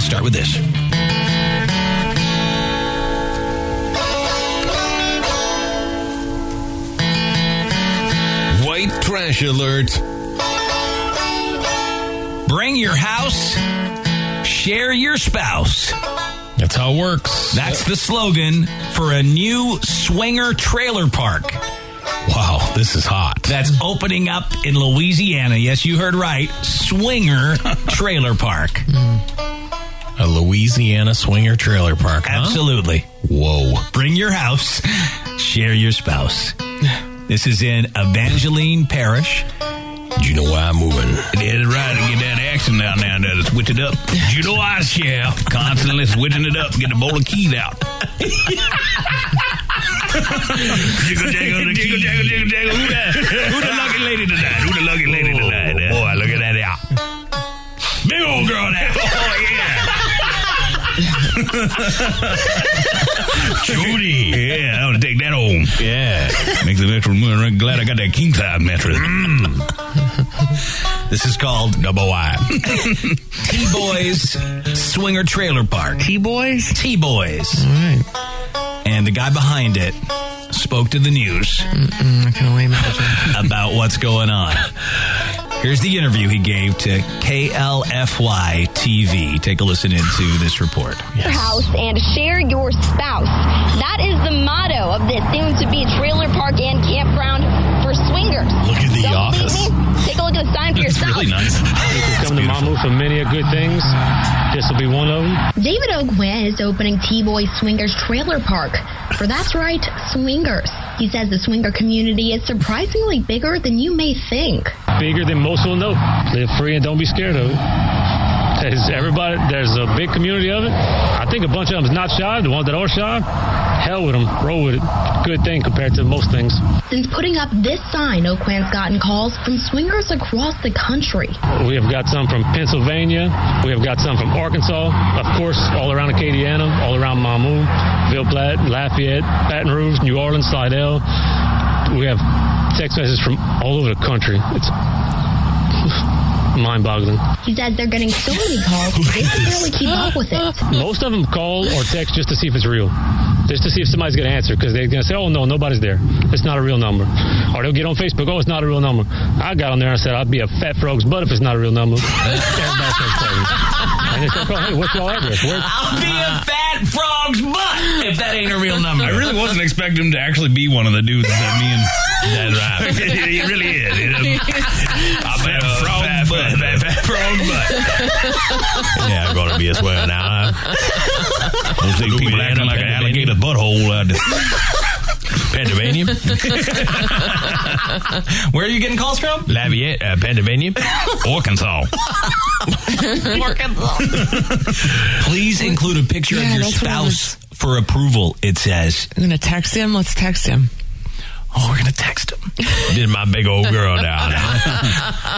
start with this. White trash alert. Bring your house, share your spouse. That's how it works. That's the slogan for a new swinger trailer park Wow, this is hot. that's opening up in Louisiana. Yes, you heard right. Swinger trailer park. A Louisiana swinger trailer park. Huh? Absolutely. Whoa. Bring your house, share your spouse. This is in Evangeline Parish. Do you know why I'm moving? Did it right to get that action down there and uh, switch it up. You know I share. Constantly switching it up. Get the bowl of keys out. jiggle, jiggle, the jiggle, jiggle, jiggle, jiggle. Who the, who the lucky lady tonight? Who the lucky lady tonight? Uh, boy, look at that out. Big old girl that. Oh, yeah. Judy. Yeah, I'm going to take that home. Yeah. Makes an extra money. I'm glad I got that king size mattress. Mm. This is called Double wide. T Boys Swinger Trailer Park. T boys. T Boys. And the guy behind it spoke to the news I can only imagine. about what's going on. Here's the interview he gave to KLFY TV. Take a listen into this report. your house and share your spouse. That is the motto of this soon to be trailer park and campground for swingers. Look at the Don't believe office. me? Take a look at the sign for yourself. Come to Mamu for many a good things. This will be one of them. David O. Gwynn is opening T-Boy Swingers Trailer Park. For that's right, swingers. He says the swinger community is surprisingly bigger than you may think. Bigger than most will know. Live free and don't be scared of it. There's everybody. There's a big community of it. I think a bunch of them's not shy. The ones that are shy, hell with them. Roll with it. Good thing compared to most things. Since putting up this sign, O'Quinn's gotten calls from swingers across the country. We have got some from Pennsylvania. We have got some from Arkansas. Of course, all around Acadiana, all around Mamou, Ville Platte, Lafayette, Baton Rouge, New Orleans, Slidell. We have text messages from all over the country. It's mind boggling. He says they're getting so many calls, they can barely keep up with it. Most of them call or text just to see if it's real, just to see if somebody's going to answer because they're going to say, oh, no, nobody's there. It's not a real number. Or they'll get on Facebook, oh, it's not a real number. I got on there and said, I'd be a fat frog's butt if it's not a real number. Everybody starts calling. And they start calling, hey, what's y'all address? Where, I'll be a fat frog's butt if that ain't a real number. I really wasn't expecting him to actually be one of the dudes that me and that right. he really is. He is. I'm fat frog butt. Fat, fat frog butt. uh, Yeah, I'm going to be as well now. Don't see people acting like an alligator butthole. out there. Pennsylvania. Where are you getting calls from? Lafayette, uh, Pennsylvania. Arkansas. Please include a picture Yeah, of your that's what I spouse for approval, it says. I'm gonna text him. Let's text him. Oh, we're going to text him. Did my big old girl down.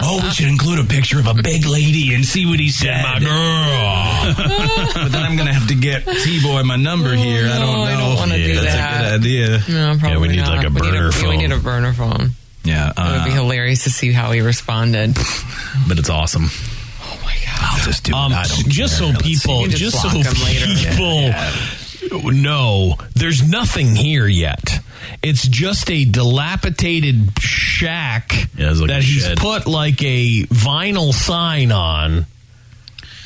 Oh, we should include a picture of a big lady and see what he said. My girl. But then I'm going to have to get T-Boy my number here. I don't no, know. Oh, I don't wanna yeah, do that's that. a good idea. No, probably Yeah, we need, not. like, a we need burner We phone. need a burner phone. Yeah. It would Uh, be hilarious to see how he responded. But it's awesome. I'll just do Um, it. I don't just care. so Let's people, You can just just so block 'em later. people know, there's nothing here yet. It's just a dilapidated shack Yeah, it's like that a he's shed. put like a vinyl sign on,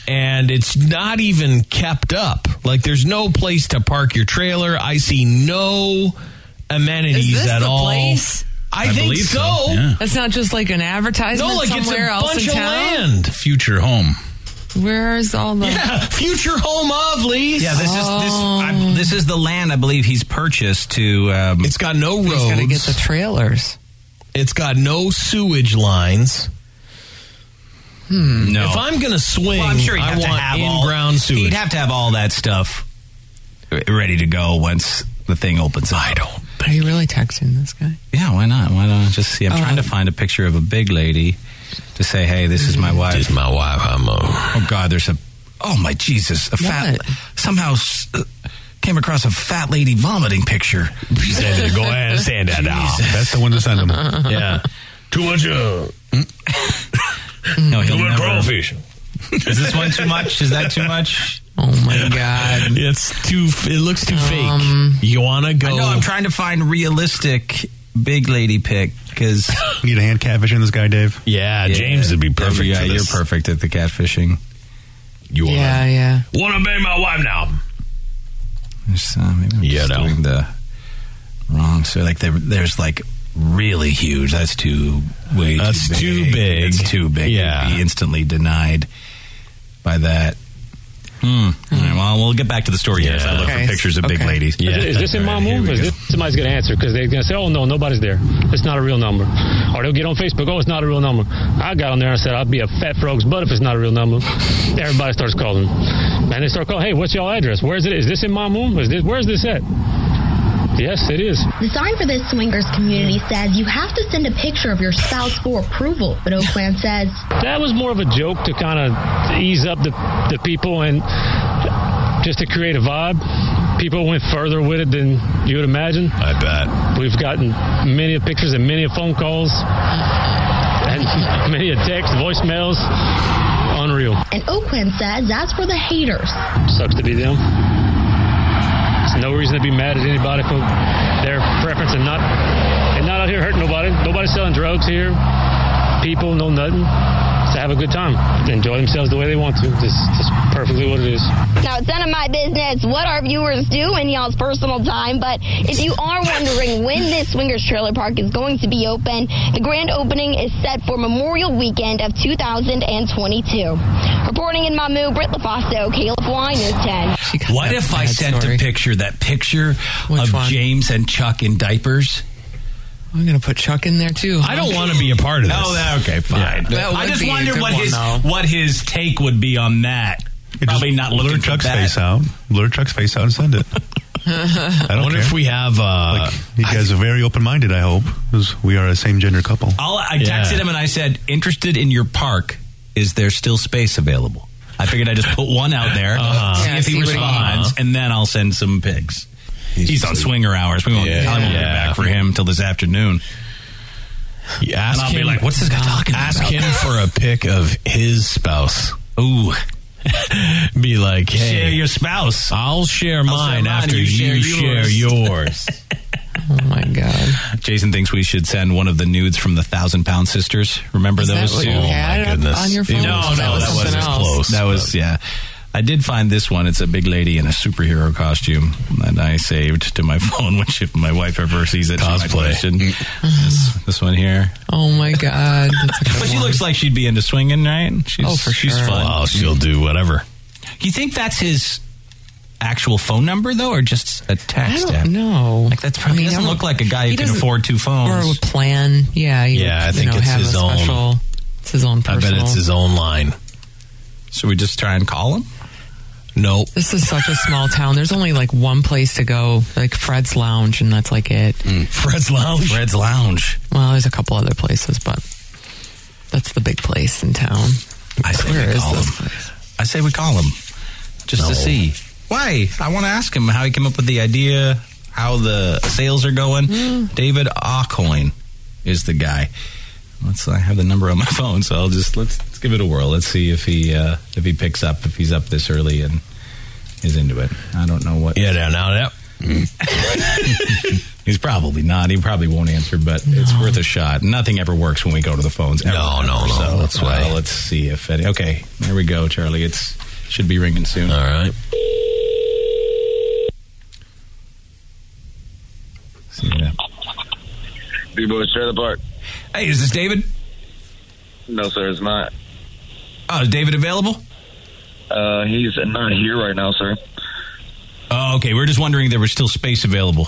and it's not even kept up. Like there's no place to park your trailer. I see no amenities Is this at the all. place? I, think believe so. so, yeah. That's not just like an advertisement No, like it's somewhere a else bunch in of town. land. Future home. Where's all the? Yeah, future home of Lee's. Yeah, this is this. Oh. I, this is the land I believe he's purchased to. Um, It's got no roads. He's gotta get the trailers. it's got no sewage lines. no, If I'm going to swing, Well, hmm. I'm sure he'd I have to want have all- in-ground sewage. He'd have to have all that stuff re- ready to go once the thing opens. Up. I don't. Are you really texting this guy? Yeah, why not? Why not just see? I'm trying to find a picture of a big lady to say, "Hey, this is my wife." my wife. I'm a. oh God, there's a. Oh my Jesus, a fat. What? Somehow s- uh, came across a fat lady vomiting picture. She said, "Go ahead and stand that down." ah. That's the one to send him. Yeah. Too much, uh, No, he'll too much never. crawfish. Is this one too much? Is that too much? Oh my god. Um, It's too. It looks too fake. You want to go? I know. I'm trying to find realistic big lady pick because Need a hand catfishing this guy, Dave. yeah, James would be perfect. Yeah, for you're this. perfect at the catfishing. You are. Yeah, yeah. Wanna be my wife now? There's, uh, maybe I'm Yeah, just no. doing the wrong. So like there, there's like really huge. That's too way. That's too too big. big. That's too big. Yeah. You'd be instantly denied by that. Hmm. All right, well, we'll get back to the story here. if I Yeah. look Okay. for pictures of big Okay. ladies. Yeah. Is this in my All right, here move? we Is go. this somebody's going to answer? Because they're going to say, oh, no, nobody's there. It's not a real number. Or they'll get on Facebook, oh, it's not a real number. I got on there and said, I'd be a fat frog's butt if it's not a real number. Everybody starts calling. And they start calling, hey, what's y'all address? Where is it? Is this in my move? Is this, where's this at? Yes, it is. The sign for this swingers community says you have to send a picture of your spouse for approval, but Oakland says That was more of a joke to kind of ease up the, the people and just to create a vibe. People went further with it than you would imagine. I bet. We've gotten many pictures and many phone calls and many texts, voicemails. Unreal. and Oakland says that's for the haters. Sucks to be them. There's no reason to be mad at anybody for their preference and not and not out here hurting nobody. Nobody's selling drugs here. People know nothing. Just have a good time. Enjoy themselves the way they want to. Just, just perfectly what it is. Now, it's none of my business what our viewers do in y'all's personal time, but if you are wondering when this Swingers Trailer Park is going to be open, the grand opening is set for Memorial Weekend of 2022. Reporting in Mamu, Britt LaFaso, Caleb Y, News 10. She got What that if I bad sent story. a picture, that picture Which of one? James and Chuck in diapers? I'm gonna put Chuck in there too. I don't want to be a part of this. Oh, that, okay, fine. Yeah. That I would just be a wondered good what one, his though. what his take would be on that. You just Probably not looking Lure for Chuck's that. face out. Lure Chuck's face out and send it. I I don't wonder care. if we have. Uh, you guys are very open minded. I hope 'cause we are a same gender couple. All I Yeah. texted him and I said, "Interested in your park? Is there still space available?" I figured I just put one out there, Uh-huh. see Yeah, if he see what he- responds, and then I'll send some pics. He's, on swinger hours. We won't, Yeah. probably won't Yeah. get back for him till this afternoon. you ask And I'll him, be like, "What's this guy talking Ask about?" him for a pic of his spouse. Ooh, Be like, hey, share your spouse. I'll share mine mine, after you you share share yours. Oh my god. Jason thinks we should send one of the nudes from the Thousand Pound Sisters. Remember Is that those what two? Oh, you had up on your phone? No, no, that, was something not else. close. That was yeah. I did find this one. It's a big lady in a superhero costume that I saved to my phone. Which, if my wife ever sees it, she might Cosplay. Mm. question. this, this one here, Oh my god. That's a good but she one. looks like she'd be into swinging, right? She's, Oh, for she's sure. fun. Well, she'll do whatever. You think that's his actual phone number though, or just a I text? app? don't know. Like that's probably I mean, I doesn't don't- look like a guy who he can doesn't- afford two phones. Or a plan. Yeah. you- Yeah, I you think know, it's have his a own- Special, it's his own personal. I bet it's his own line. Should we just try and call him? Nope. This is such a small town. There's only like one place to go, like Fred's Lounge, and that's like it. Fred's Lounge. Fred's Lounge. Well, there's a couple other places, but that's the big place in town. I say Where we is call this him. I say we call him just to No. see. Why? I want to ask him how he came up with the idea, how the sales are going. Mm. David Aucoin is the guy. Let's. I have the number on my phone, so I'll just let's, let's give it a whirl. Let's see if he uh, if he picks up if he's up this early and is into it. I don't know what. Yeah, down now. Yep. He's probably not. He probably won't answer, but it's worth a shot. Nothing ever works when we go to the phones. Ever, No, no, ever. no, So, that's why. uh, let's see if it. Okay, there we go, Charlie. It's should be ringing soon. All right. See ya. Three Boys Trailer Park. Hey, is this David? No, sir, it's not. Oh, is David available? Uh, he's not here right now, sir. Oh, okay. We are just wondering if there was still space available.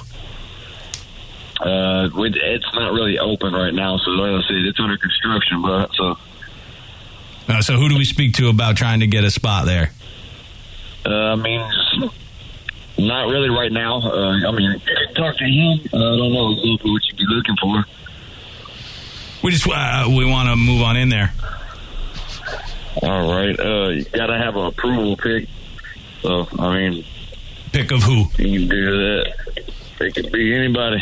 Uh, we, it's not really open right now, so like I said, it's under construction, bro. So, Uh, so, who do we speak to about trying to get a spot there? uh, I mean, just not really right now. Uh, I mean, talk to him. Uh, I don't know exactly what you'd be looking for. We just uh, we want to move on in there. All right. Uh, you gotta have an approval pick. So, I mean, Pick of who? you can do that. It could be anybody.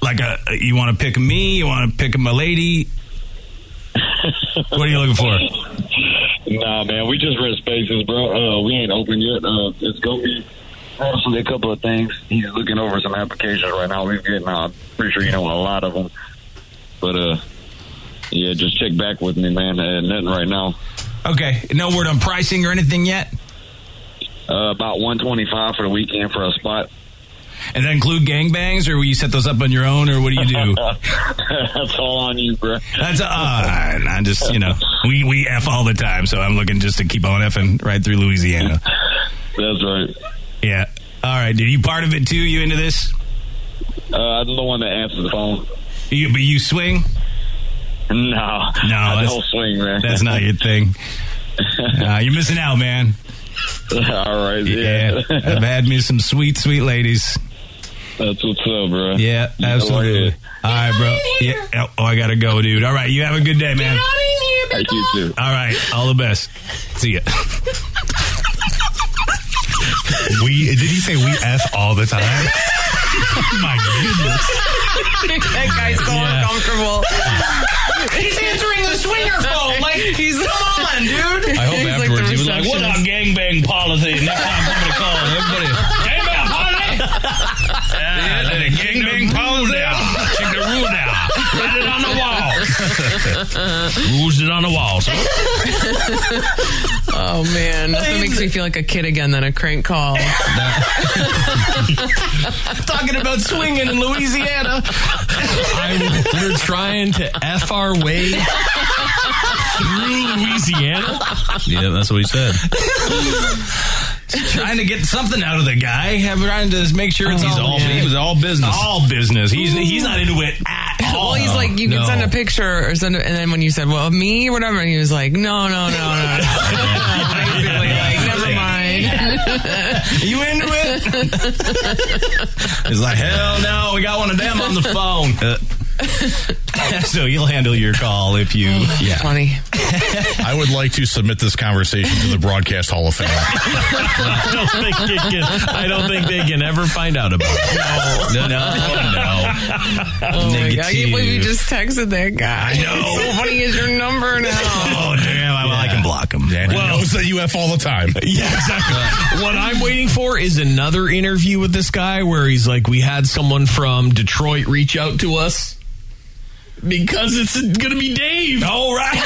Like a you want to pick me? You want to pick my lady? what are you looking for? Nah, man, we just rent spaces, bro. Uh, we ain't open yet. Uh, it's gonna be honestly a couple of things. He's looking over some applications right now. We're getting, uh, I'm pretty sure you know a lot of them. But uh, yeah, just check back with me, man. Uh, nothing right now. Okay, no word on pricing or anything yet. Uh, about 125 for the weekend for a spot. And that include gangbangs, or will you set those up on your own, or what do you do? That's all on you, bro. That's uh, I just you know we we f all the time, so I'm looking just to keep on effing right through Louisiana. That's right. Yeah. All right, dude. You part of it too? You into this? Uh, I'm the one that answers the phone. You, but you swing? No, no, I that's- don't swing, man. That's not your thing. Uh, you're missing out, man. all right. Yeah, Yeah. I've had me some sweet, sweet ladies. that's what's up, bro. Yeah, You know absolutely. All right, bro. Yeah. Oh, I gotta go, dude. All right, you have a good day, man. what it is. Thank you too. All right, all the best. See ya. We did he say we f all the time? Oh My goodness. that guy's so uncomfortable. He's answering the swinger phone. Like, He's come on, dude. I hope He's like afterwards the he was like, "What our receptionist. gangbang policy?" Next time somebody calls, everybody, gangbang policy. Yeah, let the gangbang policy out. Check the rule now. Write it on the wall. Rules it on the wall. So Oh man, nothing makes me feel like a kid again than a crank call. Talking about swinging in Louisiana. I, we're trying to F our way through Louisiana. yeah, that's what he said. trying to get something out of the guy. I'm trying to just make sure it's He's all, all he was all business. all business. He's he's not into it at all. Well, he's like, you No. can send a picture or send, a, and then when you said, well, me or whatever, and he was like, no, no, no, no, no. Basically, like, never mind. You into it? He's like, hell no, we got one of them on the phone. Uh, so you'll handle your call if you. Yeah. Oh, Funny. I would like to submit this conversation to the Broadcast Hall of Fame. I don't think they can. I don't think they can ever find out about. It. No, no, no. Oh my God, I can't believe you Negative. just texted that guy. I know. so funny is your number now. Oh damn! I, well, I can block him. well, knows that you f all the time. Yeah, exactly. what I'm waiting for is another interview with this guy where he's like, "We had someone from Detroit reach out to us because it's gonna be Dave." Oh, All right.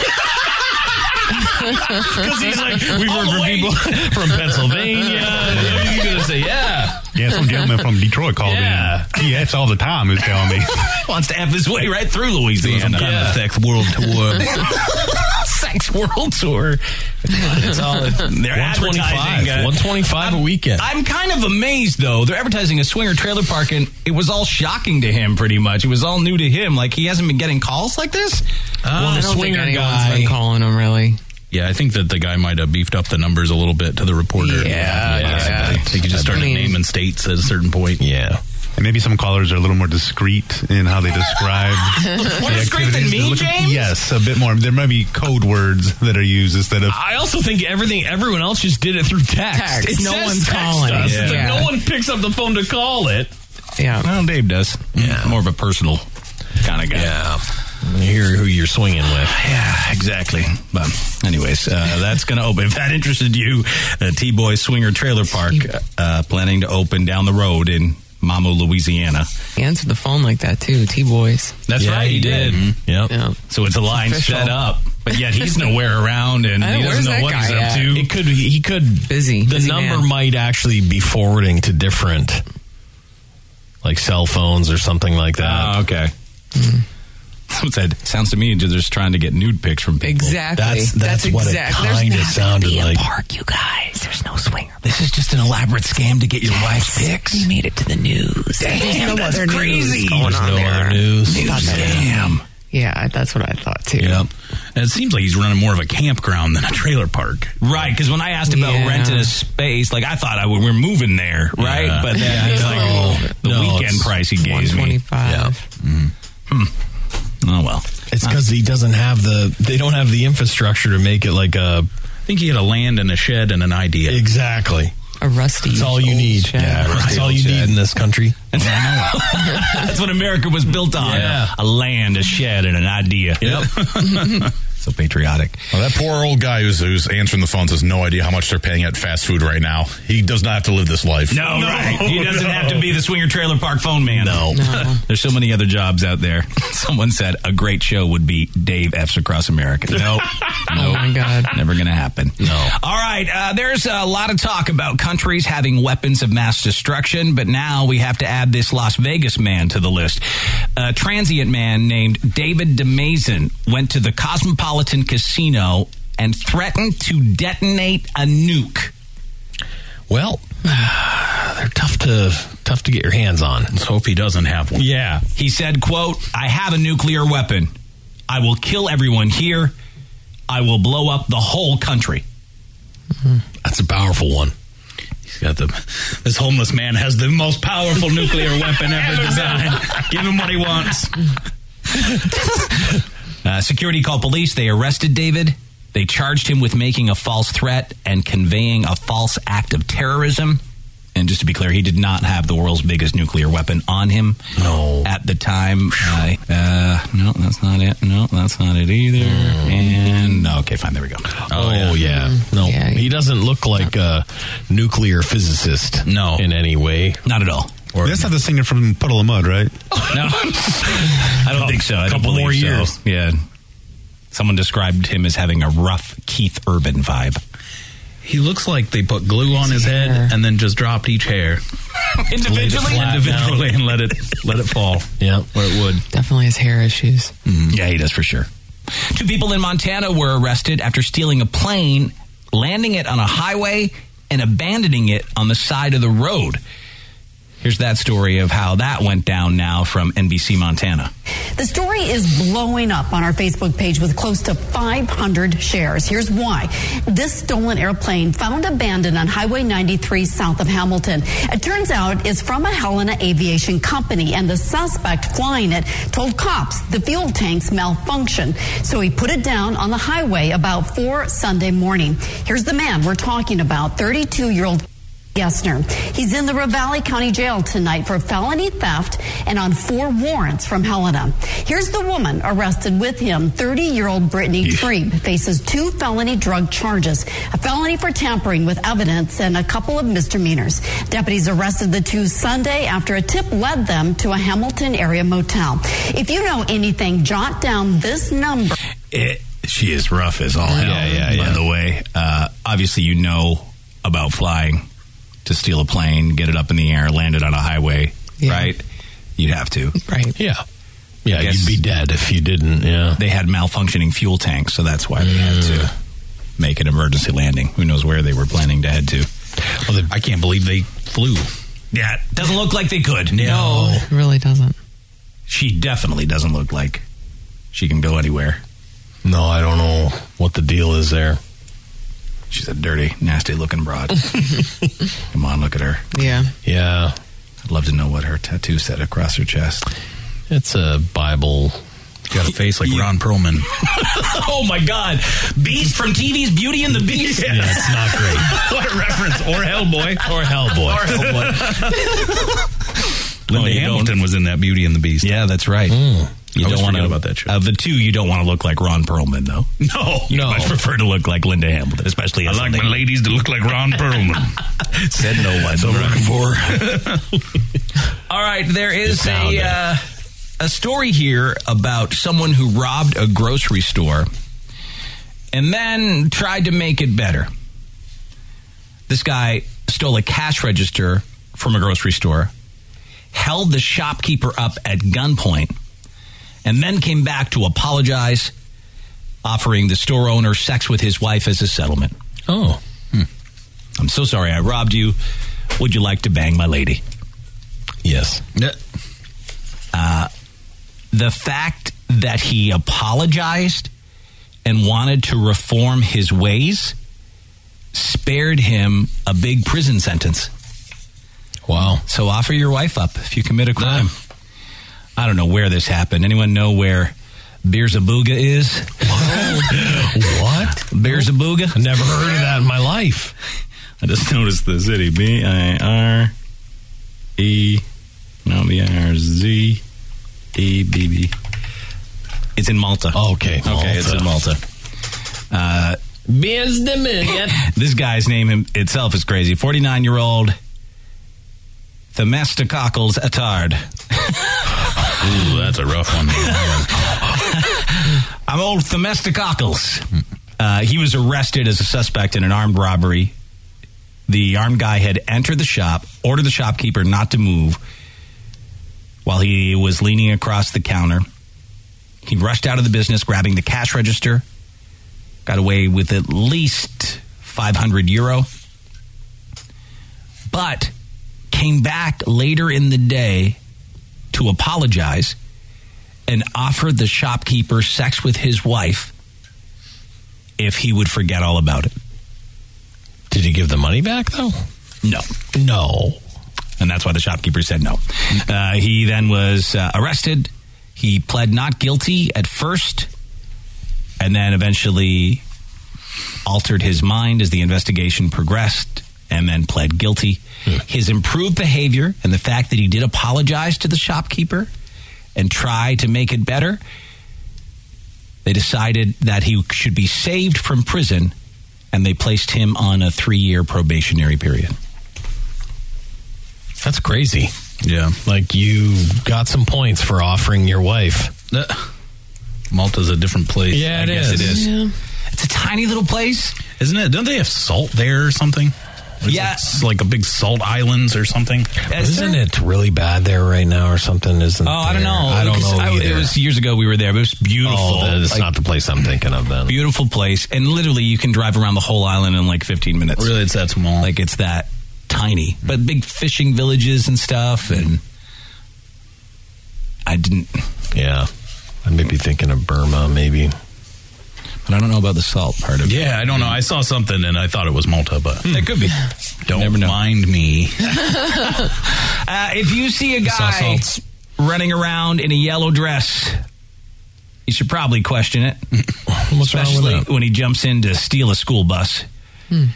Because he's like, we've heard from people from Pennsylvania. and He's gonna say, "Yeah, Yeah, some gentleman from Detroit called Yeah. in. He f's all the time. Is telling me. wants to f his way right through Louisiana. Some kind of sex world tour. sex world tour. It's all they're advertising. uh, 125, 125 a weekend." I'm kind of amazed though. They're advertising a swinger trailer park, and it was all shocking to him. Pretty much, it was all new to him. Like he hasn't been getting calls like this. Uh, I well, don't think anyone's been calling him really. Yeah, I think that the guy might have beefed up the numbers a little bit to the reporter. Yeah, I yeah. think he just started I mean- naming states at a certain point. Yeah. And maybe some callers are a little more discreet in how they describe. More the discreet than activities. me, They're looking- James? Yes, a bit more. There might be code words that are used instead of. I also think everything everyone else just did it through text. Text. It No says one's text calling. us. It's like Yeah. no one picks up the phone to call it. Yeah. Well, Dave does. Yeah, more of a personal kind of guy. Yeah. Hear who you're swinging with. Yeah, exactly. But, anyways, uh, that's going to open. If that interested you, uh, T Boy Swinger Trailer Park, uh, planning to open down the road in Mamo, Louisiana. He answered the phone like that too, T Boys. That's Yeah, right, Mm-hmm. he did. Yep. Yeah. So it's a line Official. set up, but yet he's nowhere around and I know, he doesn't where's know that what he's guy up at? to. It could he could Busy, The busy number man. might actually be forwarding to different like cell phones or something like that. Ah, okay. Someone said, sounds to me they're just trying to get nude pics from people. Exactly. That's- that's what it exact- kinda not gonna sounded be a like. park, you guys. There's no swinger. This is just an elaborate scam to get your wife's pics. We made it to the news. There's no other news going There's on no there. other news. Scam. Yeah, that's what I thought too. Yep. And it seems like he's running more of a campground than a trailer park. Right, because when I asked about Yeah. renting a space, like I thought I would, we're moving there, right? Yeah. But then it's like oh, the No, weekend it's price he gave me. 125. Mm-hmm. Hmm. Oh well, It's because he doesn't have the they don't have the infrastructure to make it like a I think he had a land and a shed and an idea. exactly. A rusty. It's all you old need. shed. Yeah, Rusty it's all old you shed. need in this country. that's what America was built on: Yeah. a land, a shed, and an idea. Yep. so patriotic. Well, that poor old guy who's, who's answering the phones has no idea how much they're paying at fast food right now. He does not have to live this life. No, right. He doesn't have to be the swinger trailer park phone man. No. There's so many other jobs out there. Someone said a great show would be Dave F's Across America. No. no. Oh my God. Never going to happen. No. All right. Uh, there's a lot of talk about countries having weapons of mass destruction, but now we have to add this Las Vegas man to the list. A transient man named David DeMazen went to the Cosmopolitan Casino and threatened to detonate a nuke. Well, Ah. they're tough to tough to get your hands on. Let's hope he doesn't have one. Yeah. He said, quote, I have a nuclear weapon. I will kill everyone here. I will blow up the whole country. That's a powerful one. He's got the. This homeless man has the most powerful nuclear weapon ever designed. Give him what he wants. Uh, security called police. They arrested David. They charged him with making a false threat and conveying a false act of terrorism. And just to be clear, he did not have the world's biggest nuclear weapon on him No. at the time. I- uh, no, that's not it. No, that's not it either. And okay, fine. There we go. Mm. Oh, yeah. No. Yeah. He doesn't look like a nuclear physicist. No. In any way. Not at all. Or That's not the singer from Puddle of Mud, right? No, I don't think so. I don't couple believe more so. years. Yeah. Someone described him as having a rough Keith Urban vibe. He looks like they put glue on his head and then just dropped each hair Individually, individually and let it let it fall Yeah. where it would. Definitely his hair issues. Mm. Yeah, he does for sure. Two people in Montana were arrested after stealing a plane, landing it on a highway, and abandoning it on the side of the road. Here's that story of how that went down now from NBC Montana. The story is blowing up on our Facebook page with close to 500 shares. Here's why. This stolen airplane found abandoned on Highway 93 south of Hamilton. It turns out it's from a Helena Aviation Company, and the suspect flying it told cops the fuel tanks malfunctioned. So he put it down on the highway about 4 Sunday morning. Here's the man we're talking about, 32 year old. Gessner. He's in the Ravalli County Jail tonight for felony theft and on four warrants from Helena. Here's the woman arrested with him. 30 year old Brittany Treeb faces two felony drug charges a felony for tampering with evidence and a couple of misdemeanors. Deputies arrested the two Sunday after a tip led them to a Hamilton area motel. If you know anything, jot down this number. It, she is rough as all hell, yeah, by yeah. the way. Uh, obviously, you know about flying to steal a plane, get it up in the air, land it on a highway, Yeah. right? You'd have to. Right. Yeah. Yeah. guess- You'd be dead if you didn't. Yeah. Mm. they had malfunctioning fuel tanks, so that's why they had to make an emergency landing. Who knows where they were planning to head to? Well, I can't believe they flew. Yeah, doesn't look like they could. No, it really doesn't. she definitely doesn't look like she can go anywhere. No, I don't know what the deal is there. She's a dirty, nasty-looking broad. Come on, look at her. Yeah. Yeah. I'd love to know what her tattoo said across her chest. It's a Bible. Got a face like Ron Perlman. Oh my God, Beast from TV's Beauty and the Beast. Yeah, it's not great. what a reference! Or Hellboy. or Hellboy. or Hellboy. Linda Oh, you Hamilton was in that Beauty and the Beast. Yeah, that's right. You always don't want to forget about that show. Of the two, you don't want to look like Ron Perlman, though. No, You much prefer to look like Linda Hamilton, especially. I as like something- my ladies to look like Ron Perlman. Said no one. All right, there is a uh, a story here about someone who robbed a grocery store and then tried to make it better. This guy stole a cash register from a grocery store, held the shopkeeper up at gunpoint, and then came back to apologize, offering the store owner sex with his wife as a settlement. Oh. I'm so sorry I robbed you. Would you like to bang my lady? Yes. Uh, The fact that he apologized and wanted to reform his ways spared him a big prison sentence. Wow. So offer your wife up if you commit a crime. I don't know where this happened. Anyone know where Beerzabuga is? What? Beerzabuga? I never heard of that in my life. I just noticed the city. B I R E. No, B I R Z E B B. It's in Malta. Okay. Okay, it's in Malta. Uh, this guy's name him, itself is crazy. 49 year old Themastococcles Attard. Ooh, that's a rough one. I'm old Themastococcles. Uh, he was arrested as a suspect in an armed robbery. The armed guy had entered the shop, ordered the shopkeeper not to move while he was leaning across the counter. He rushed out of the business, grabbing the cash register, got away with at least 500 euro, but came back later in the day to apologize and offer the shopkeeper sex with his wife if he would forget all about it. Did he give the money back, Oh. though? No. No. And that's why the shopkeeper said no. Uh, he then was uh, arrested. He pled not guilty at first and then eventually altered his mind as the investigation progressed and then pled guilty. His improved behavior and the fact that he did apologize to the shopkeeper and try to make it better, they decided that he should be saved from prison and they placed him on a three year probationary period. That's crazy. Yeah. Like you got some points for offering your wife. Uh, Malta's a different place. Yeah, I it guess is. it is. Yeah. It's a tiny little place, isn't it? Don't they have salt there or something? It's Yeah. like, it's like a big salt islands or something. Isn't it really bad there right now or something? Isn't Oh, I don't there? know. I don't Because know. I- it either. was years ago we were there, but it was beautiful. Oh, then it's Like, not the place I'm thinking of then. Beautiful place, and literally you can drive around the whole island in like 15 minutes. Really, it's that small. Like it's that tiny, but big fishing villages and stuff. And I didn't. Yeah. I may be thinking of Burma, maybe. But I don't know about the salt part of it. Yeah, I don't know. I saw something and I thought it was Malta, but it could be. Hmm. Don't mind me. Uh, if you see a guy running around in a yellow dress, you should probably question it. What's wrong with Especially when he jumps in to steal a school bus.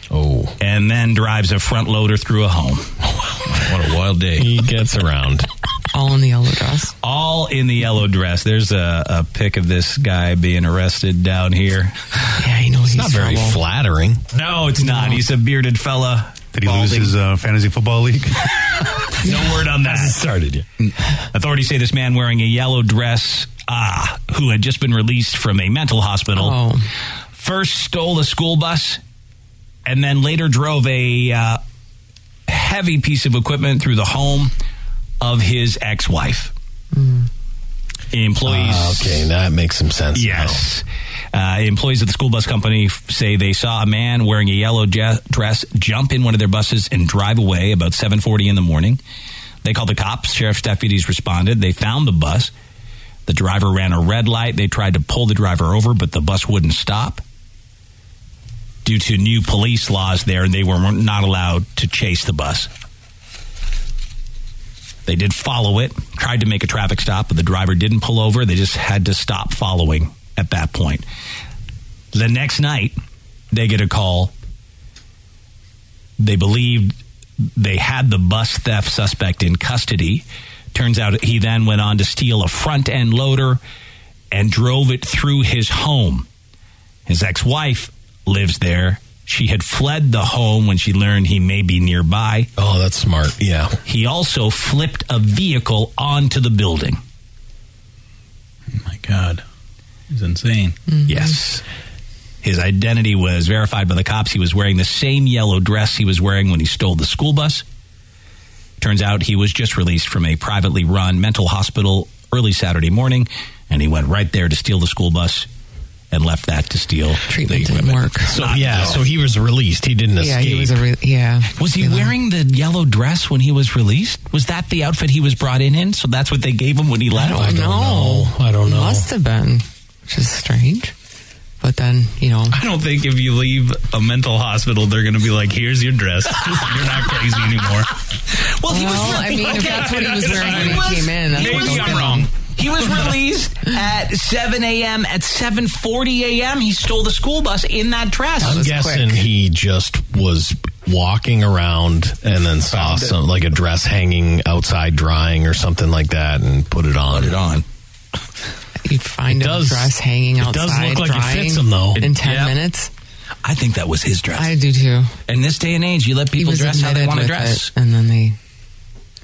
Oh. And then drives a front loader through a home. what a wild day. He gets around. All in the yellow dress. All in the yellow dress. There's a, a pic of this guy being arrested down here. Yeah, you know It's not very flattering. No, it's not. He's a bearded fella. Did he lose his uh, fantasy football league? No word on that. Mm. started yet. Authorities say this man wearing a yellow dress, ah, who had just been released from a mental hospital, Oh. first stole a school bus and then later drove a uh, heavy piece of equipment through the home of his ex wife. Employees. Ah, okay, that makes some sense. Yes. Uh, employees at the school bus company f- say they saw a man wearing a yellow je- dress jump in one of their buses and drive away about 7:40 in the morning. They called the cops. Sheriff's deputies responded. They found the bus. The driver ran a red light. They tried to pull the driver over, but the bus wouldn't stop. Due to new police laws there, they were not allowed to chase the bus. They did follow it, tried to make a traffic stop, but the driver didn't pull over. They just had to stop following at that point. The next night, they get a call. They believed they had the bus theft suspect in custody. Turns out he then went on to steal a front end loader and drove it through his home. His ex wife lives there. She had fled the home when she learned he may be nearby. Oh, that's smart. Yeah. He also flipped a vehicle onto the building. My God. It's insane. Mm-hmm. Yes. His identity was verified by the cops. He was wearing the same yellow dress he was wearing when he stole the school bus. Turns out he was just released from a privately run mental hospital early Saturday morning, and he went right there to steal the school bus and left that to steal treatment. The didn't work. So yeah, so he was released. He didn't Yeah, escape. he was a yeah. Was he wearing the yellow dress when he was released? Was that the outfit he was brought in in? So that's what they gave him when he left? I don't know. I don't know. Must have been, which is strange. But then, you know, I don't think if you leave a mental hospital, they're going to be like, here's your dress. You're not crazy anymore. Well, he was Well, wearing- I mean, if that's what he was wearing when he was- came in, that's he what was- don't I'm get wrong. him. He was released at 7 a.m. At 7:40 a.m., he stole the school bus in that dress. I'm guessing he just was walking around and then saw some like a dress hanging outside drying or something like that and put it on. Put it on. could find It a does- dress hanging it outside. does look like it drying fits him, though. In ten Yeah. minutes, I think that was his dress. I do too. In this day and age, you let He people was dress how they admitted want to with dress. it, and then they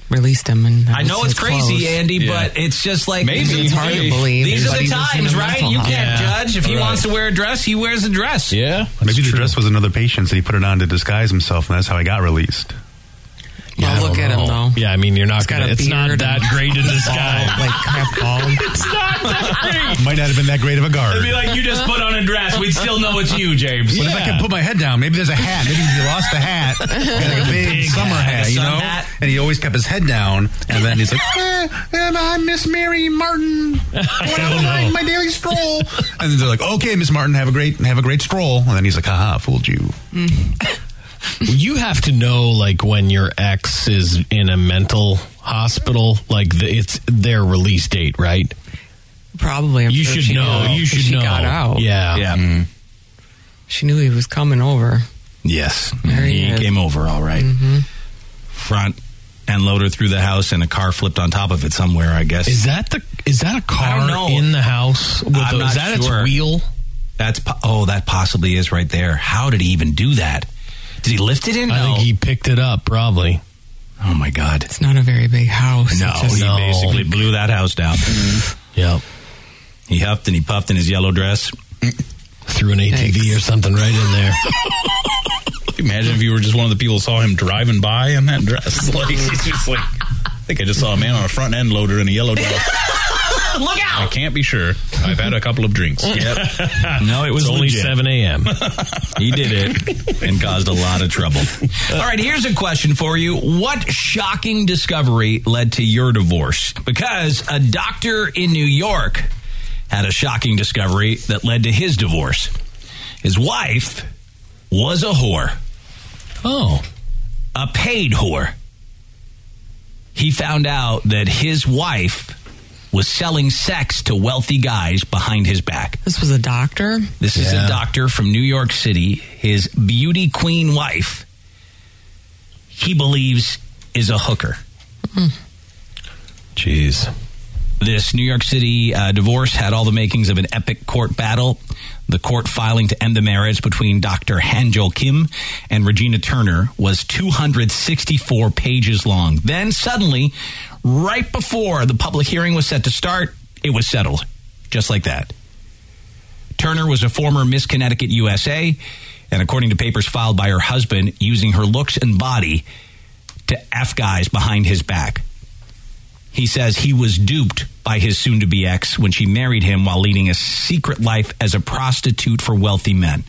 released him. And that I was know his it's crazy, clothes. Andy, but it's just like Maybe. It's hard to believe. These are the Everybody was in times, a right? mental You can't hospital. judge if he Right. wants to wear a dress. He wears a dress. Yeah. Maybe the dress was another patient's and he put it on to disguise himself, and that's how he got released. Well, look at him though. Yeah, I mean, you're not got going a to. It's not beard that and- great in this guy. All, like half bald. It's not that Might not have been that great of a guard. It'd be like you just put on a dress. We'd still know it's you, James. What if I could put my head down? Maybe there's a hat. Maybe you lost the hat. Got like a big, summer hat, you know? And he always kept his head down. And then he's like, eh, am I Miss Mary Martin? When I was riding my daily stroll. And then they're like, okay, Miss Martin, have a great have a great stroll. And then he's like, haha, fooled you. Well, you have to know like when your ex is in a mental hospital like the, it's their release date right Probably. I'm you sure should she know knew. you should she know got out. yeah Mm-hmm. Yeah. She knew he was coming over. Yes. There he he is. came over all right. Mhm. Front and loader through the house, and a car flipped on top of it somewhere, I guess. is that the is that a car don't know. in the house with I'm the, not is that sure. its wheel That's po- oh, that possibly is right there. How did he even do that? Did he lift it in? I No. think he picked it up probably oh my God! It's not a very big house. No, It's just- he No. basically blew that house down. yep He huffed and he puffed in his yellow dress. threw an ATV Yikes. or something right in there Imagine if you were just one of the people that saw him driving by in that dress. Like it's just like I think I just saw a man on a front end loader in a yellow dress. Look out! I can't be sure. I've had a couple of drinks. No, it was it's only legit. 7 a.m He did it and caused a lot of trouble. All right, here's a question for you. What shocking discovery led to your divorce? Because a doctor in New York had a shocking discovery that led to his divorce. His wife was a whore, oh a paid whore. He found out that his wife was selling sex to wealthy guys behind his back. This was a doctor. This is a Yeah. doctor from New York City. His beauty queen wife, he believes, is a hooker. jeez This New York City uh, divorce had all the makings of an epic court battle. The court filing to end the marriage between Dr. Hanjol Kim and Regina Turner was 264 pages long. Then suddenly, right before the public hearing was set to start, it was settled. Just like that. Turner was a former Miss Connecticut USA, and according to papers filed by her husband, using her looks and body to F guys behind his back. He says he was duped by his soon to be ex when she married him while leading a secret life as a prostitute for wealthy men.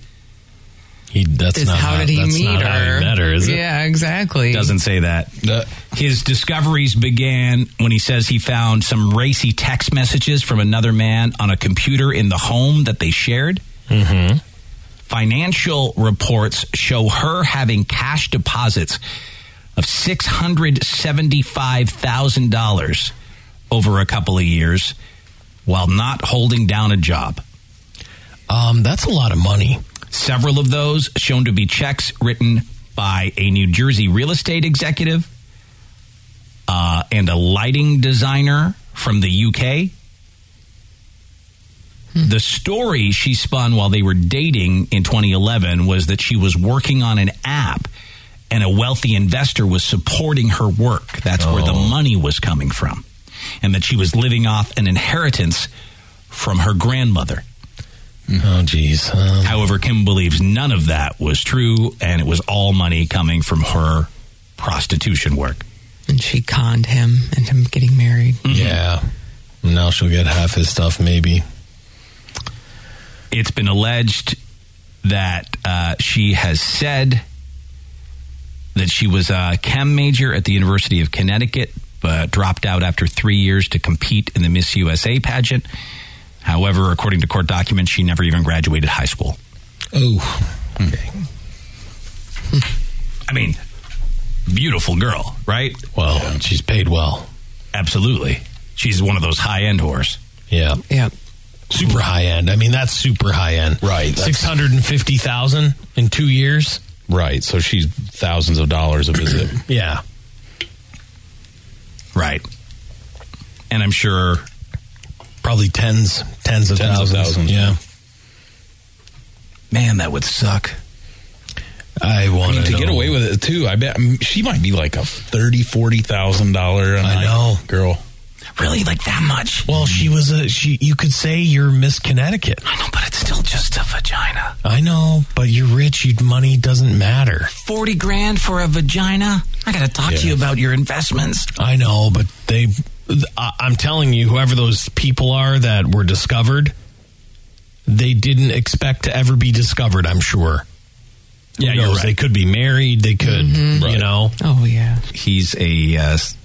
he, that's Is not how did he that's meet not her? how he met her is it Yeah, exactly. Doesn't say that. His discoveries began when he says he found some racy text messages from another man on a computer in the home that they shared. mm-hmm Financial reports show her having cash deposits of $675,000 over a couple of years while not holding down a job. um that's a lot of money Several of those shown to be checks written by a New Jersey real estate executive uh, and a lighting designer from the UK. The story she spun while they were dating in 2011 was that she was working on an app and a wealthy investor was supporting her work. That's where the money was coming from. And that she was living off an inheritance from her grandmother. oh jeez um, Mm-hmm. However, Kim believes none of that was true, and it was all money coming from her prostitution work. and she conned him into getting married. Mm-hmm. Yeah. Now she'll get half his stuff, maybe. It's been alleged that uh, she has said that she was a chem major at the University of Connecticut, but dropped out after three years to compete in the Miss USA pageant. However, according to court documents, she never even graduated high school. Oh. Hmm. I mean, beautiful girl, right? Well, she's paid well. Absolutely. She's one of those high end whores. Yeah. Yeah. Super high end. I mean, that's super high end. Right, that's- 650,000 in 2 years? Right. So she's thousands of dollars a visit. Yeah. Right. And I'm sure probably tens, tens of Tens of thousands. thousands. Yeah. Man, that would suck. I want I mean, to get away with it too. I bet mm, she might be like a thirty, forty thousand dollar. I know, girl. Really, like that much? Well, she was a she. You could say you're Miss Connecticut. I know, but it's still just a vagina. I know, but you're rich. You money doesn't matter. 40 grand for a vagina? I gotta talk to you about your investments. I know, but they. I, I'm telling you, whoever those people are that were discovered, they didn't expect to ever be discovered. I'm sure. Yeah, you're Mm-hmm. They could be married. They could, you know. Oh yeah. He's a uh, s-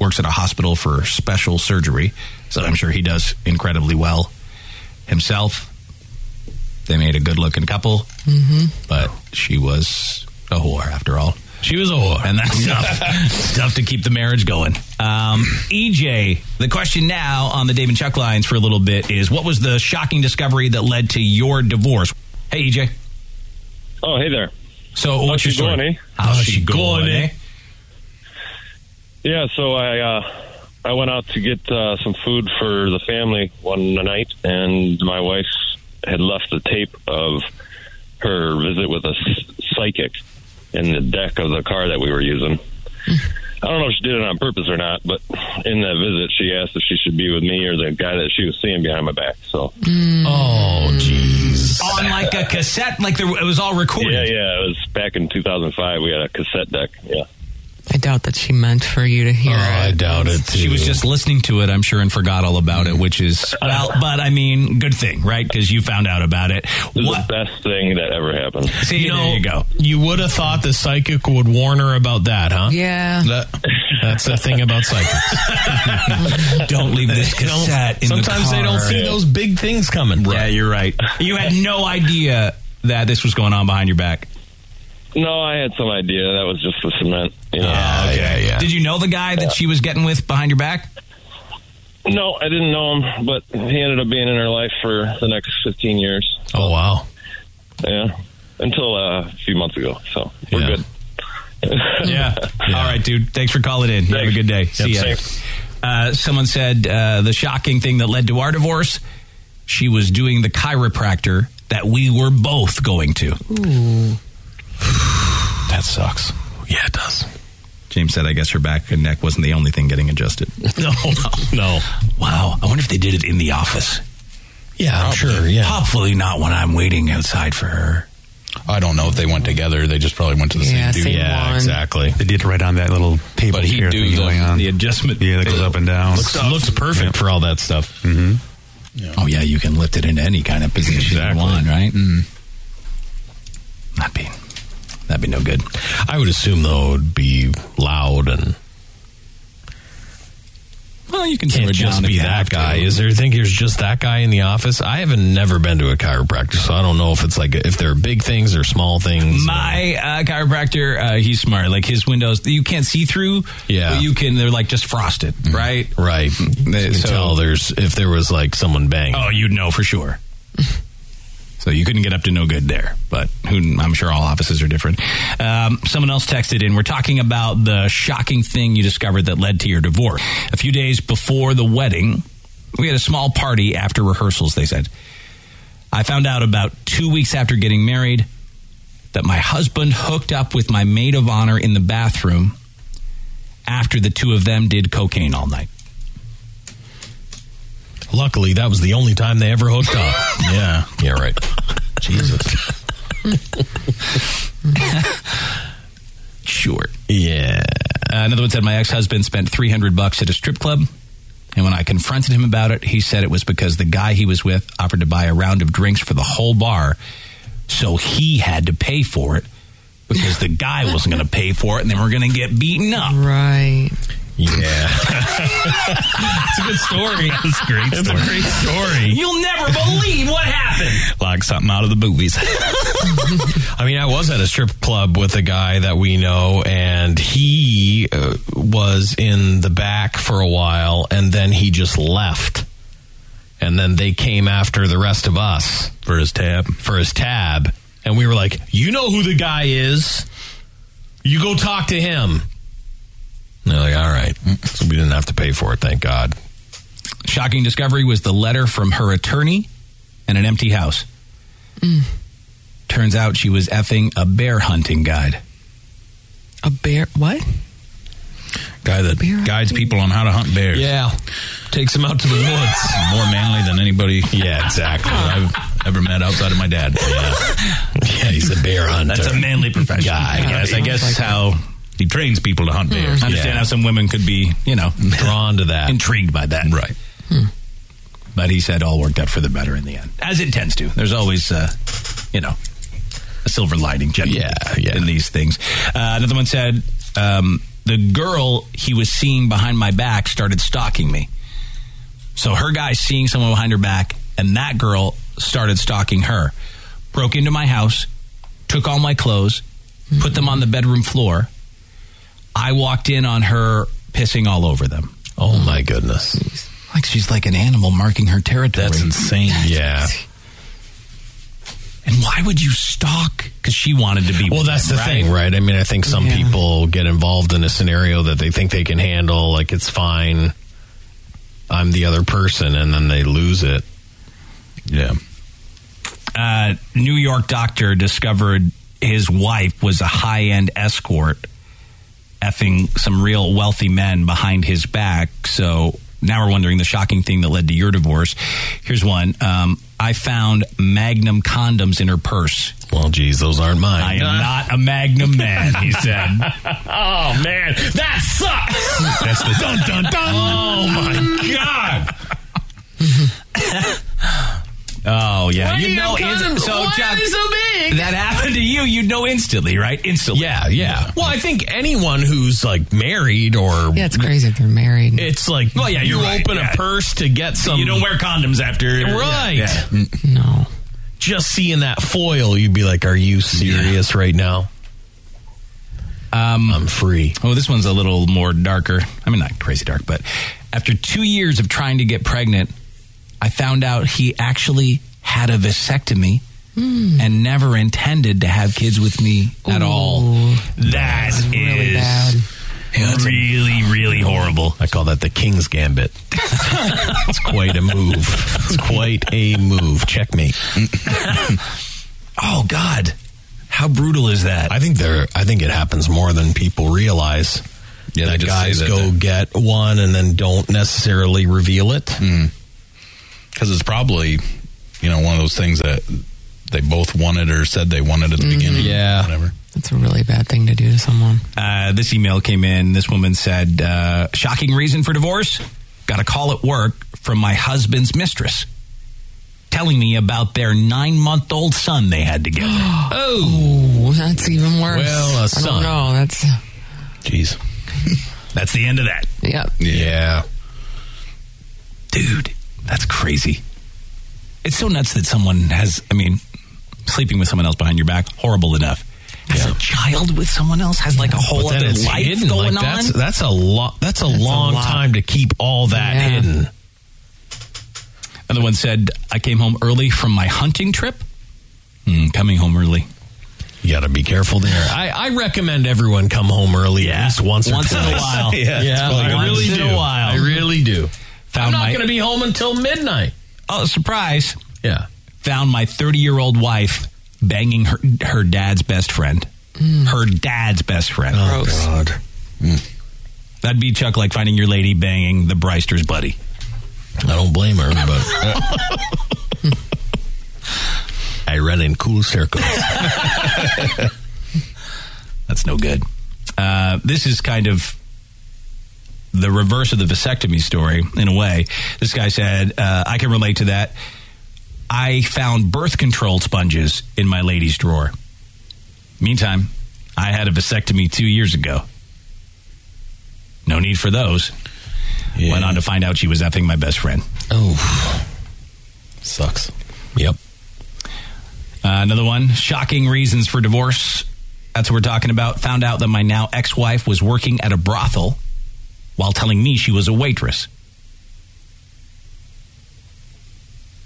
works at a hospital for special surgery, so I'm sure he does incredibly well himself. They made a good-looking couple, but she was a whore after all. She was a whore, and that's tough. stuff to keep the marriage going. Um, EJ, the question now on the Dave and Chuck lines for a little bit is: What was the shocking discovery that led to your divorce? Hey, EJ. Oh, hey there. So How's what's your she story? going, eh? How's she going, eh? Yeah, so I uh, I went out to get uh, some food for the family one night, and my wife had left the tape of her visit with a s- psychic in the deck of the car that we were using. I don't know if she did it on purpose or not, but in that visit, she asked if she should be with me or the guy that she was seeing behind my back. So Mm. Oh, jeez. On like a cassette, like there, it was all recorded. yeah, yeah, it was back in 2005. We had a cassette deck. Yeah. I doubt that she meant for you to hear it. I doubt it. She was just listening to it, I'm sure, and forgot all about it, which is well, but I mean, good thing, right? Because you found out about it. This What? is the best thing that ever happened. See, You there know, you go. you would have thought the psychic would warn her about that, huh? Yeah. That's the thing about psychics. Don't leave this They don't- cassette in the sometimes they don't car. see those big things coming. Yeah, you're right. You had no idea that this was going on behind your back. No, I had some idea. That was just the cement. You know? okay, yeah. Did you know the guy that she was getting with behind your back? No, I didn't know him, but he ended up being in her life for the next 15 years. Oh wow. Yeah. Until uh, a few months ago. So we're Yeah. good. Yeah. All right, dude. Thanks for calling in. You Have a Thanks. good day. See ya. Uh, someone said uh, the shocking thing that led to our divorce. She was doing the chiropractor that we were both going to. That sucks. Yeah, it does. James said, "I guess her back and neck wasn't the only thing getting adjusted." No, no. wow, I wonder if they did it in the office. Yeah, I'm sure. Yeah. Hopefully not when I'm waiting outside for her. I don't know if they went together. They just probably went to the Yeah, same dude. same yeah, one. exactly. They did right on that little table But he chair do thing the- going on. The adjustment. Yeah, that goes up and down. Looks, looks perfect for all that stuff. Oh yeah, you can lift it into any kind of position Exactly. you want, right? Mm. That'd be that'd be no good. I would assume though it would be loud and Well, you can can't just be that guy. Is there think there's just that guy in the office? I haven't never been to a chiropractor, so I don't know if it's like if there are big things or small things. My uh, chiropractor, uh, he's smart. Like his windows, you can't see through. Yeah. Mm-hmm. but you can. They're like just frosted, right? Mm-hmm. right. You so- can tell there's if there was like someone banging. Oh, you'd know for sure. so you couldn't get up to no good there. But who? I'm sure all offices are different. Um, someone else texted in. We're talking about the shocking thing you discovered that led to your divorce. A few days before the wedding, we had a small party after rehearsals. They said. I found out about two weeks after getting married that my husband hooked up with my maid of honor in the bathroom after the two of them did cocaine all night. Luckily, that was the only time they ever hooked up. yeah. Yeah, right. Jesus. Sure. Yeah. Uh, another one said my ex-husband spent 300 bucks at a strip club and when i confronted him about it he said it was because the guy he was with offered to buy a round of drinks for the whole bar so he had to pay for it because the guy wasn't going to pay for it and then we're going to get beaten up Right. Yeah. it's a good story. It's a great story. It's a great story. you'll never believe what happened Like something out of the movies. I mean, I was at a strip club with a guy that we know, and he uh, was in the back for a while, and then he just left. And then they came after the rest of us for his tab. For his tab. And we were like, You know who the guy is. You go talk to him. And they're like, All right. So we didn't have to pay for it, thank God. Uh, Shocking discovery was the letter from her attorney and an empty house. Mm. Turns out she was effing a bear hunting guide. A bear? What? Guy that guides people on how to hunt bears. Yeah. Takes them out to the woods. More manly than anybody. Yeah, exactly. I've ever met outside of my dad. Yeah. yeah he's a bear hunter. That's a manly profession. Guy. I guess, I guess how he trains people to hunt bears. I Hmm. understand how some women could be, you know, drawn to that, intrigued by that. Right. But he said all worked out for the better in the end, as it tends to. There's always, uh, you know, a silver lining generally in these things. Uh, another one said, um, the girl he was seeing behind my back started stalking me. So her guy seeing someone behind her back, and that girl started stalking her. Broke into my house, took all my clothes, put them on the bedroom floor. I walked in on her pissing all over them. Oh my goodness. Like she's like an animal marking her territory. That's insane. Yeah. And why would you stalk? Because she wanted to be. Well, with that's him, the thing, right? I mean, I think some people get involved in a scenario that they think they can handle, like it's fine. I'm the other person, and then they lose it. Yeah. uh, New York doctor discovered his wife was a high end escort, effing some real wealthy men behind his back. So now we're wondering the shocking thing that led to your divorce. Here's one. Um, I found Magnum condoms in her purse. Well, geez, those aren't mine. I am Ah. not a Magnum man, he said. oh man, that sucks. That's the- dun dun dun. Oh my god. Oh yeah, Why do you you know. have inst- condoms? so Why Chuck, are they so big? that happened to you. You know instantly, right? Instantly. Yeah, yeah. Well, I think anyone who's like married or Yeah, it's crazy if they're married. It's like Well, yeah, you you're right, open yeah. a purse to get some. You don't wear condoms after, right? Yeah, No. Just seeing that foil, you'd be like, "Are you serious right now?" Um, I'm free. Oh, this one's a little more darker. I mean, not crazy dark, but after two years of trying to get pregnant, I found out he actually had a vasectomy Hmm. and never intended to have kids with me at all. That is really, really, horrible. I call that the king's gambit. it's quite a move. It's quite a move. Checkmate. oh God, how brutal is that? I think there. I think it happens more than people realize. Yeah, they that just guys say that go they- get one and then don't necessarily reveal it. Hmm. Because it's probably, you know, one of those things that they both wanted or said they wanted at Mm-hmm. the beginning. Yeah. Whatever. That's a really bad thing to do to someone. Uh, this email came in. This woman said, uh, "Shocking reason for divorce: got a call at work from my husband's mistress." Telling me about their nine month old son they had together. Oh, that's even worse. Well, a I son. don't know. That's Jeez. That's the end of that. yeah. Yeah. Dude, that's crazy. It's so nuts that someone has, I mean, sleeping with someone else behind your back, horrible enough. Has a child with someone else, has like a whole But then other it's life hidden. going Like, That's, on. that's a lot. That's a long lot. time to keep all that Yeah. hidden. Another one said, I came home early from my hunting trip. Hmm, coming home early. You got to be careful there. I, I recommend everyone come home early at least once or Once in a twice. while. Yeah, it's probably I good. really Once do. in a while. I really do. Found I'm not my, going to be home until midnight. oh, surprise. Yeah. Found my 30 year old wife banging her, her dad's best friend. Her dad's best friend. Gross. God. Hmm. That'd be Chuck like finding your lady banging the Breister's buddy. I don't blame her, but I run in cool circles. That's no good. Uh, this is kind of the reverse of the vasectomy story in a way. This guy said, uh, I can relate to that. I found birth control sponges in my lady's drawer. Meantime, I had a vasectomy two years ago. No need for those. Yeah. Went on to find out she was effing my best friend. Oh, sucks. Yep. Uh, another one shocking reasons for divorce. That's what we're talking about. Found out that my now ex wife was working at a brothel while telling me she was a waitress.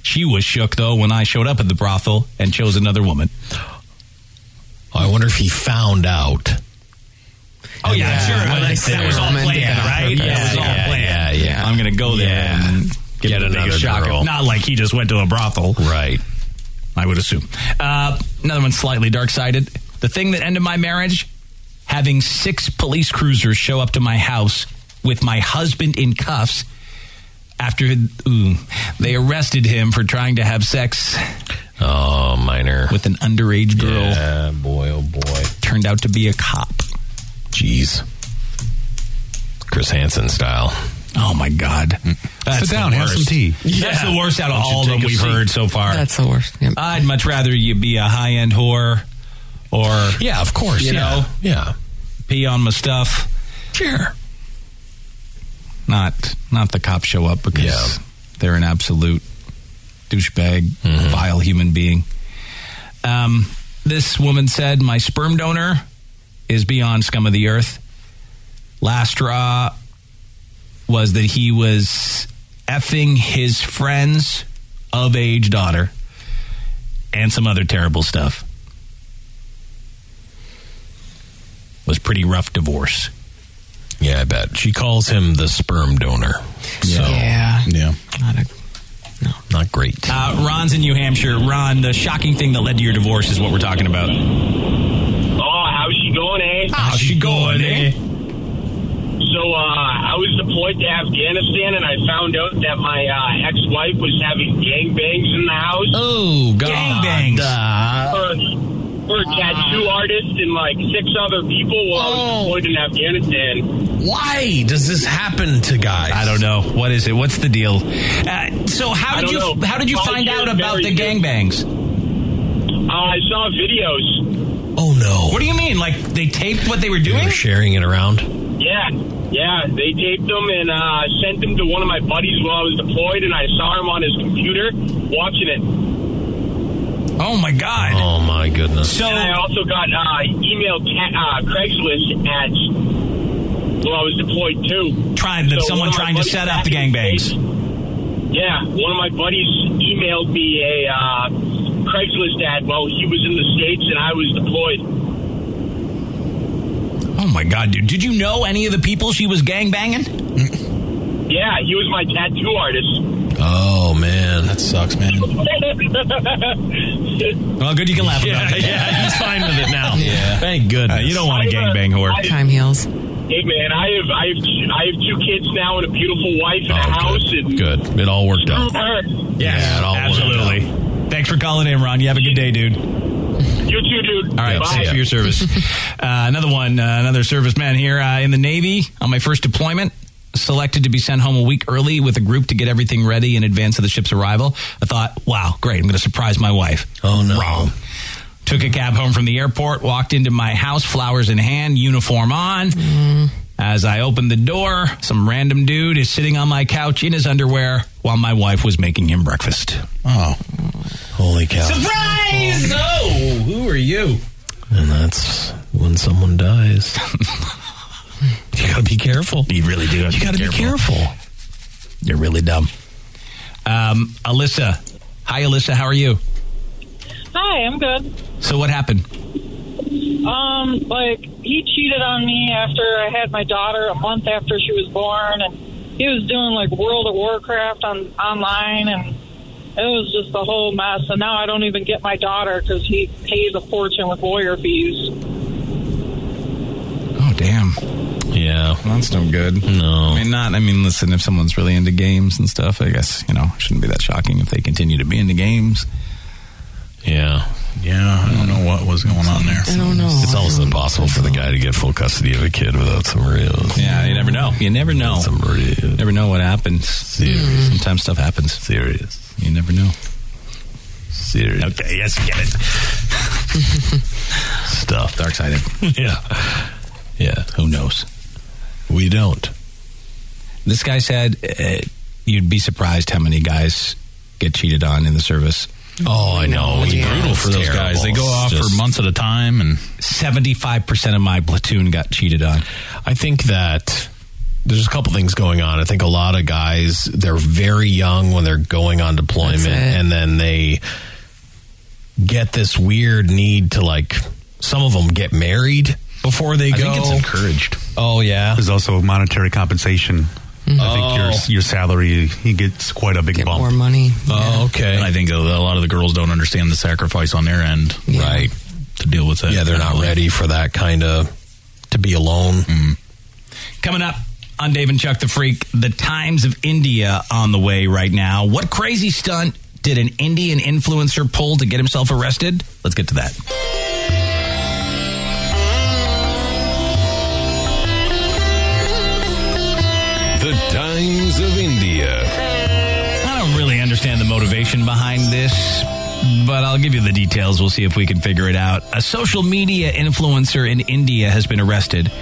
She was shook, though, when I showed up at the brothel and chose another woman. I wonder if he found out. Oh, yeah, Yeah, sure. I like that was all that. planned, right? Yeah, That was all yeah, planned. yeah, yeah. I'm going to go there Yeah. and Give Yet him the biggest another shocker. girl. Not like he just went to a brothel. Right. I would assume. Uh, another one slightly dark sided. The thing that ended my marriage having six police cruisers show up to my house with my husband in cuffs after ooh, they arrested him for trying to have sex. Oh, minor. With an underage girl. Yeah, boy, oh boy. Turned out to be a cop. Jeez. Chris Hansen style. Mm. Oh, my God. That's down, the have some worst. tea. That's Yeah. the worst out of Why don't you all of take them a we've seat? heard so far. That's the worst. I'd much rather you be a high end whore or. Yeah, of course. You yeah. know? Yeah. Pee on my stuff. Sure. not not the cops show up because they're an absolute douchebag, Mm-hmm. vile human being. Um, this woman said, "My sperm donor is beyond scum of the earth." Last straw was that he was effing his friend's of age daughter and some other terrible stuff. Was pretty rough divorce. Yeah, I bet. She calls him the sperm donor. So, Yeah. Yeah. Not a Not great. Uh, Ron's in New Hampshire. Ron, the shocking thing that led to your divorce is what we're talking about. Oh, how's she going, eh? How's she going, eh? So uh, I was deployed to Afghanistan, and I found out that my uh, ex-wife was having gangbangs in the house. Oh, God. Gangbangs. Uh, For, for a Ah. tattoo artist and like six other people Oh. uh, while I was deployed in Afghanistan. Why does this happen to guys? I don't know. What is it? What's the deal? Uh, so how I did don't you know. how did you Five find years out about married. the gangbangs? Uh, I saw videos. Oh no! What do you mean? Like they taped what they were doing? sharing it around. Yeah, yeah. They taped them and uh, sent them to one of my buddies while I was deployed, and I saw him on his computer watching it. Oh my god! Oh my goodness! and I also got uh, email ca- uh, Craigslist ads when I was deployed too. Trying that So someone one of my trying to buddies set up back the in gangbangs. States- Yeah, one of my buddies emailed me a uh, Craigslist ad while he was in the states and I was deployed. Oh my god, dude! Did you know any of the people she was gangbanging? Yeah, he was my tattoo artist. Oh man, that sucks, man. Oh, Well, good you can laugh Yeah, about it. yeah, he's fine with it now. Yeah. Thank Uh, goodness. you don't want a gangbang whore. Time heals. hey man, I have I have I have two kids now and a beautiful wife and a house and Good. It all worked out. Yes, Yeah, it all worked absolutely. Thanks for calling in, Ron. You have a good day, dude. You too, dude. All right, thanks for your service. uh, another one, uh, another serviceman here uh, in the Navy on my first deployment. Selected to be sent home a week early with a group to get everything ready in advance of the ship's arrival. I thought, wow, great, I'm going to surprise my wife. Oh, no. Wrong. Took a cab home from the airport, walked into my house, flowers in hand, uniform on. Mm. As I opened the door, some random dude is sitting on my couch in his underwear while my wife was making him breakfast. Oh, holy cow! Surprise! Oh, who are you? And that's when someone dies. you gotta be careful. You really do. You gotta be careful. You're really dumb. Um, Alyssa. Hi, Alyssa. How are you? Hi, I'm good. So, what happened? Um, like he cheated on me after I had my daughter a month after she was born, and he was doing like World of Warcraft on online, and it was just a whole mess. And now I don't even get my daughter because he pays a fortune with lawyer fees. Oh, damn. Yeah. That's no good. No. I mean, not, I mean, listen, if someone's really into games and stuff, I guess, you know, it shouldn't be that shocking if they continue to be into games. Yeah. Yeah, I don't know what was going on there. I don't know. It's almost impossible for the guy to get full custody of a kid without some real. Yeah, you never know. You never know. Some real. Never know what happens. Serious. Sometimes stuff happens. Serious. You never know. Serious. Okay, yes, get it. Stuff. Dark sided. yeah. Yeah. Who knows? We don't. This guy said uh, you'd be surprised how many guys get cheated on in the service. Oh, I know. It's brutal for those guys. They go off for months at a time, and 75% of my platoon got cheated on. I think that there's a couple things going on. I think a lot of guys they're very young when they're going on deployment, and then they get this weird need to like. Some of them get married before they I go. think it's encouraged. Oh yeah. There's also monetary compensation I think Oh. your your salary he gets quite a big bump. More money. Oh, okay. And I think a lot of the girls don't understand the sacrifice on their end, right, to deal with it. Yeah, they're not ready for that kind of to be alone. Hmm. Coming up on Dave and Chuck the Freak, the Times of India on the way right now. What crazy stunt did an Indian influencer pull to get himself arrested? Let's get to that. The Times of India. I don't really understand the motivation behind this, but I'll give you the details. We'll see if we can figure it out. A social media influencer in India has been arrested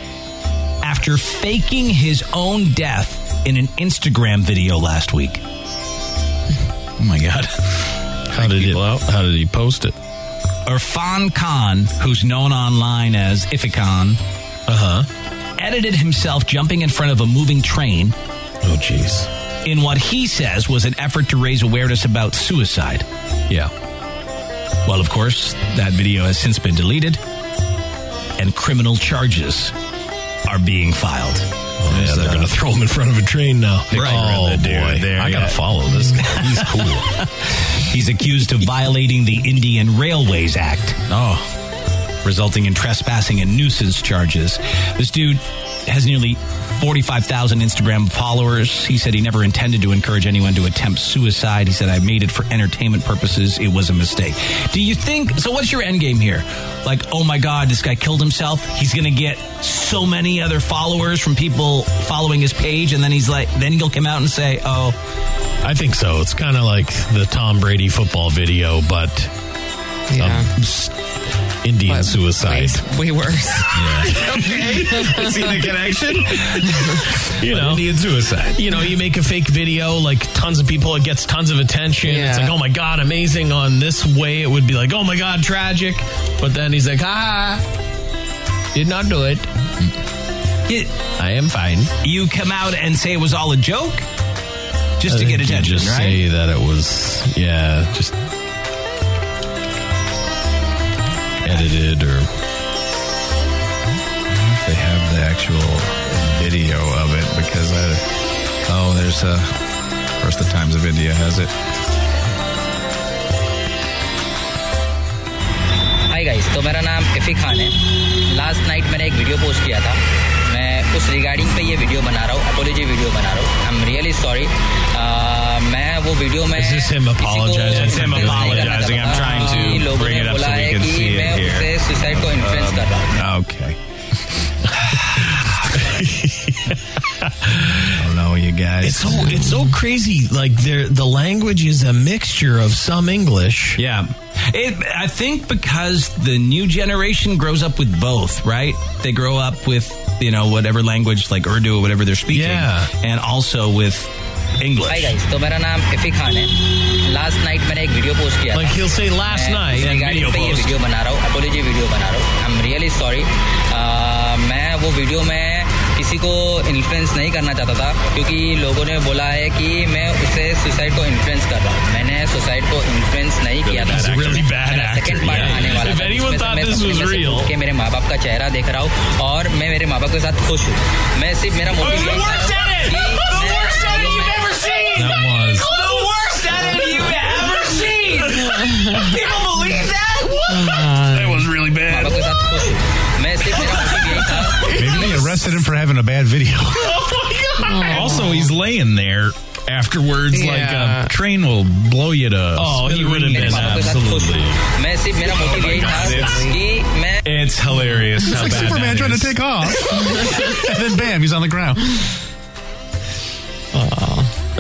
after faking his own death in an Instagram video last week. Oh my god. How did he how did he post it? Irfan Khan, who's known online as Ifikhan, uh-huh, edited himself jumping in front of a moving train. Oh jeez. In what he says was an effort to raise awareness about suicide. Yeah. Well, of course, that video has since been deleted and criminal charges are being filed. yeah, they're going to throw him in front of a train now. Oh, boy. I got to follow this. He's cool. He's accused of violating the Indian Railways Act. Oh. Resulting in trespassing and nuisance charges. This dude has nearly 45,000 Instagram followers. He said he never intended to encourage anyone to attempt suicide. He said, I made it for entertainment purposes. It was a mistake. Do you think so? What's your end game here? Like, oh my God, this guy killed himself. He's going to get so many other followers from people following his page. And then he's like, then he'll come out and say, oh, I think so. It's kind of like the Tom Brady football video, but um, s- Indian suicide. Way worse. okay. See the connection? you know, Indian suicide. You know, you make a fake video, like tons of people, it gets tons of attention. It's like, oh my god, amazing. On this way, it would be like, oh my god, tragic. But then he's like, ah, did not do it. I am fine. You come out and say it was all a joke just to get I think you attention, Just right? say that it was, yeah, just edited or if they have the actual video of it because I oh there's a of course the Times of India has it. Hi guys तो मेरा नाम इफ़ी खान है last night मैंने एक video post किया था मैं उस रिगार्डिंग पे ये वीडियो बना रहा हूँ अपोलॉजी वीडियो बना रहा हूँ आई एम रियली सॉरी मैं वो वीडियो में हाँ, लोगों ने बोला है कि मैं उससे सुसाइड Uh, को इन्फ्लुएंस कर रहा हूँ Okay. I don't know, you guys. It's so it's so crazy. Like there, the language is a mixture of some English. Yeah. It, I think because the new generation grows up with both, right? They grow up with, you know, whatever language, like Urdu or whatever they're speaking. Yeah. And also with English. Hi guys तो मेरा नाम इफ़ी खान है last night मैंने एक video post किया Like he'll say last मैं night उस and regarding video पे ये post. वीडियो बना रहा हूँ अपोलॉजी वीडियो बना रहा हूँ आई एम रियली सॉरी मैं वो वीडियो में किसी को इन्फ्लुएंस नहीं करना चाहता था क्योंकि लोगों ने बोला है कि मैं उसे सुसाइड को इन्फ्लुएंस कर रहा हूँ मैंने सुसाइड को इन्फ्लुएंस नहीं किया था He's a really bad actor, second part yeah. आने वाला If था anyone जिसमें से thought मैं this सपने was में से real. उठ के मेरे माँ बाप का चेहरा देख रहा हूँ और मैं मेरे माँ बाप के साथ खुश हूँ मैं सिर्फ मेरा Oh, मोटिव यही था was the worst edit you've ever seen. People believe that? that was really bad. मैं सिर्फ मेरा motive यही था Maybe they arrested him for having a bad video. Oh. Also, he's laying there afterwards Yeah. like a train will blow you to. Oh, he would have been absolutely. मैं सिर्फ मेरा motive यही था कि मैं It's hilarious. It's how like bad Superman that trying is. to take off, and then bam, he's on the ground.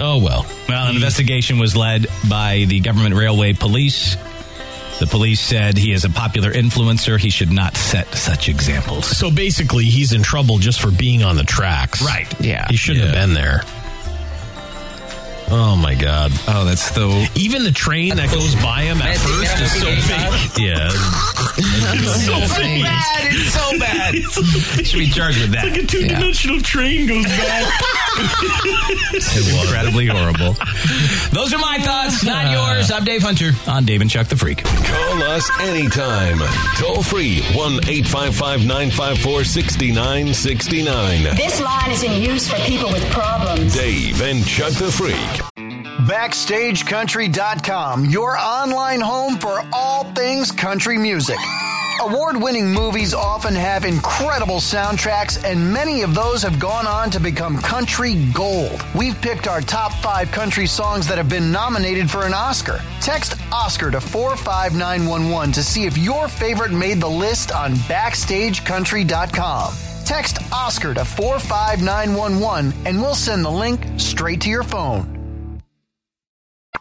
oh well. Well, an investigation was led by the government railway police. The police said he is a popular influencer. He should not set such examples. So basically, he's in trouble just for being on the tracks. Right. Yeah. He shouldn't have been there. Oh my god. Oh, that's the even the train that goes by him at first is so fake. Yeah. It's so fake. It's so bad. Should be charged with that. a two-dimensional train goes by. incredibly horrible. Those are my thoughts, not yours. I'm Dave Hunter on Dave and Chuck the Freak. Call us anytime. Toll free 1 855 954 6969. This line is in use for people with problems Dave and Chuck the Freak. BackstageCountry.com, your online home for all things country music. Award winning movies often have incredible soundtracks, and many of those have gone on to become country gold. We've picked our top five country songs that have been nominated for an Oscar. Text Oscar to 45911 to see if your favorite made the list on BackstageCountry.com. Text Oscar to 45911 and we'll send the link straight to your phone.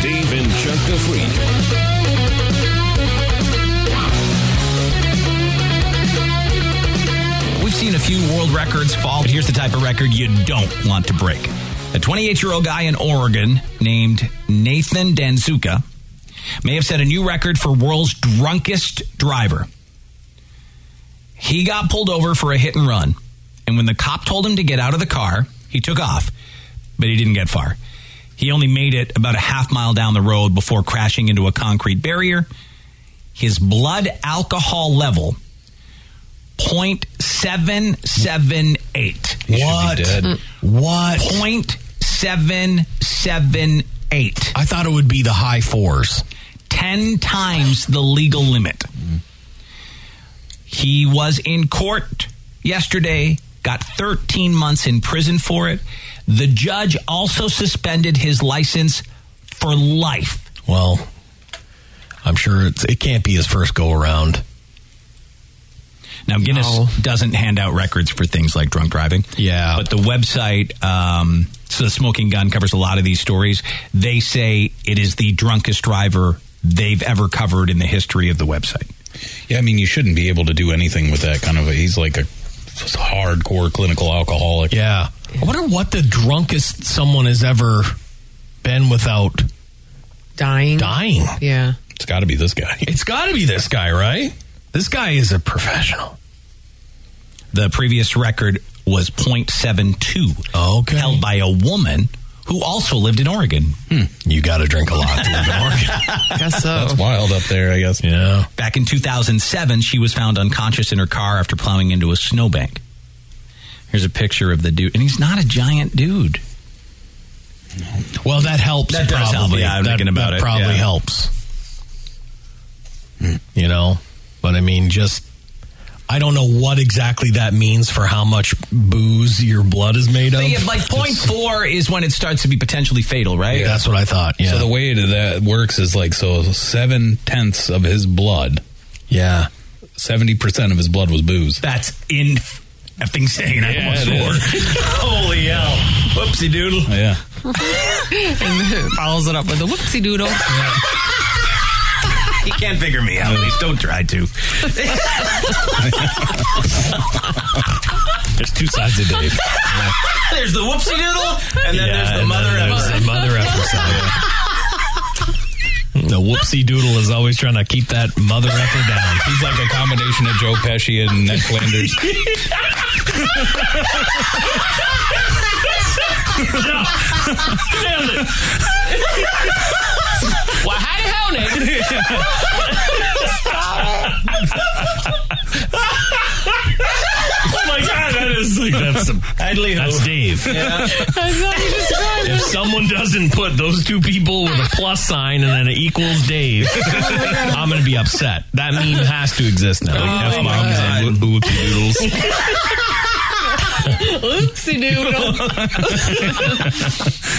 Dave and Chuck the Freak. We've seen a few world records fall, but here's the type of record you don't want to break. A 28 year old guy in Oregon named Nathan Danzuka may have set a new record for world's drunkest driver. He got pulled over for a hit and run, and when the cop told him to get out of the car, he took off, but he didn't get far. He only made it about a half mile down the road before crashing into a concrete barrier. His blood alcohol level 0.778. What? Mm. What? 0.778. I thought it would be the high fours. 10 times the legal limit. He was in court yesterday, got 13 months in prison for it. The judge also suspended his license for life. Well, I'm sure it's, it can't be his first go around. Now, Guinness doesn't hand out records for things like drunk driving. Yeah. But the website, um, so the Smoking Gun covers a lot of these stories. They say it is the drunkest driver they've ever covered in the history of the website. Yeah, I mean, you shouldn't be able to do anything with that kind of a. He's like a hardcore clinical alcoholic. Yeah. I wonder what the drunkest someone has ever been without dying. Dying. Yeah. It's got to be this guy. It's got to be this guy, right? This guy is a professional. The previous record was 0.72, okay. held by a woman who also lived in Oregon. Hmm. You got to drink a lot to live in Oregon. Guess so. That's wild up there, I guess. Yeah. Back in 2007, she was found unconscious in her car after plowing into a snowbank. Here's a picture of the dude, and he's not a giant dude. Well, that helps. That does probably. help, yeah, I'm that, thinking about that it, Probably yeah. Hmm. helps. You know, but I mean, just I don't know what exactly that means for how much booze your blood is made of. But yeah, like point four is when it starts to be potentially fatal, right? That's what I thought. Yeah. So the way that works is like so seven tenths of his blood. Yeah. Seventy percent of his blood was booze. That's in effing saying I almost it swore. Holy hell! Whoopsie doodle. Yeah. and then follows it up with a whoopsie doodle. He can't figure me out. At least don't try to. There's two sides to Dave. there's the whoopsie doodle, and then Yeah, there's the and then mother there's episode. the mother episode. The whoopsie doodle is always trying to keep that mother effer down. He's like a combination of Joe Pesci and Ned Flanders. Well, how the hell, Nick? Oh my god, that is like that's some That's Dave. If someone doesn't put those two people with a plus sign and then it equals Dave, I'm going to be upset. That meme has to exist now. Like F bombs and whoopsie doodles. Oopsie doodle.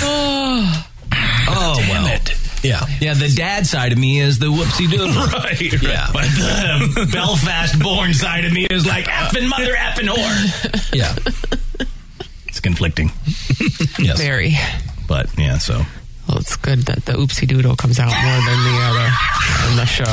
oh, Oh well. Yeah. Yeah, the dad side of me is the whoopsie doodle. right, right. Yeah. But the Belfast born side of me is like effing mother effing whore. Yeah. It's conflicting. yes. very. But yeah, so Well, it's good that the oopsie doodle comes out more than the other on the show.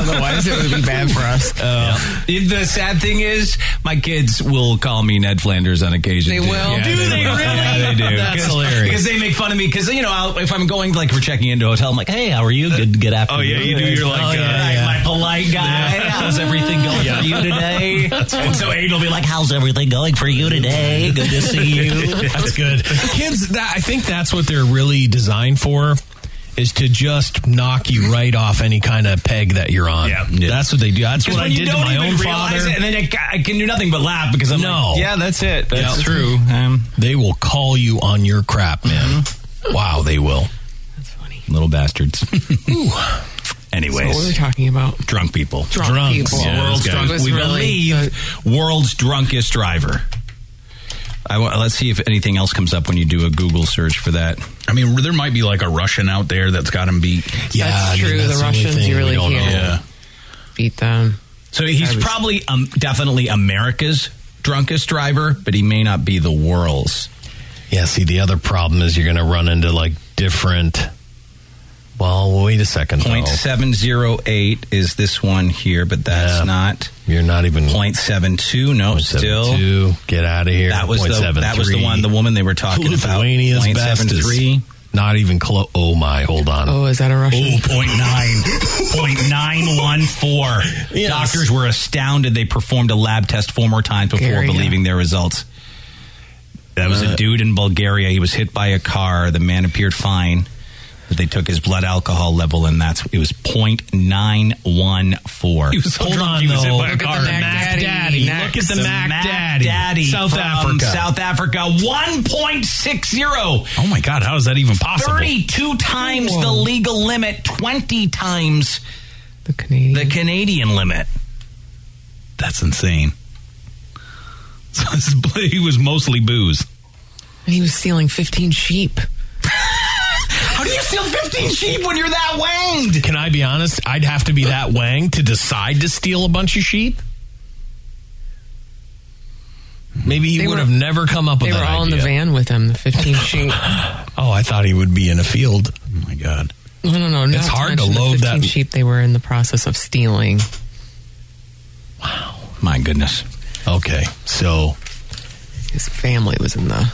Otherwise, it would be bad for us. Uh, if The sad thing is, my kids will call me Ned Flanders on occasion. They too. will? Yeah, Do they will. really? Yeah, they do. That's 'Cause- hilarious. Because they make fun of me. Because you know, I'll, if I'm going like we're checking into a hotel, I'm like, "Hey, how are you? Good, good afternoon." yeah, you do. You're like, oh, uh, yeah, yeah. my polite guy. Yeah. How's everything going Yeah. for you today? and so Aiden will be like, "How's everything going for you today? Good to see you." that's good. Kids, that, I think that's what they're really designed for. Is to just knock you right off any kind of peg that you're on. Yeah, that's what they do. That's 'Cause what I when you did to don't my even own realize father. it, and then I, ca- I can do nothing but laugh because I'm no. like, "Yeah, that's it. That's Yeah. Um, true." they will call you on your crap, man. Mm-hmm. Wow, they will. Little bastards. Anyways, That's what we were talking about drunk people. Drunk people. Yeah, world's this guy drunk- was we really- believe world's drunkest driver. I wa- let's see if anything else comes up when you do a Google search for that. I mean, there might be like a Russian out there that's got him beat. Yeah, Uh, That's I mean, true. that's The the only Russians, thing you we really don't know. can't beat them. So he's Drivers. probably um, definitely America's drunkest driver, but he may not be the world's. Yeah, see, the other problem is you're going to run into like different. Well, wait a second. though. Point seven zero eight is this one here, but that's Yeah. not. You're not even point seven two. No, still 0.72. Get out of here. That was the 0.73. that was the one. The woman they were talking about. Lithuania's best is 0.73. Not even close. Oh my! Hold on. Oh, is that a Russian? Oh, point nine, point nine one four. Doctors were astounded. They performed a lab test four more times before Bulgaria. believing their results. Uh, That was a dude in Bulgaria. He was hit by a car. The man appeared fine, but they took his blood alcohol level, and that's it was point nine one four. He was so drunk he was hit by a Look at car. the Mac Mac Daddy Look at next. the, The Mac, Mac Daddy. Daddy South from Africa. South Africa. One point six zero. Oh my God, how is that even possible? 32 times the legal limit, 20 times the Canadian, limit. That's insane. So this is- he was mostly booze. And he was stealing 15 sheep. How do you steal 15 sheep when you're that wanged? Can I be honest? I'd have to be that wang to decide to steal a bunch of sheep. Maybe he They would were- have never come up with They were that all in the idea. van with him, the 15 sheep. Oh, I thought he would be in a field. Oh my god. No, no, no. It's not hard to mention the load 15 that- sheep they were in the process of stealing. My goodness. Okay, so his family was in the.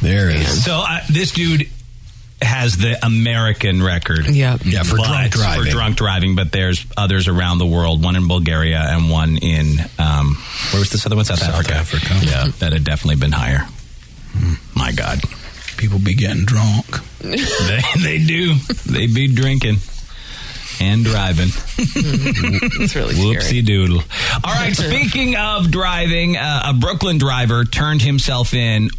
There is. So uh, this dude has the American record. Yep. Yeah, for But- drunk driving. For drunk driving, but there's others around the world, one in Bulgaria and one in, um, where was this other one? South, Africa. Africa. Yeah, that had definitely been higher. My God. People be getting drunk. they, they do. They be drinking and driving. It's really scary. Whoopsie doodle. All right. Speaking of driving, uh, a Brooklyn driver turned himself in.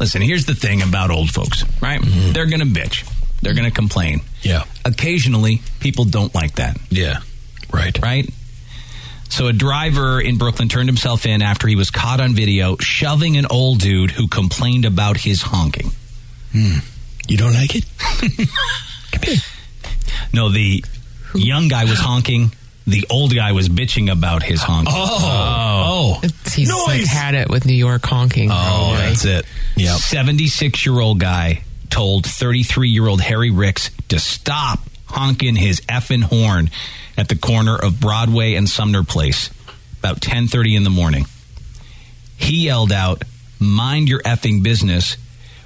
Listen, here's the thing about old folks, right? They're going to bitch. They're going to complain. Mm-hmm. Yeah. Occasionally, people don't like that. Yeah. Right. Right? So, a driver in Brooklyn turned himself in after he was caught on video shoving an old dude who complained about his honking. You don't like it? No, the young guy was honking. The old guy was bitching about his honking. Oh. It's- He's like had it with New York honking. Oh, probably. that's it. Yeah. 76 year old guy told 33 year old Harry Ricks to stop honking his effing horn at the corner of Broadway and Sumner Place about 10:30 in the morning. He yelled out, "Mind your effing business."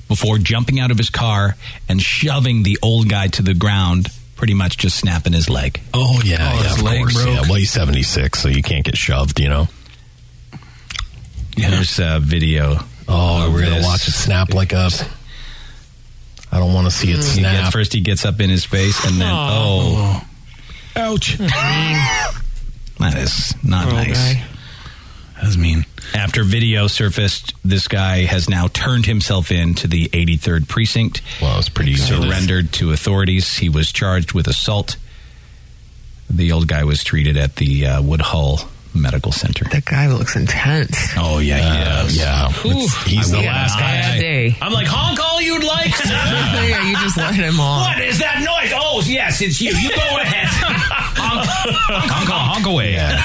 Before jumping out of his car and shoving the old guy to the ground, pretty much just snapping his leg. Oh yeah, Oh, yeah, his of leg course. broke. Yeah, well, he's seventy six, so you can't get shoved. You know. There's a video. Oh, of we're gonna this. watch it snap like a. I don't want to see it He gets, snap. Mm. first, he gets up in his face, and then oh, Ouch! Hmm. that is not nice. That was mean. After video surfaced, this guy has now turned himself in to the 83rd precinct. Well, it's pretty easy. Surrendered to authorities. He was charged with assault. The old guy was treated at the uh, Woodhull Medical Center. That guy looks intense. Oh yeah, Uh, yeah, It's- he's I the will last not. guy. Day. I'm like honk all you'd like. yeah, you just let him on. is that noise? Oh yes, it's you. You go ahead. honk, honk away. Yeah,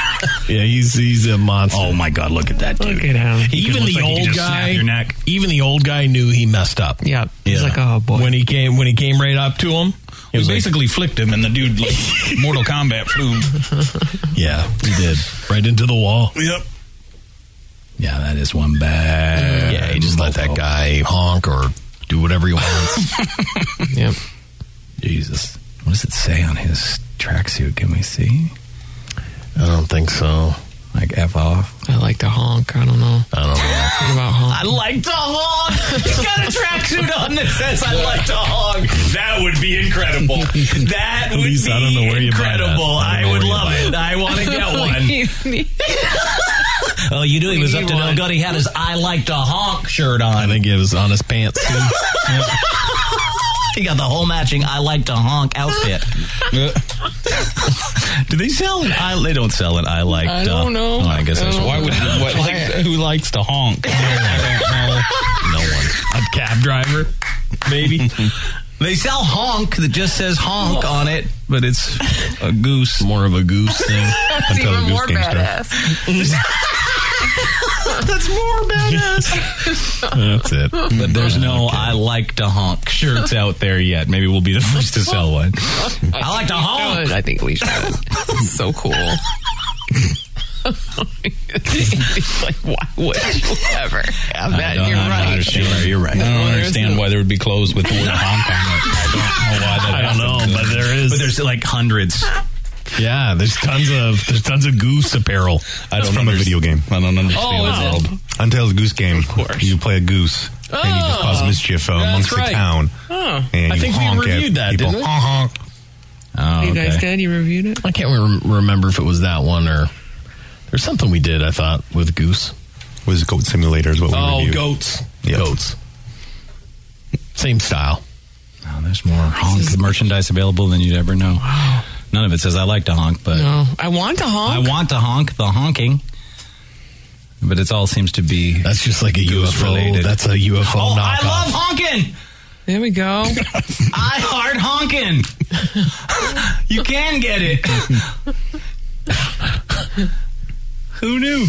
he's he's a monster. Oh my god, look at that dude! Look at him. He Even looks the like he old could just snap guy, your neck. even the old guy knew he messed up. Yeah, He's like, oh boy. When he came, when he came right up to him, We basically flicked him, and the dude like Mortal Kombat flew. Yeah, he did right into the wall. Yep. Yeah, that is one bad. Yeah, he just let that guy honk or do whatever he wants. yep. Jesus, What does it say on his tracksuit? Can we see? I don't think so. Like F off. I like to honk. I don't know. I don't know. What about I honk? like to honk. He's got a tracksuit on that says "I like to honk." That would be incredible. That would Please, be I don't know where you buy that. incredible. I I, don't know would where you love buy it. it. I want to get one. Oh, you knew he was up to no good. He had his "I like to honk" shirt on. I think it was on his pants too. He got the whole matching "I like to honk" outfit. Do they sell an I? They don't sell an I like. I to- don't know. Oh, I guess I I should. don't Why would? know. What, Try like, who likes to honk? no one. A cab driver, maybe. they sell honk that just says honk on it, but it's a goose. More of a goose thing. That's Until the even goose more came straight. That's more badass. That's it. But there's no I like to honk shirts out there yet. Maybe we'll be the first to sell one. I like to honk. I think we should. so cool. It's like, why would you ever have I that? don't- You're I don't right. understand. You're right. I don't understand why there would be clothes with the word honk on it. I don't know why that. I don't know, but there is. But there's like hundreds. Yeah, there's tons of there's tons of goose apparel. I don't from a video game. I don't understand Oh, the is it? world. Until the goose game, of course. you play a goose and you just cause Oh, mischief that's amongst right. the town. Oh. And I you think we honk at reviewed that, people. didn't we? Uh-huh. Honk, honk. Oh, You guys did? You reviewed it? I can't rem- remember if it was that one or there's something we did. I thought with goose was goat simulator is what we oh reviewed. goats goats same style. Oh, there's more honk merchandise available than you'd ever know. None of it says I like to honk, but No, I want to honk. I want to honk the honking. But it all seems to be that's just like a UFO. Related. That's a UFO Oh, I knockoff. love honking. There we go. I hard honking. you can get it. Who knew?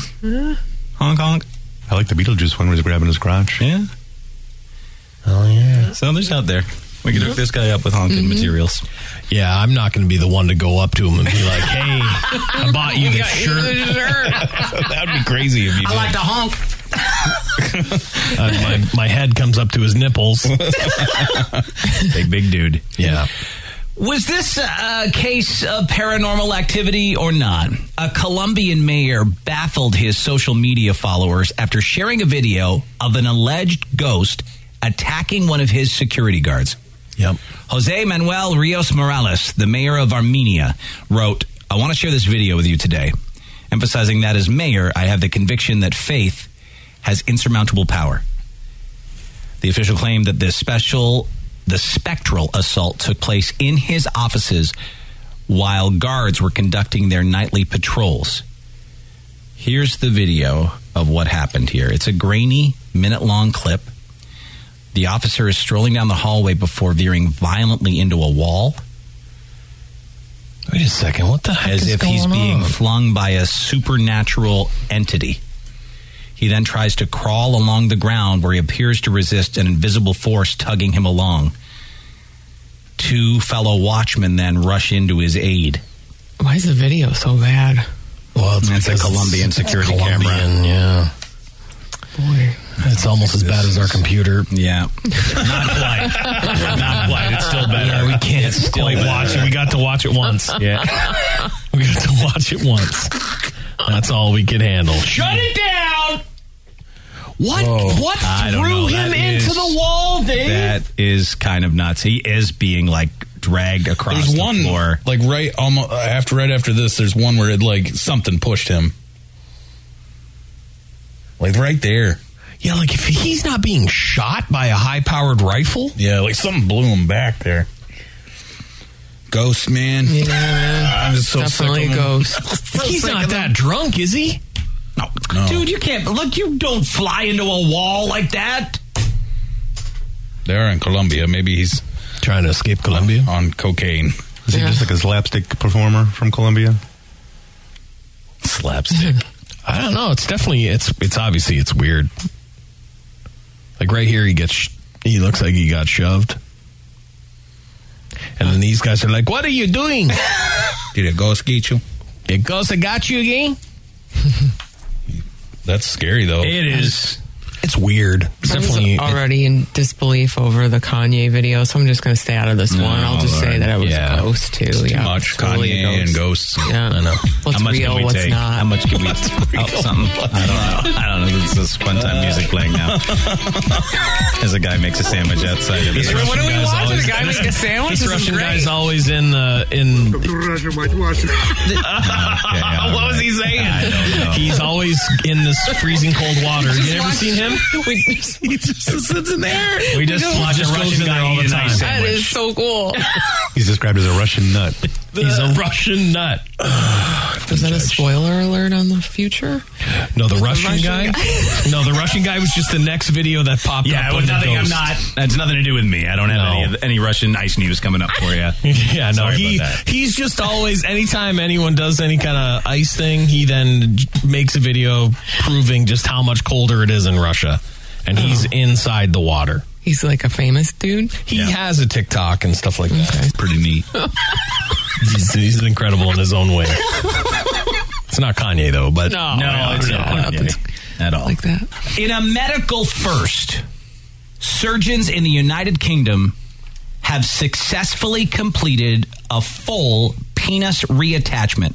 Honk honk. I like the Beetlejuice one where he's grabbing his crotch. Yeah. Oh yeah. So there's out there. We can Mm-hmm. hook this guy up with honking Mhm. materials. Yeah, I'm not going to be the one to go up to him and be like, "Hey, I bought you We this got you shirt." this shirt. That'd be crazy if you. I did. like to honk. Uh, my, my head comes up to his nipples. big, big dude. Yeah. Was this a case of paranormal activity or not? A Colombian mayor baffled his social media followers after sharing a video of an alleged ghost attacking one of his security guards. Yep. Jose Manuel Rios Morales, the mayor of Armenia, wrote, I want to share this video with you today. Emphasizing that as mayor, I have the conviction that faith has insurmountable power. The official claimed that this special, the spectral assault took place in his offices while guards were conducting their nightly patrols. Here's the video of what happened here. It's a grainy, minute long clip. The officer is strolling down the hallway before veering violently into a wall. Wait a second. What the heck As is if he's going being on? flung by a supernatural entity. He then tries to crawl along the ground where he appears to resist an invisible force tugging him along. Two fellow watchmen then rush into his aid. Why is the video so bad? Well, it's, It's a because Colombian it's a security Colombian, camera. Yeah. Boy. It's almost as bad as our computer. Yeah. Not quite. Not quite. It's still better. Yeah, we can't quite watch it. We got to watch it once. Yeah. we got to watch it once. That's all we could handle. Shut it down. What? What I don't threw know. him That into is- the wall, Dave? That is kind of nuts. He is being like dragged across There's the one floor. like right almost after right after this. There's one where it like something pushed him, like right there. Yeah, like if he's not being shot by a high powered rifle. Yeah, like something blew him back there. Ghost man. I'm just so Definitely sick of a him. ghost. he's not that drunk, is he? No. No. Dude, you can't. Look, you don't fly into a wall like that. They're in Colombia. Maybe he's Trying to escape Colombia on cocaine. Is he just like a slapstick performer from Columbia? Slapstick. I don't know. It's definitely it's it's obviously it's weird. Like right here, he gets sh- he looks like he got shoved, and then these guys are like, "What are you doing? Did it ghost get you? Did ghost got you again?" That's scary though. It is. It's weird. I was already in disbelief over the Kanye video, so I'm just going to stay out of this one. I'll just say that I was Yeah. a ghost too. It's too yeah, much totally a Kanye and ghosts. Yeah, I know. What's How much real? can we What's take? not? How much can we? Oh, something. I don't know. I don't know. It's just fun time music playing now. As a guy makes a sandwich outside of This his Russian restaurant. guy's watching? always- The guy this- making a sandwich? This This is Russian great. guy's always in the in. what was he saying? He's always in this freezing cold water. Just You ever watch- seen him? We just, he just sits in there. We just watch a Russian guy all the time. That is so cool. He's described as a Russian nut. He's a Russian nut. Is that a spoiler alert on the future? No, the The Russian, Russian guy. no, the Russian guy was just the next video that popped Yeah, up. well, with the nothing. I'm ghost. not. That's nothing to do with me. I don't have any, of the- any Russian ice news coming up for you. Yeah, no, Sorry he about that. he's just always anytime anyone does any kind of ice thing, he then j- makes a video proving just how much colder it is in Russia, and he's Oh. inside the water. He's like a famous dude. He has a TikTok and stuff like that. Pretty neat. he's, he's incredible in his own way. It's not Kanye though, but No, No, it's no, not no, Kanye nothing at all. Like that. In a medical first, surgeons in the United Kingdom have successfully completed a full penis reattachment.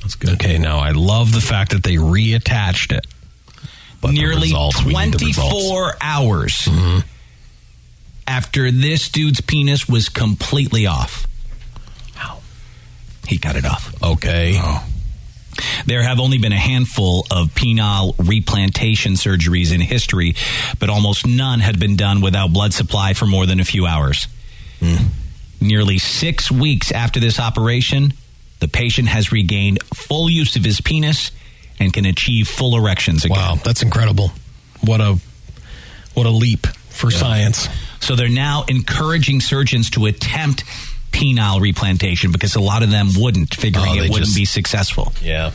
That's good. Okay, now I love the fact that they reattached it. But the nearly results, we need the results. Mm-hmm. 24 hours after this dude's penis was completely off. He got it off. Oh. Okay. There have only been a handful of penile replantation surgeries in history, but almost none had been done without blood supply for more than a few hours. Hmm. Nearly six weeks after this operation, the patient has regained full use of his penis and can achieve full erections again. Wow, that's incredible. What a what a leap for science. So they're now encouraging surgeons to attempt penile replantation because a lot of them wouldn't, figuring Oh, it they wouldn't just- be successful. Yeah.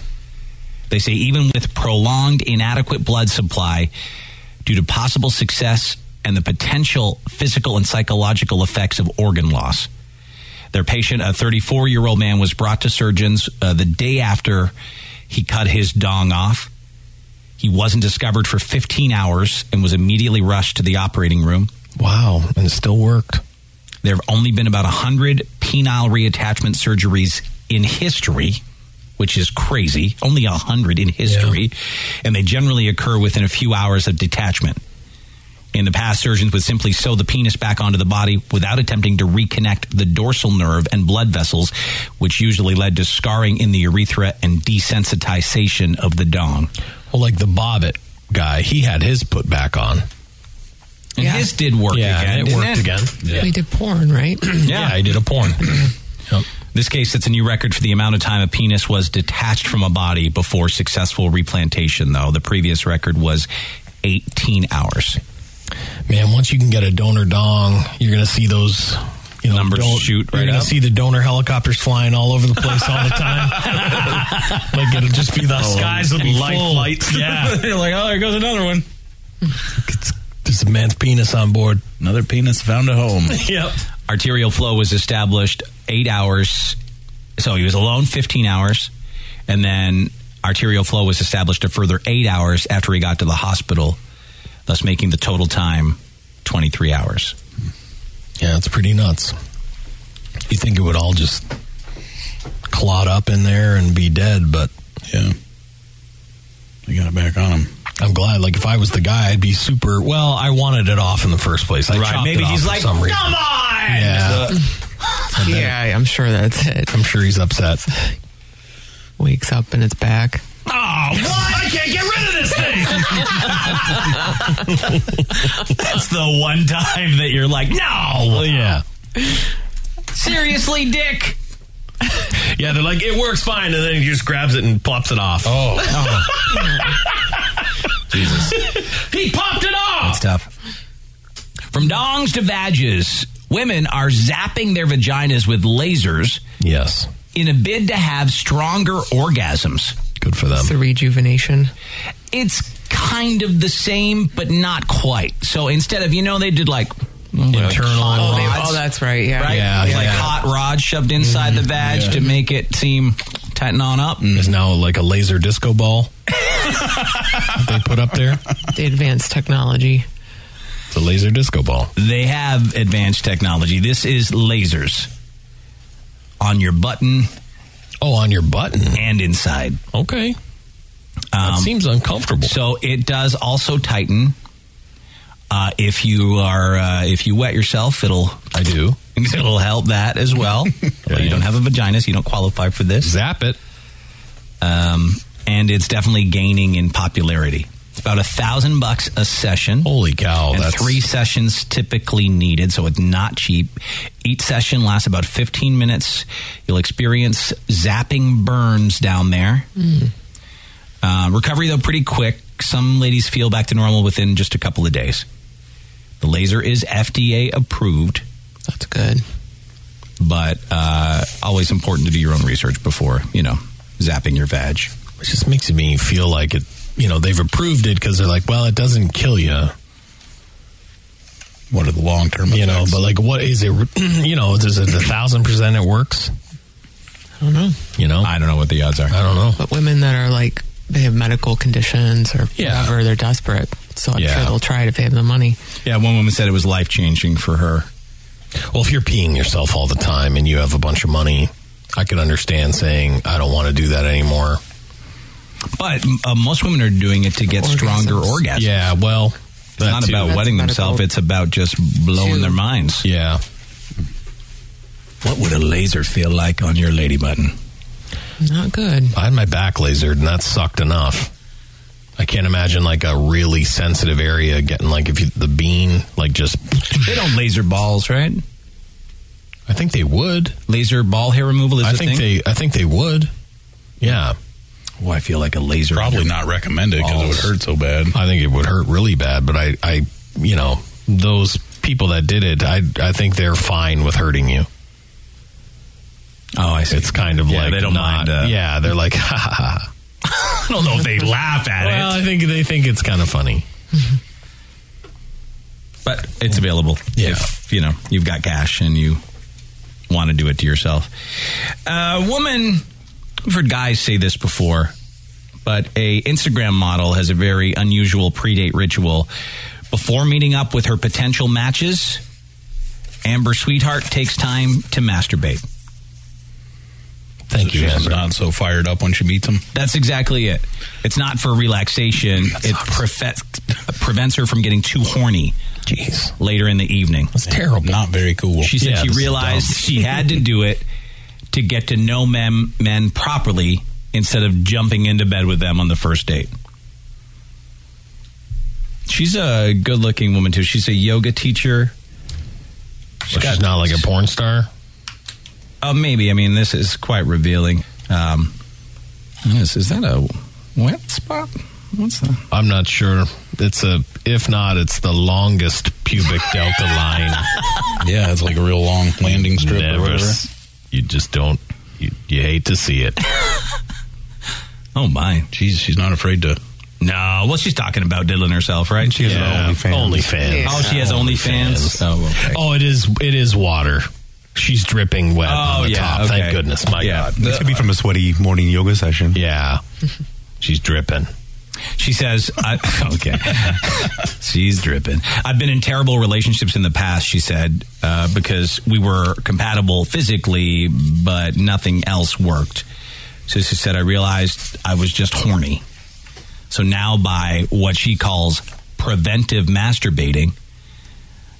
They say even with prolonged inadequate blood supply, due to possible success and the potential physical and psychological effects of organ loss. Their patient, a 34 year old man, was brought to surgeons uh, the day after he cut his dong off. He wasn't discovered for 15 hours and was immediately rushed to the operating room. Wow, and it still worked. There have only been about 100 penile reattachment surgeries in history, which is crazy. Only 100 in history. And they generally occur within a few hours of detachment. In the past, surgeons would simply sew the penis back onto the body without attempting to reconnect the dorsal nerve and blood vessels, which usually led to scarring in the urethra and desensitization of the dong. Well, like the Bobbit guy, he had his put back on. And his did work Yeah, again. and it didn't worked again. Yeah. They did porn, right? yeah, I did a porn. This case sets a new record for the amount of time a penis was detached from a body before successful replantation, though. The previous record was 18 hours. Man, once you can get a donor dong, you're gonna see those you know, Numbers don- shoot You're right gonna up. see the donor helicopters flying all over the place all the time. like it'll just be the Oh, skies will be light full. flights. Yeah, You're like, oh, there goes another one. there's a man's penis on board. Another penis found a home. yep. Arterial flow was established eight hours. So he was alone 15 hours. And then arterial flow was established a further eight hours after he got to the hospital, thus making the total time 23 hours. Yeah, it's pretty nuts. You think it would all just clot up in there and be dead, but Yeah. They got it back on him. I'm glad. Like if I was the guy, I'd be super. Well, I wanted it off in the first place. I chopped Maybe it off he's for like, some come reason. on! Yeah. yeah, I'm sure that's it. I'm sure he's upset. Wakes up and it's back. Oh, what? I can't get rid of this thing. That's the one time that you're like, no! Well, yeah, Seriously, Dick? yeah. They're like, it works fine, and then he just grabs it and plops it off. Oh, He popped it off. That's tough. From dongs to vages, women are zapping their vaginas with lasers Yes. in a bid to have stronger orgasms. Good for them. It's the rejuvenation. It's kind of the same, but not quite. So instead of, you know, they did like. Internal Oh, they- oh, that's right, yeah. Right? Yeah, like yeah. hot rods shoved inside Mm-hmm. the vag to make it seem tighten on up. Mm. Is now like a laser disco ball they put up there. The advanced technology. It's a laser disco ball. They have advanced technology. This is lasers on your button. Oh, on your button and inside. Um, Okay, that seems uncomfortable. So it does also tighten. Uh, if you are uh, if you wet yourself, it'll I do. It'll help that as well. Although you don't have a vagina, so you don't qualify for this. Zap it. Um, and it's definitely gaining in popularity. It's about a thousand bucks a session. Holy cow! And that's- three sessions typically needed, so it's not cheap. Each session lasts about fifteen minutes. You'll experience zapping burns down there. Hmm. Uh, recovery though pretty quick. Some ladies feel back to normal within just a couple of days. The laser is FDA approved. That's good, but uh, always important to do your own research before you know zapping your vag. It just makes me feel like it. You know, they've approved it because they're like, well, it doesn't kill you. What are the long term? You know, but like, what is it? You know, is it a thousand percent it works? I don't know. You know, I don't know what the odds are. I don't know. But women that are like, they have medical conditions or Yeah. whatever, they're desperate. So I'm Yeah. sure they'll try it if they have the money. Yeah, one woman said it was life changing for her. Well, if you're peeing yourself all the time and you have a bunch of money, I can understand saying I don't want to do that anymore. But uh, most women are doing it to get stronger orgasms. Yeah, well, it's not about wetting themselves. It's about just blowing their minds. Yeah. What would a laser feel like on your lady button? Not good. I had my back lasered, and that sucked enough. I can't imagine like a really sensitive area getting like if you, the bean like just They don't laser balls, right? I think they would. Laser ball hair removal is I a think thing? they I think they would. Yeah. Oh, Well, I feel like a laser. Probably not recommended because it would hurt so bad. I think it would hurt really bad, but I I you know, those people that did it, I I think they're fine with hurting you. Oh, I see. It's kind of Yeah, like they don't not, mind, uh, yeah, they're like ha ha ha. I don't know if they laugh at Well, it. I think they think it's kind of funny. But it's available if you know you've got cash and you want to do it to yourself. A woman, we've heard guys say this before, but a Instagram model has a very unusual pre-date ritual. Before meeting up with her potential matches, Amber Sweetheart takes time to masturbate. Thank you. She's not so fired up when she meets him. That's exactly it. It's not for relaxation. It prefe- prevents her from getting too horny. Jeez. Later in the evening. That's terrible. Not very cool. She said Yeah, she this is realized dumb. she had to do it to get to know men, men properly instead of jumping into bed with them on the first date. She's a good looking woman, too. She's a yoga teacher. She's, not like a porn star. Oh, maybe. I mean, this is quite revealing. Um, is, is that a wet spot? What's that? I'm not sure. It's a if not, it's the longest pubic delta line. Yeah, it's like a real long landing strip or Never whatever. s- You just don't. You, you hate to see it. Oh, my. Jeez, she's not afraid to. No, well, she's talking about diddling herself, right? She has an Yeah, OnlyFans. OnlyFans. Oh, she has OnlyFans. Oh, okay. Oh, it is. It is water. She's dripping wet Oh, on the yeah, top. okay. Thank goodness, my Yeah. God. This could be from a sweaty morning yoga session. Yeah, she's dripping. She says, I, okay. She's dripping. I've been in terrible relationships in the past, she said, uh, because we were compatible physically, but nothing else worked. So she said, I realized I was just horny. So now, by what she calls preventive masturbating,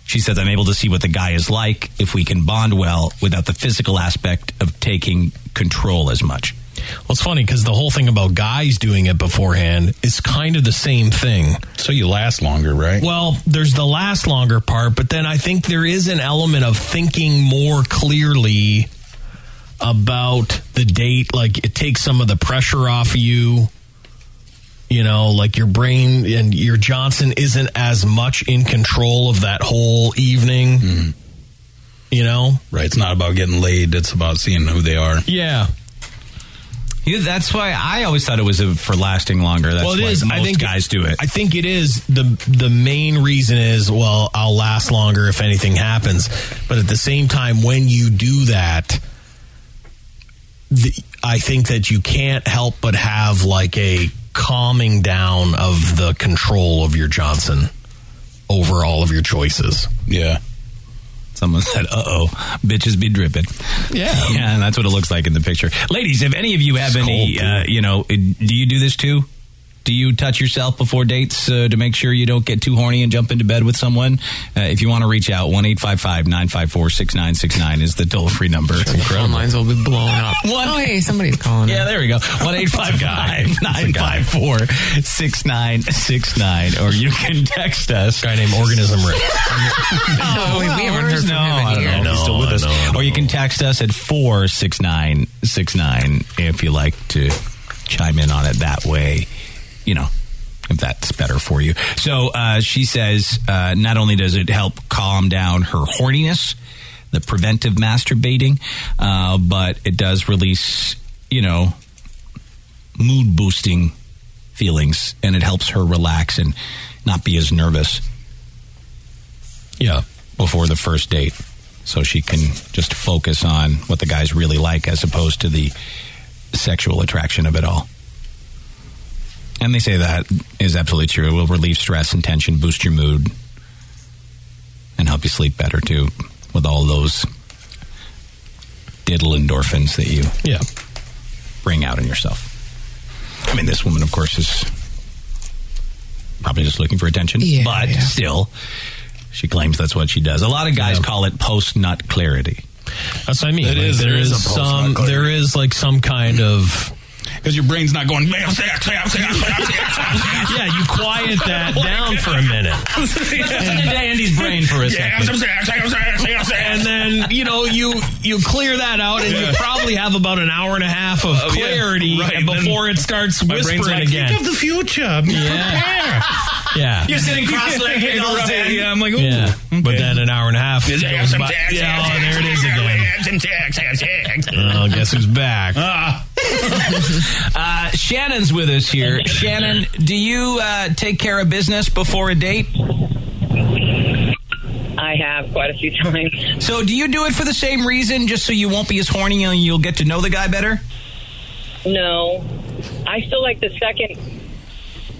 she says, I'm able to see what the guy is like if we can bond well without the physical aspect of taking control as much. Well, it's funny because the whole thing about guys doing it beforehand is kind of the same thing. So you last longer, right? Well, there's the last longer part, but then I think there is an element of thinking more clearly about the date. Like it takes some of the pressure off you. You know, like your brain and your Johnson isn't as much in control of that whole evening. You know? Mm-hmm. Right. It's not about getting laid, it's about seeing who they are. Yeah. Yeah, that's why I always thought it was uh, for lasting longer. That's well, it why is. most I think guys do it. I think it is the the main reason is well, I'll last longer if anything happens. But at the same time, when you do that, the, I think that you can't help but have like a calming down of the control of your Johnson over all of your choices. Yeah. Someone said, "Uh oh, bitches be dripping." Yeah, yeah, and that's what it looks like in the picture. Ladies, if any of you have any, uh, you know, do you do this too? Do you touch yourself before dates uh, to make sure you don't get too horny and jump into bed with someone? Uh, if you want to reach out, one 954 6969 is the toll free number. Phone lines will be blown up. Oh, hey, somebody's calling. Yeah, there we go. 1 954 6969. Or you can text us. Guy named Organism Rick. Oh, wait, we haven't heard from no, him in I don't years. know if he's still with us. or you can text us at 46969 if you like to chime in on it that way. You know, if that's better for you. So uh, she says uh, not only does it help calm down her horniness, the preventive masturbating, uh, but it does release, you know, mood boosting feelings and it helps her relax and not be as nervous. Yeah. Before the first date. So she can just focus on what the guy's really like as opposed to the sexual attraction of it all. And they say that is absolutely true. It will relieve stress and tension, boost your mood, and help you sleep better too with all those diddle endorphins that you yeah. bring out in yourself. I mean, this woman, of course, is probably just looking for attention, but still, she claims that's what she does. A lot of guys call it post nut clarity. That's what I mean. It Like, is- there there is, is a post-nut some clarity. there is like some kind of because your brain's not going. yeah, you quiet that Oh down for a minute. And Andy's brain for a Yeah, second. I'm saying- and then you know you you clear that out, and Yeah. you probably have about an hour and a half of Oh, yeah. clarity Right, and then before it starts my brain's whispering like, again. "Think of the future. Yeah. yeah, You're sitting cross-legged all day. Yeah, I'm like, yeah. But then an hour and a half. Yeah, goes by- yeah, oh, there it is again. Oh, guess who's back? Ah. Uh, Shannon's with us here. Shannon, do you uh, take care of business before a date? I have quite a few times. So, do you do it for the same reason, just so you won't be as horny and you'll get to know the guy better? No, I feel like the second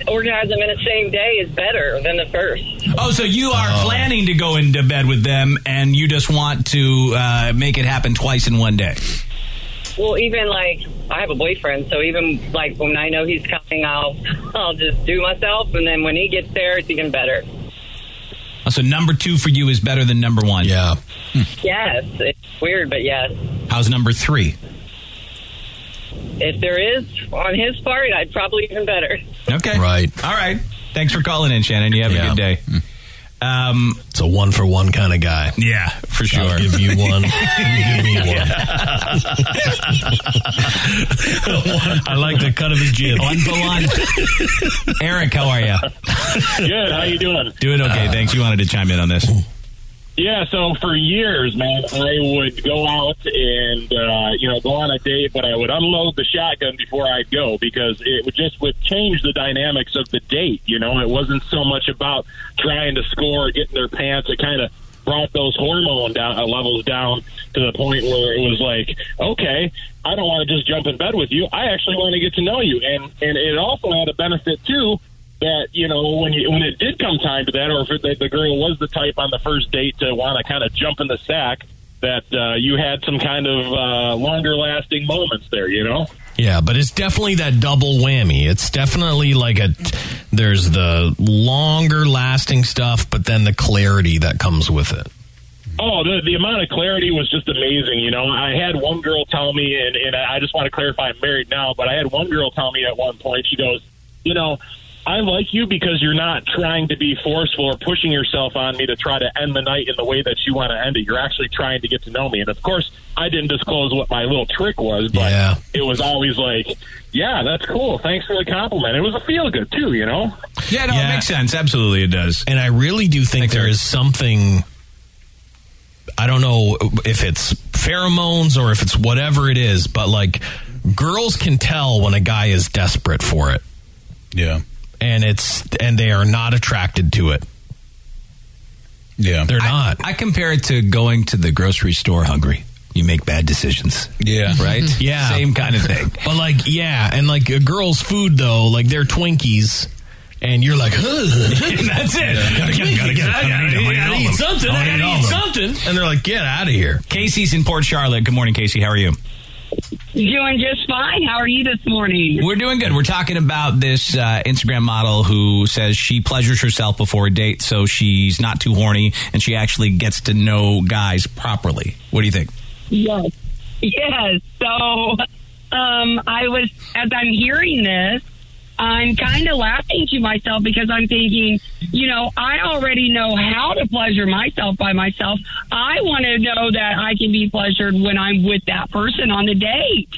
orgasm in the same day is better than the first. Oh, so you are Uh. planning to go into bed with them, and you just want to uh, make it happen twice in one day. Well, even like I have a boyfriend, so even like when I know he's coming, I'll I'll just do myself, and then when he gets there, it's even better. Oh, So number two for you is better than number one. Yeah. Yes, it's weird, but yes, How's number three? if there is on his part, I'd probably even better. Okay. Right. All right. Thanks for calling in, Shannon. You have a good day. Um, Hmm. it's a one for one kind of guy. Yeah, for sure. I'll give you one. you give me one. I like the cut of his jib. One for one. Eric, how are you? Good. How you doing? Doing Uh, okay. Thanks. You wanted to chime in on this. Yeah, so for years, man, I would go out and uh, you know go on a date, but I would unload the shotgun before I'd go because it would just would change the dynamics of the date. You know, it wasn't so much about trying to score, or getting their pants. It kind of brought those hormone down, uh, levels down to the point where it was like, okay, I don't want to just jump in bed with you. I actually want to get to know you, and and it also had a benefit too that you know when you, when it did come time to that, or if it, the girl was the type on the first date to want to kind of jump in the sack, that uh, you had some kind of uh, longer lasting moments there. You know, Yeah, but it's definitely that double whammy. It's definitely like a there's the longer lasting stuff, but then the clarity that comes with it. Oh, the, the amount of clarity was just amazing. You know, I had one girl tell me, and, and I just want to clarify I'm married now, but I had one girl tell me at one point, she goes, You know, I like you because you're not trying to be forceful or pushing yourself on me to try to end the night in the way that you want to end it. You're actually trying to get to know me. And of course, I didn't disclose what my little trick was, but it was always like, Yeah, that's cool. Thanks for the compliment. It was a feel good, too, you know? Yeah, no, it makes sense. Absolutely, it does. And I really do think there is something I don't know if it's pheromones or if it's whatever it is, but like girls can tell when a guy is desperate for it. Yeah. And it's and they are not attracted to it. Yeah. They're not. I compare it to going to the grocery store hungry. You make bad decisions. Yeah. Right? Yeah. Same kind of thing. But like, yeah, and like a girl's food though, like they're Twinkies, and you're like, "Ugh." that's it. Gotta get- gotta get- I gotta eat- I gotta eat something. I gotta eat something. And they're like, get out of here. Casey's in Port Charlotte. Good morning, Casey. How are you? Doing just fine. How are you this morning? We're doing good. We're talking about this uh, Instagram model who says she pleasures herself before a date, so she's not too horny, and she actually gets to know guys properly. What do you think? Yes. Yes. So um, I was, as I'm hearing this, I'm kind of laughing to myself because I'm thinking, you know, I already know how to pleasure myself by myself. I want to know that I can be pleasured when I'm with that person on the date.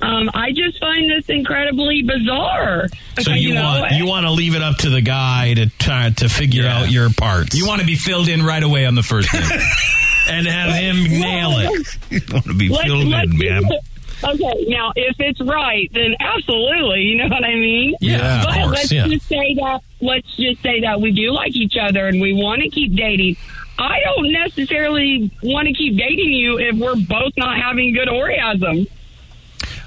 Um, I just find this incredibly bizarre. So you, know, want you want to leave it up to the guy to try to figure out your parts. You want to be filled in right away on the first date, and have him nail it. You want to be Let's- filled let's in, do man. it. Okay, now if it's right, then absolutely. You know what I mean? Yeah, of But course, let's yeah. just say that let's just say that we do like each other and we want to keep dating. I don't necessarily want to keep dating you if we're both not having good orgasms.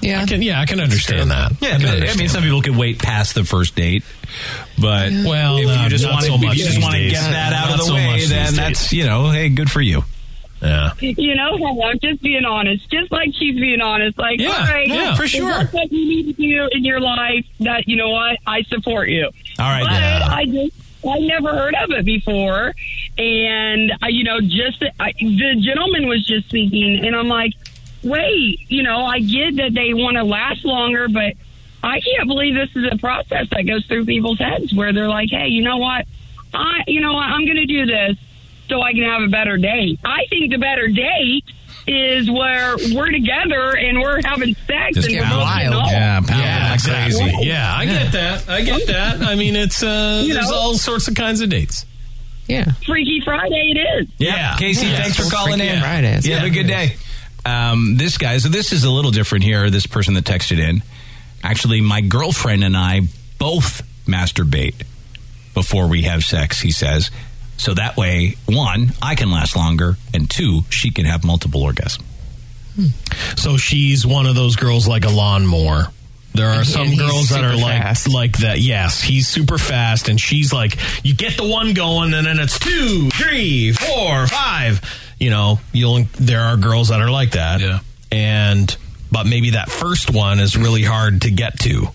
Yeah, I can, yeah, I can understand that. Yeah, can I, mean, some people could wait past the first date, but Well, if no, you just not want so to, much if you just these want to days. get that out of Not the so much way, these then days. that's you know, hey, good for you. Yeah. You know, hey, I'm just being honest, just like she's being honest. Like, Yeah, all right, yeah, for if sure. That's what you need to do in your life. That you know what? I support you. All right, but yeah. I just. I never heard of it before, and I, you know, just I, the gentleman was just speaking, and I'm like, wait, you know, I get that they want to last longer, but I can't believe this is a process that goes through people's heads where they're like, hey, you know what, I, you know, what, I'm going to do this, so I can have a better date. I think the better date is where we're together and we're having sex and we're both adults. yeah, exactly. crazy. Yeah, I get that. I get that. I mean, it's uh, You there's know? all sorts of kinds of dates. Yeah. Freaky Friday it is. Yeah. Casey, Yeah. thanks So for calling freaking in. Fridays. You have a Yeah. good day. Um, this guy, so this is a little different here. This person that texted in. Actually, my girlfriend and I both masturbate before we have sex, he says. So that way, one, I can last longer, and two, she can have multiple orgasms. So she's one of those girls like a lawnmower. There are And he- some and he's girls that are super like fast. like that. Yes, he's super fast, and she's like, you get the one going, and then it's two, three, four, five. You know, you'll there are girls that are like that. Yeah, and but maybe that first one is really hard to get to,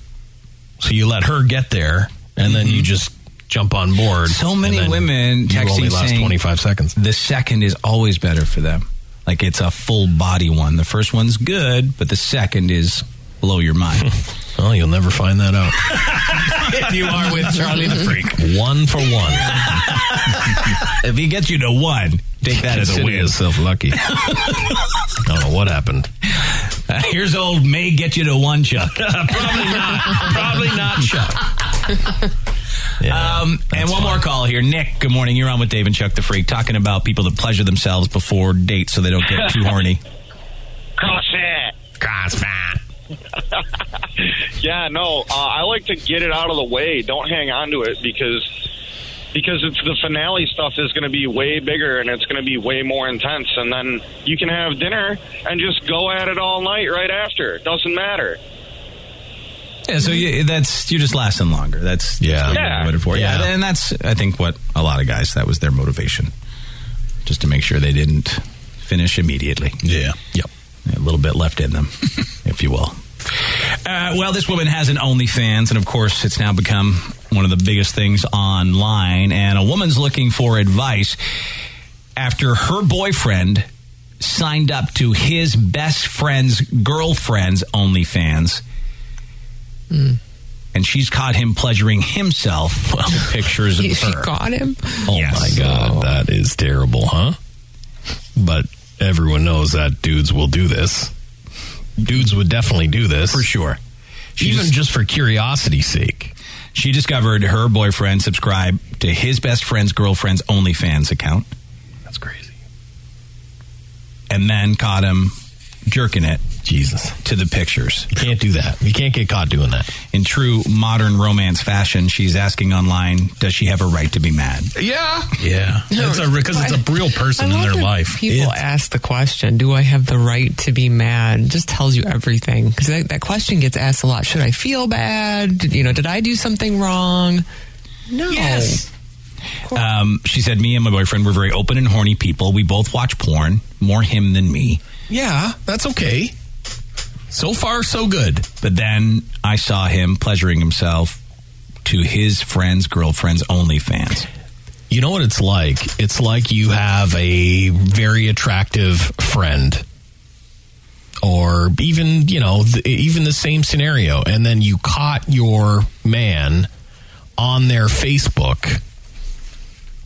so you let her get there, and then you just jump on board. So many women you only texting last saying 25 seconds. The second is always better for them. Like it's a full body one. The first one's good, but the second is blow your mind. oh, you'll never find that out. if you are with Charlie the Freak. One for one. if he gets you to one, take that as a Consider win. yourself lucky. I don't know what happened. Uh, here's old May get you to one, Chuck. Probably not. Probably not Chuck. um, and one more call here. Nick, good morning. You're on with Dave and Chuck the Freak talking about people that pleasure themselves before dates so they don't get too horny. Oh, Crossfit. Crossfit. yeah, no, uh, I like to get it out of the way. Don't hang on to it because because it's the finale stuff is going to be way bigger and it's going to be way more intense. And then you can have dinner and just go at it all night right after. It doesn't matter. Yeah, so you, that's you're just lasting longer. That's yeah, that's what you're motivated for. Yeah. and that's I think what a lot of guys that was their motivation, just to make sure they didn't finish immediately. Yeah, yep, a little bit left in them, if you will. Uh, well, this woman has an OnlyFans, and of course, it's now become one of the biggest things online. And a woman's looking for advice after her boyfriend signed up to his best friend's girlfriend's OnlyFans Hmm. and she's caught him pleasuring himself with pictures of He- she her. caught him? Oh my god, that is terrible, huh? But everyone knows that dudes will do this. Dudes would definitely do this for sure. Even just for curiosity's sake. She discovered her boyfriend subscribed to his best friend's girlfriend's OnlyFans account. That's crazy. and then caught him jerking it. Jesus. To the pictures. You can't do that. You can't get caught doing that. In true modern romance fashion, she's asking online, does she have a right to be mad? Yeah. Yeah. It's a because it's a real person in their life. People ask the question, "Do I have the right to be mad?" It just tells you everything because that, that question gets asked a lot. Should I feel bad? Did- You know, did I do something wrong? No. Yes. Um, she said, me and my boyfriend were very open and horny people. We both watch porn, more him than me. Yeah, that's okay. So far, so good. But then I saw him pleasuring himself to his friend's girlfriend's OnlyFans. You know what it's like? It's like you have a very attractive friend or even, you know, th- even the same scenario and then you caught your man on their Facebook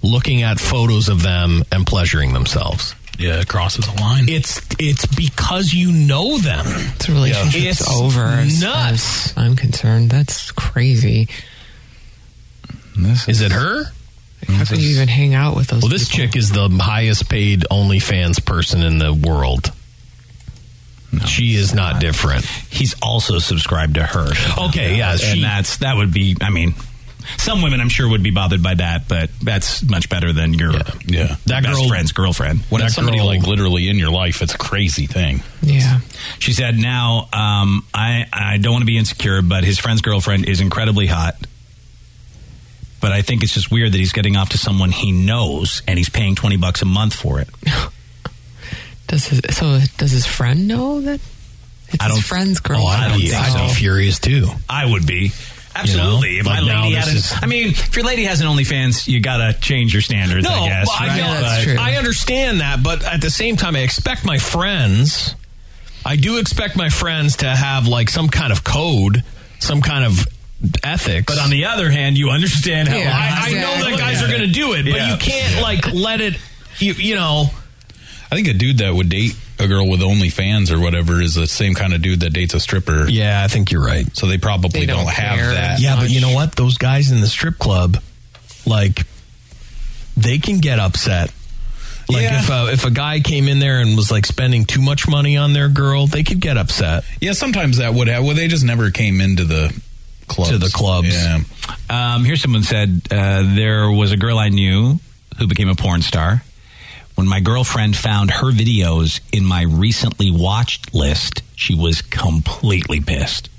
looking at photos of them and pleasuring themselves. Yeah, it crosses a line. It's it's because you know them. It's a relationship's It's over. as far Nuts. as I'm concerned. That's crazy. Is, it her? How could you even hang out with those? Well, this chick is the highest paid OnlyFans person in the world. she is not, different. He's also subscribed to her. Okay, yeah, and she- that's that would be. I mean, some women I'm sure would be bothered by that, but that's much better than your yeah, That best girl- friend's girlfriend. When it's somebody like literally in your life, it's a crazy thing. Yeah. She said, "Now, um, I I don't want to be insecure, but his friend's girlfriend is incredibly hot. But I think it's just weird that he's getting off to someone he knows, and he's paying twenty bucks a month for it. Does his, so? Does his friend know that? It's I his don't- friend's Oh, I don't girlfriend. think so. so. furious too. I would be." Absolutely. if but my now lady this had an, is- I mean, if your lady has an OnlyFans, you gotta change your standards. I guess. but right? know But- I understand that, but at the same time, I expect my friends. I do expect my friends to have like some kind of code, some kind of ethics. But on the other hand, you understand how Yeah, I, I know that guys are going to do it, but you can't like let it. You, you know, I think a dude that would date a girl with OnlyFans or whatever is the same kind of dude that dates a stripper. Yeah, I think you're right. So they probably don't, have that. Yeah, but you know what? Those guys in the strip club, like, they can get upset. Like if a, if a guy came in there and was like spending too much money on their girl, they could get upset. Yeah, sometimes that would have. Well, they just never came into the clubs. To the clubs. Yeah. Um, here's someone said uh, there was a girl I knew who became a porn star. When my girlfriend found her videos in my recently watched list, she was completely pissed.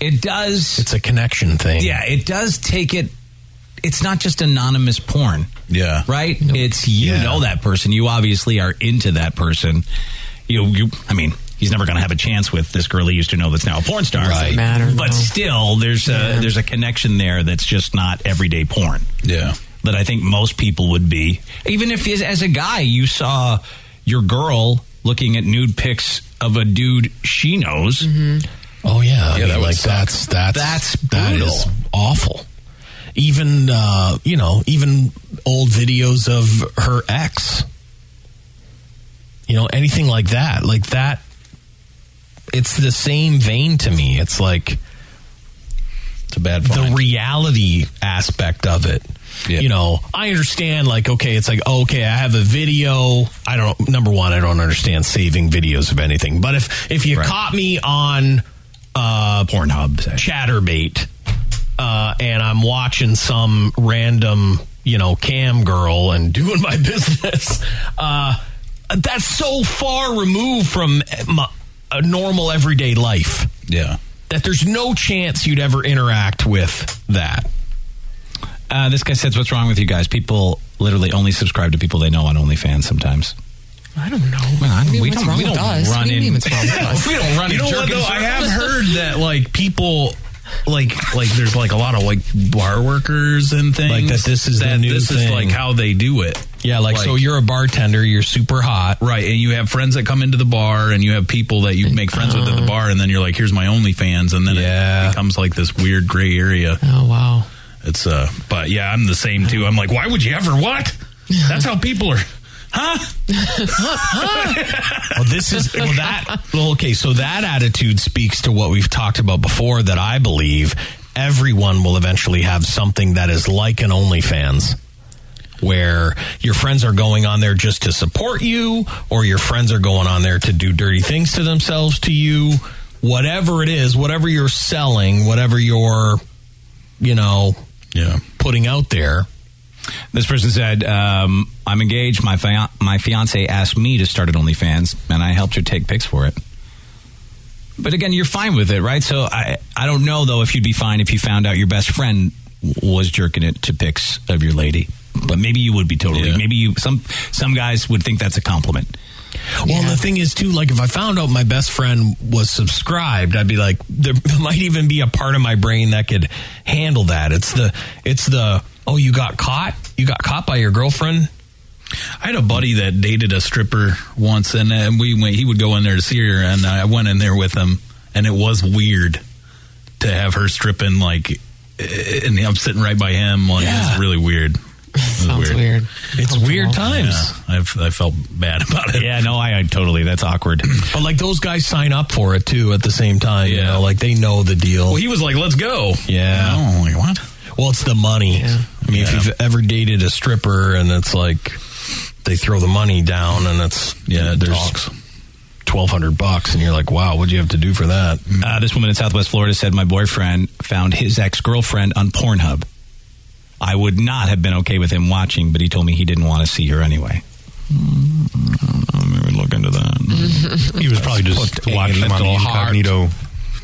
It does. It's a connection thing. Yeah, it does take it. It's not just anonymous porn. Yeah. Right? It's you know that person. You obviously are into that person. You, you I mean, he's never going to have a chance with this girl he used to know that's now a porn star. Doesn't matter, But no. still, there's Yeah. a there's a connection there that's just not everyday porn. Yeah. That I think most people would be, even if as, as a guy you saw your girl looking at nude pics of a dude she knows. Mm-hmm. Oh yeah, I Yeah, mean, that would like suck. that's that's That's that brutal. is awful. Even uh, you know, even old videos of her ex. You know, anything like that, like that. It's the same vein to me. It's like it's a bad the reality aspect of it. You know, I understand. Like, okay, it's like oh, okay, I have a video. I don't. Number one, I don't understand saving videos of anything. But if if you caught me on uh, Pornhub, ChatterBait, uh, and I'm watching some random, you know, cam girl and doing my business, uh, that's so far removed from my, a normal everyday life Yeah. that there's no chance you'd ever interact with that. Uh, this guy says, "What's wrong with you guys? People literally only subscribe to people they know on OnlyFans sometimes." I don't know. Well, I What do mean, you we mean, what's don't, wrong we with don't us? What run do you in. mean, what's wrong with us? we don't run You in know jerk what, in though? circles. I have heard that like people like like there's like a lot of like bar workers and things Like that this is the that new this is thing. like how they do it. Yeah, like, so you're a bartender, you're super hot, right? And you have friends that come into the bar, and you have people that you make friends with at Uh-huh. the bar, and then you're like, "Here's my OnlyFans," and then it becomes like this weird gray area. Oh wow, it's uh, but yeah, I'm the same too. I'm like, why would you ever what? That's how people are, huh? Well, this is well, that. Well, okay, so that attitude speaks to what we've talked about before. That I believe everyone will eventually have something that is like an OnlyFans. where your friends are going on there just to support you, or your friends are going on there to do dirty things to themselves to you, whatever it is, whatever you're selling, whatever you're, you know, yeah. putting out there. This person said, um, "I'm engaged. My fia- my fiance asked me to start at OnlyFans, and I helped her take pics for it." But again, you're fine with it, right? So I I don't know though if you'd be fine if you found out your best friend w- was jerking it to pics of your lady. But maybe you would be totally. Maybe you some some guys would think that's a compliment. Well, the thing is, too, like if I found out my best friend was subscribed, I'd be like, there might even be a part of my brain that could handle that. It's the, it's the, oh, you got caught? You got caught by your girlfriend? I had a buddy that dated a stripper once, and uh, we went, he would go in there to see her, and I went in there with him, and it was weird to have her stripping like, eh, and I'm sitting right by him, like it's really weird. Sounds weird. It's weird times. Yeah, I've, I felt bad about it. Yeah, no, I, I totally. That's awkward. But like those guys sign up for it too at the same time. You know, like they know the deal. Well, he was like, "Let's go." Yeah. Oh, like, what? Well, it's the money. I mean, if Yeah. you've ever dated a stripper and it's like they throw the money down and it's yeah, there's twelve hundred bucks, and you're like, wow, what'd you have to do for that? Uh, this woman in Southwest Florida said, My boyfriend found his ex girlfriend on Pornhub. I would not have been okay with him watching, but he told me he didn't want to see her anyway. Mm-hmm. Maybe look into that. he was probably just watching them on the incognito.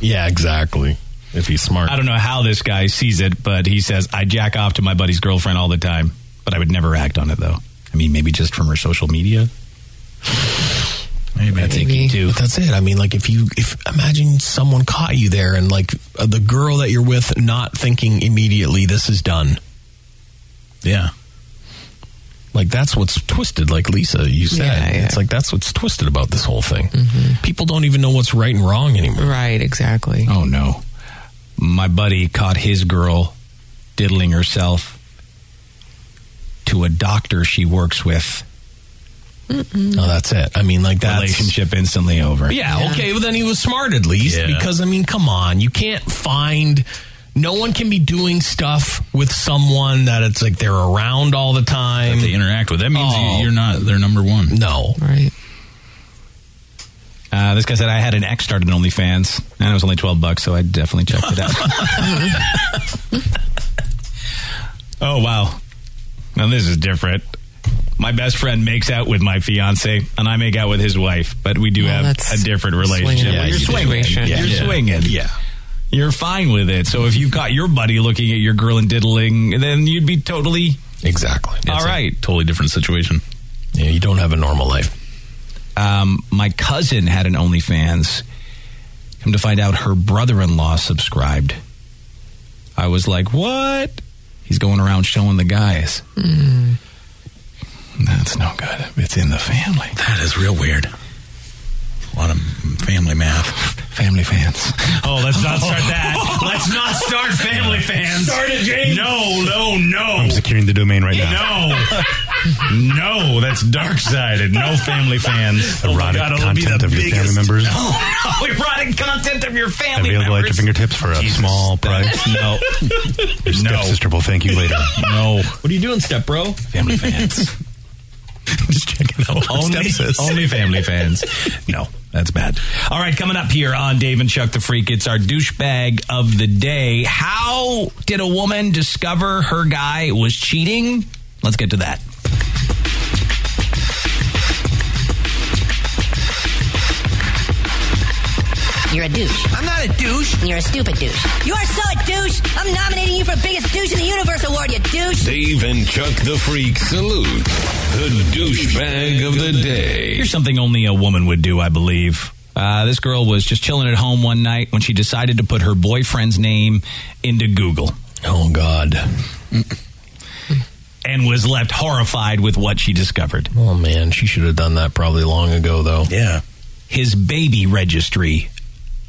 Yeah, exactly. If he's smart. I don't know how this guy sees it, but he says, I jack off to my buddy's girlfriend all the time, but I would never act on it, though. I mean, maybe just from her social media. Maybe. I think you do. But that's it. I mean, like if you if imagine someone caught you there and like uh, the girl that you're with not thinking immediately this is done. Yeah. Like that's what's twisted. Like Lisa, you said it's like that's what's twisted about this whole thing. People don't even know what's Mm-hmm. right and wrong anymore. Right, exactly. Oh, no. My buddy caught his girl diddling herself to a doctor she works with. Oh, No, that's it. I mean, like that relationship instantly over. Yeah, okay. Well, then he was smart at least Yeah. because I mean, come on, you can't find. No one can be doing stuff with someone that it's like they're around all the time. That they interact with. That means you- you're not their number one. No, right. Uh, this guy said I had an ex started OnlyFans, and it was only twelve bucks, so I definitely checked it out. oh wow! Now this is different. My best friend makes out with my fiance, and I make out with his wife, but we do have a different swinging. relationship. Well, you're Yeah, swinging. situation. You're Yeah. swinging. Yeah. You're fine with it. So if you caught your buddy looking at your girl and diddling, then you'd be totally exactly. All right. Totally different situation. Yeah, you don't have a normal life. Um, my cousin had an OnlyFans. Come to find out, her brother-in-law subscribed. I was like, "What?" He's going around showing the guys. Hmm. That's no good. It's in the family. That is real weird. A lot of family math. Family fans. Oh, let's not start that. Let's not start family fans. Start it, James. No, no, no. I'm securing the domain right now. No. no, that's dark sided. No family fans. Erotic God, it'll be content the of your family biggest- members Oh, no, erotic content of your family available at your members. fingertips for a small price. No, your stepsister will thank you later. No, What are you doing, step bro? Family fans. Just checking out what only, Steps is. only family fans. No, that's bad. All right, coming up here on Dave and Chuck the Freak, it's our douchebag of the day. How did a woman discover her guy was cheating? Let's get to that. You're a douche. I'm not a douche. You're a stupid douche. You are so a douche. I'm nominating you for Biggest Douche in the Universe Award, you douche. Dave and Chuck the Freak salute the douchebag of the day. Here's something only a woman would do, I believe. Uh, this girl was just chilling at home one night when she decided to put her boyfriend's name into Google. Oh, God. And was left horrified with what she discovered. Oh man, she should have done that probably long ago though. Yeah. His baby registry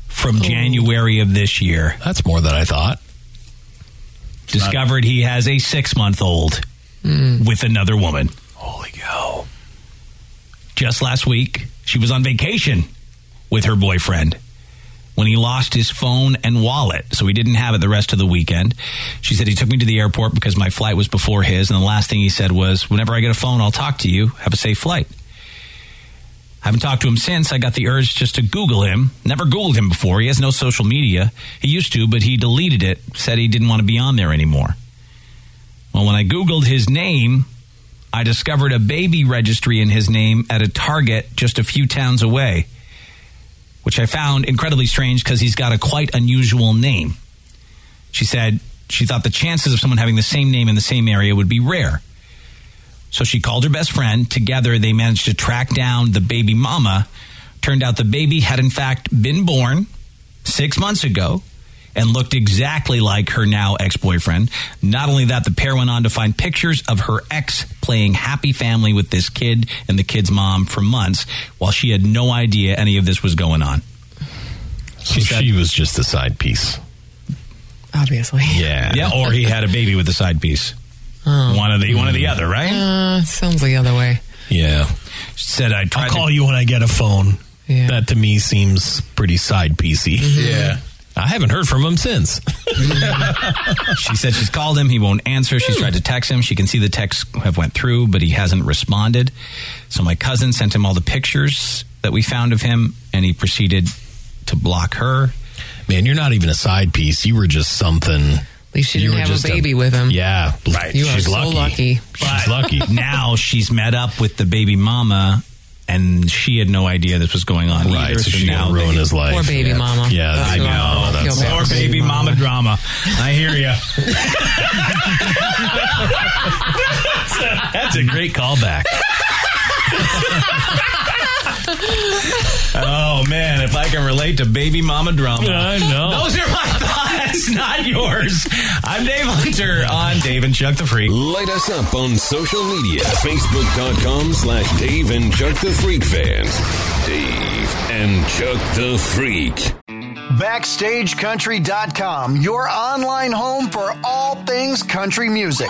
from Oh. January of this year. That's more than I thought. Discovered he has a six month old with another woman. Holy cow. Just last week, she was on vacation with her boyfriend when he lost his phone and wallet. So he didn't have it the rest of the weekend. She said he took me to the airport because my flight was before his. And the last thing he said was, Whenever I get a phone, I'll talk to you. Have a safe flight. I haven't talked to him since. I got the urge just to Google him. Never Googled him before. He has no social media. He used to, but he deleted it, said he didn't want to be on there anymore. Well, when I Googled his name, I discovered a baby registry in his name at a Target just a few towns away, which I found incredibly strange because he's got a quite unusual name. She said she thought the chances of someone having the same name in the same area would be rare. So she called her best friend. Together, they managed to track down the baby mama. Turned out the baby had, in fact, been born six months ago and looked exactly like her now ex boyfriend. Not only that, the pair went on to find pictures of her ex playing happy family with this kid and the kid's mom for months while she had no idea any of this was going on. So she was just the side piece. Obviously. Yeah. Yeah, or he had a baby with a side piece. One of the one of the other, right? Oh. Uh, sounds the other way. Yeah. Said I I'll call you when I get a phone. That to me seems pretty side piecey. Mm-hmm. Yeah. I haven't heard from him since. she said she's called him he won't answer she's tried to text him she can see the texts have went through but he hasn't responded so my cousin sent him all the pictures that we found of him and he proceeded to block her man you're not even a side piece you were just something At least she didn't have a baby with him. Yeah, right. You are so lucky. She's lucky. now she's met up with the baby mama, and she had no idea this was going on. Right, either, so she now gonna ruin they- his life. Poor baby Yeah. mama. Yeah, That's baby what I mama, feel that bad Poor sucks. for baby baby mama drama. I hear you. That's a great callback. Oh man, if I can relate to baby mama drama, I know. Those are my thoughts, not yours. I'm Dave Hunter on Dave and Chuck the Freak. Light us up on social media. Facebook.com slash Dave and Chuck the Freak fans. Dave and Chuck the Freak. BackstageCountry.com, your online home for all things country music.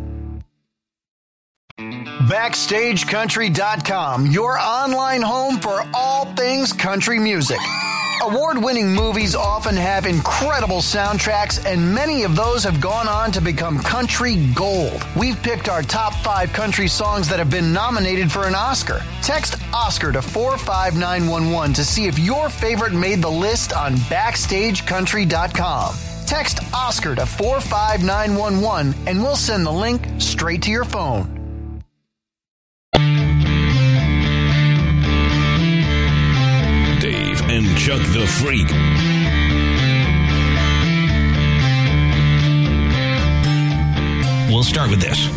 BackstageCountry.com, your online home for all things country music. Award winning movies often have incredible soundtracks, and many of those have gone on to become country gold. We've picked our top five country songs that have been nominated for an Oscar. Text Oscar to 45911 to see if your favorite made the list on BackstageCountry.com. Text Oscar to 45911 and we'll send the link straight to your phone. Dave and Chuck the Freak. We'll start with this.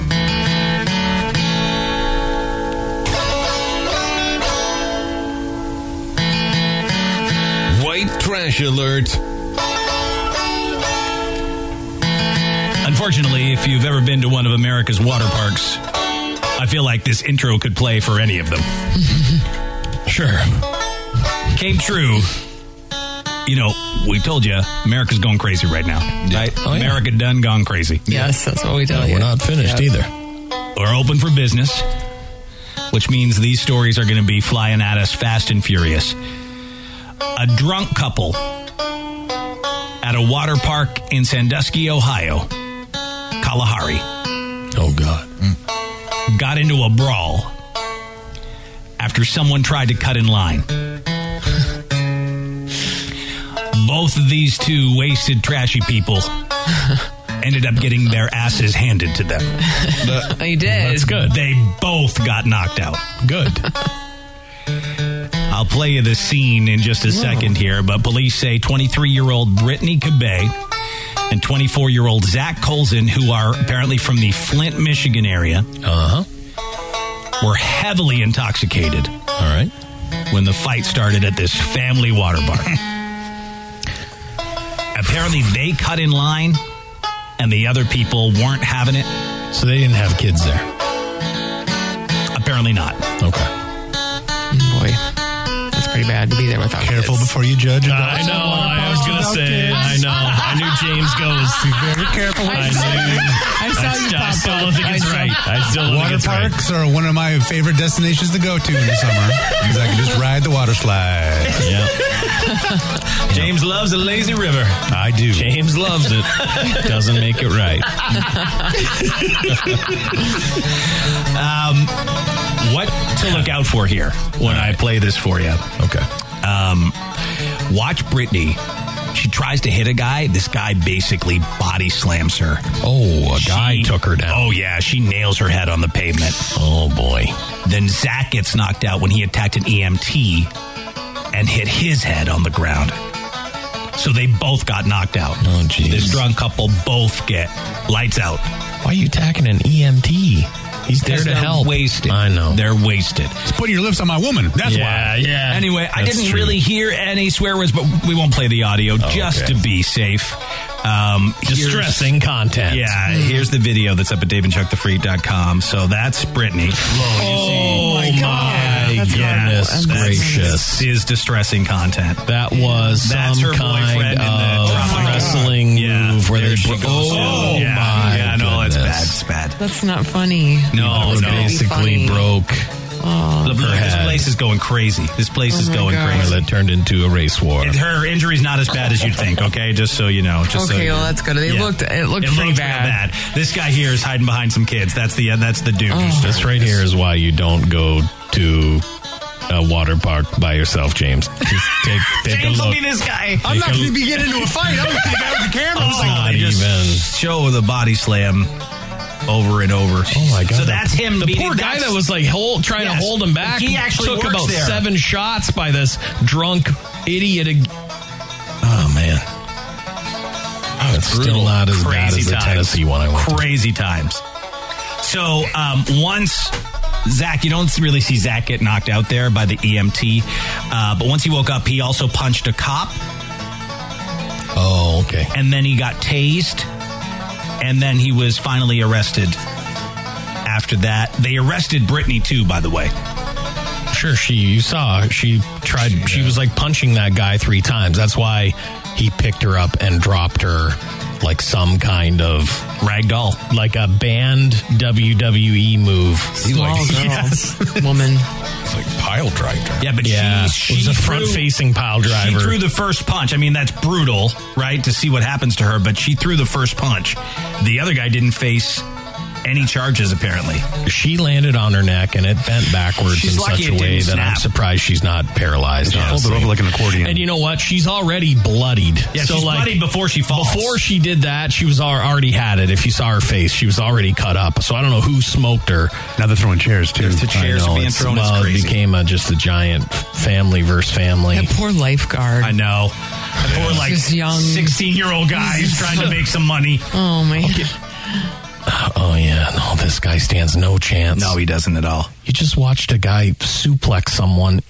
White trash alert. Unfortunately, if you've ever been to one of America's water parks, I feel like this intro could play for any of them. sure. Came true. You know, we told you America's going crazy right now, right? America done gone crazy. Yes, that's what we tell you. we're not finished either. We're open for business, which means these stories are going to be flying at us fast and furious. A drunk couple at a water park in Sandusky, Ohio, Kalahari. Oh, God. Got into a brawl after someone tried to cut in line. Both of these two wasted, trashy people ended up getting their asses handed to them. they did. That's good. They both got knocked out. Good. I'll play you the scene in just a second here, but police say 23 year old Brittany Cabay and 24 year old Zach Colson, who are apparently from the Flint, Michigan area, uh-huh. were heavily intoxicated. All right. When the fight started at this family water park. Apparently, they cut in line and the other people weren't having it. So they didn't have kids there. Apparently not. Okay. Boy, that's pretty bad to be there without Careful before you judge. I know. I was gonna say. it. I know. I knew James goes. Be very careful. I, knew. I saw I you st- I pop still up. don't think it's I saw- right. I still don't think Water it's right. parks are one of my favorite destinations to go to in the summer because I can just ride the water slide. Yeah. James loves a lazy river. I do. James loves it. Doesn't make it right. um, what to look out for here when I play this for you? Okay. Um, watch Brittany. She tries to hit a guy. This guy basically body slams her. Oh, a guy took her down. Oh, yeah. She nails her head on the pavement. Oh, boy. Then Zach gets knocked out when he attacked an E EMT and hit his head on the ground. So they both got knocked out. Oh, geez. This drunk couple both get lights out. Why are you attacking an EMT? He's there Because to they're help. Wasted. I know. They're wasted. It's putting your lips on my woman. That's yeah, why. Yeah. Anyway, I That's didn't true. really hear any swear words, but we won't play the audio just Oh, okay. to be safe. Um, here's- Distressing content. Hmm. Yeah, here's the video that's up at DaveAndChuckTheFreak.com. So that's Brittany. Oh, my God. Yes, goodness gracious. This is distressing content. That was That's some her kind boyfriend in the of wrestling move where they bro- Oh, Yeah. my Yeah, no, it's goodness. bad. It's bad. That's not funny. No, That's no. gotta be funny. Basically broke. Oh. Look, look, this head. place is going crazy. This place Oh is my going God. crazy. Well, it turned into a race war. Her injury's not as bad as you'd think. Okay, just so you know. Just so Okay, you well, know. that's good. They looked- it looked pretty real bad. bad. This guy here is hiding behind some kids. That's the uh, that's the dude. who's This right here is why you don't go to a water park by yourself, James. Just take, take James a will look. be this guy. I'm Take not a- gonna be getting into a fight. I'm gonna take out the camera. Oh, they just show the body slam over and over. Oh my God. So that's him. The beating- poor guy that's- that was like hold, trying Yes. to hold him back. He actually took works about there. seven shots by this drunk idiot. ag- Oh man, it's still brutal. not as bad Crazy as the times. Tennessee one I went. to. Crazy times. So um, once Zach, you don't really see Zach get knocked out there by the EMT, uh, but once he woke up, he also punched a cop. Oh, okay. And then he got tased, and then he was finally arrested. After that, they arrested Brittany too. By the way, Sure, she you saw she tried she was like punching that guy three times. That's why he picked her up and dropped her like some kind of ragdoll, like a banned WWE move. Small girl, Yes. woman. pile driver. Yeah, but Yeah, she, it she was a threw- front-facing pile driver. She threw the first punch. I mean, that's brutal, right? To see what happens to her, but she threw the first punch. The other guy didn't face any charges apparently. She landed on her neck and it bent backwards She's in lucky such a it way didn't that I'm snap. surprised she's not paralyzed. Yeah, honestly. fold it over like an accordion. And you know what? She's already bloodied. Yeah, she's bloodied before she falls. Before she did that, she was al- already had it. If you saw her face, she was already cut up. So I don't know who smoked her. Now they're throwing chairs too. The chairs are being thrown. It's well, crazy. It became a, just a giant family versus family. That poor lifeguard. I know. The poor like Just young. sixteen-year-old guy who's trying to make some money. Oh man. Oh yeah, no, this guy stands no chance. No, he doesn't at all. You just watched a guy suplex someone.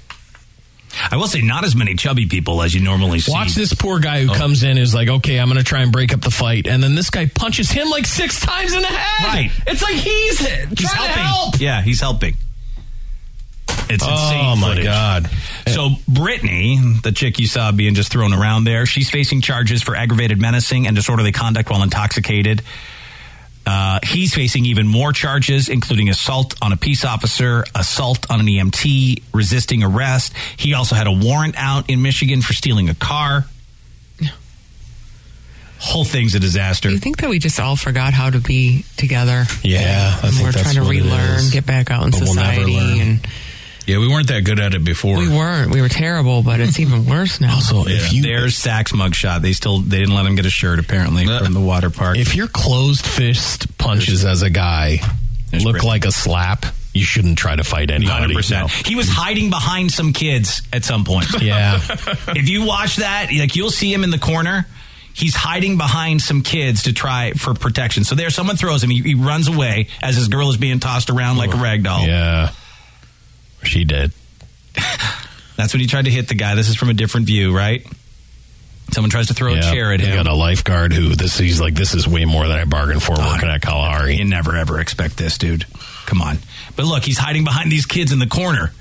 I will say, not as many chubby people as you normally see. Oh. Watch this poor guy who comes in is like, okay, I'm going to try and break up the fight, and then this guy punches him like six times in the head. Right. It's like he's, He's trying helping. to help. Yeah, he's helping. It's Oh, insane. my footage. God. So Brittany, the chick you saw being just thrown around there, she's facing charges for aggravated menacing and disorderly conduct while intoxicated. Uh, he's facing even more charges, including assault on a peace officer, assault on an EMT, resisting arrest. He also had a warrant out in Michigan for stealing a car. Whole thing's a disaster. You think that we just all forgot how to be together? Yeah, And we're trying to relearn, get back out in society, and Yeah, we weren't that good at it before. we weren't. We were terrible, but it's even worse now. Also, Yeah. There's Sachs mugshot. They still they didn't let him get a shirt apparently from the water park. Uh, If your closed fist punches as a guy look like a slap, you shouldn't try to fight anybody. 100%. He was hiding behind some kids at some point. Yeah. if you watch that, like you'll see him in the corner. He's hiding behind some kids to try for protection. So there, someone throws him. He, he runs away as his girl is being tossed around like a rag doll. Yeah, she did. That's when he tried to hit the guy. This is from a different view, right? Someone tries to throw a chair at they him. got a lifeguard who this he's like this is way more than I bargained for working at Kalahari. You never ever expect this, dude. Come on. But look, he's hiding behind these kids in the corner.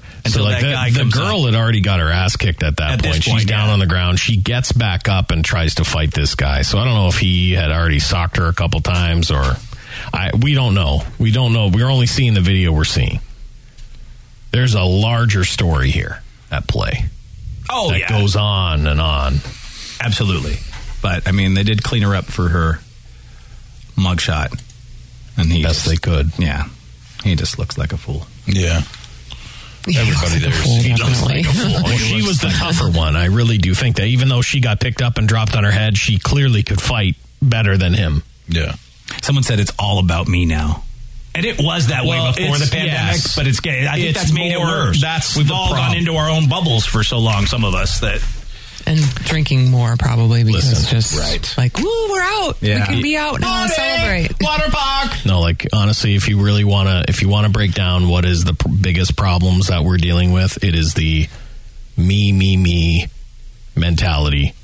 so Until like that the, guy the comes girl had already got her ass kicked at that At this point. She's point, down on the ground. She gets back up and tries to fight this guy. So I don't know if he had already socked her a couple times or I we don't know. We don't know. We're only seeing the video we're seeing. There's a larger story here at play. Oh, that yeah. goes on and on. Absolutely. But I mean, they did clean her up for her mugshot, and he best they could. Yeah, he just looks like a fool. Yeah, Everybody there's he looks like a fool. Well, she was the tougher one. I really do think that even though she got picked up and dropped on her head, she clearly could fight better than him. Yeah. Someone said it's all about me now. And it was that Well, way before the it's- pandemic, yes. but it's getting. I think It's that's made more- it worse. that's we've the all problem. gone into our own bubbles for so long. Some of us that And drinking more probably because Listen, just like, woo, we're out. Yeah. We can be out now and celebrate. Water park. No, like honestly, if you really want to, if you want to break down what is the pr- biggest problems that we're dealing with, it is the me, me, me mentality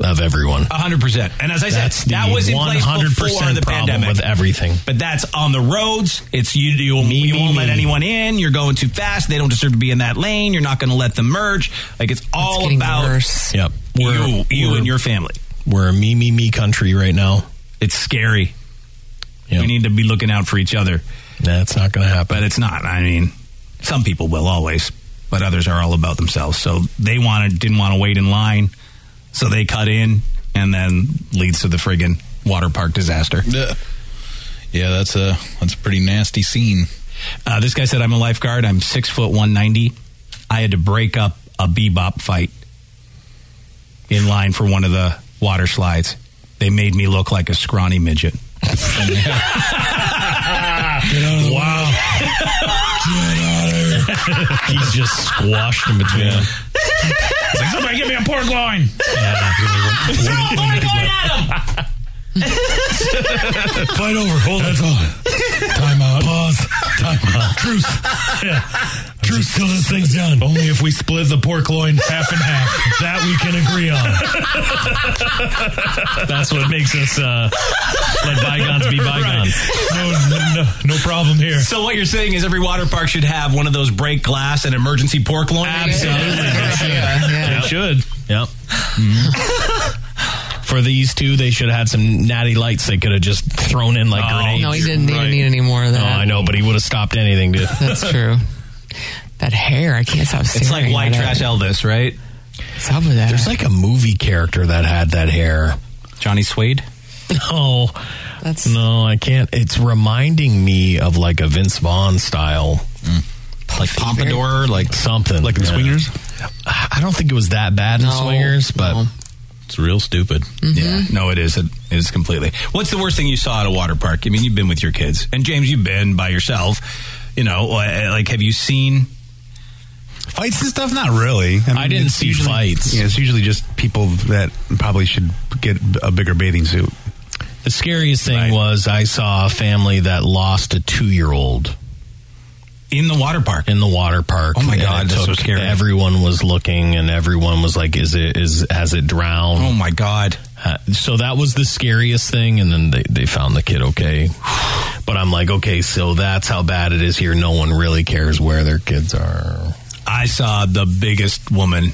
of everyone. hundred percent. And as I That's said, that the was in place 100% before the problem pandemic with everything. But that's on the roads. It's you. You, you won't let anyone in. You're going too fast. They don't deserve to be in that lane. You're not going to let them merge. Like it's all getting about Yep. you, you and your family. We're a me, me, me country right now. It's scary. We need to be looking out for each other. That's not going to happen. But it's not. I mean, some people will always, but others are all about themselves. So they wanted didn't want to wait in line, so they cut in, and then leads to the friggin' water park disaster. Yeah, that's a that's a pretty nasty scene. Uh, this guy said, "I'm a lifeguard. I'm six foot one ninety. I had to break up a bebop fight in line for one of the water slides. They made me look like a scrawny midget." wow. He's just squashed in between. them. It's like, somebody give me a pork loin. Throw a pork loin at him. Fight over. Hold That's on. Time out. Pause. Time out. Truce. Yeah. Truce till this thing's done. Only if we split the pork loin half and half. That we can agree on. That's what makes us uh, let bygones be bygones. No, no, no problem here. So what you're saying is every water park should have one of those break glass and emergency pork loin? Absolutely, they should. They should. Yep. Mm-hmm. For these two, they should have had some natty lights. They could have just thrown in like grenades. Oh, no, he didn't even need any more of that. No, I know, but he would have stopped anything, dude. That's true. That hair, I can't stop staring It's like white at trash it. Elvis, right? What's up with that? There's like a movie character that had that hair. Johnny Swade? No. That's No, I can't. It's reminding me of like a Vince Vaughn style. Mm. Like pompadour, like something. Like in Swingers? I don't think it was that bad in No, Swingers, but It's real stupid. Mm-hmm. Yeah, no, it is. It is completely. What's the worst thing you saw at a water park? I mean, you've been with your kids, and James, you've been by yourself. You know, uh, like have you seen Fights and stuff? Not really. I, mean, didn't it's see fights. Yeah, it's usually just people that probably should get a bigger bathing suit. The scariest thing was I saw a family that lost a two year old in the water park. In the water park. Oh my And God, it that's so took- scary. Everyone was looking, and everyone was like, "Is it? Is has it drowned?" Oh my god! so that was the scariest thing, and then they they found the kid okay. But I'm like, okay, so that's how bad it is here. No one really cares where their kids are. I saw the biggest woman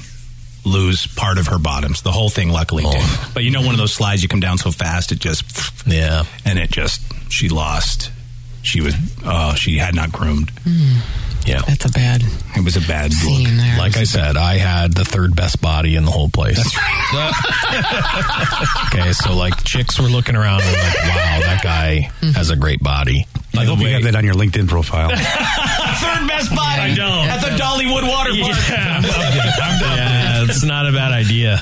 lose part of her bottoms. The whole thing, luckily, did. But you know, one of those slides you come down so fast, it just Oh. yeah, and it just she lost. She was oh, she had not groomed. Yeah, that's a bad. It was a bad look. There. Like I said, I had the third best body in the whole place. okay, so like chicks were looking around and like, wow, that guy has a great body. I hope you have that on your LinkedIn profile. Third best body I don't. Oh, at the Dollywood Water Park. Yeah, it's not a bad idea.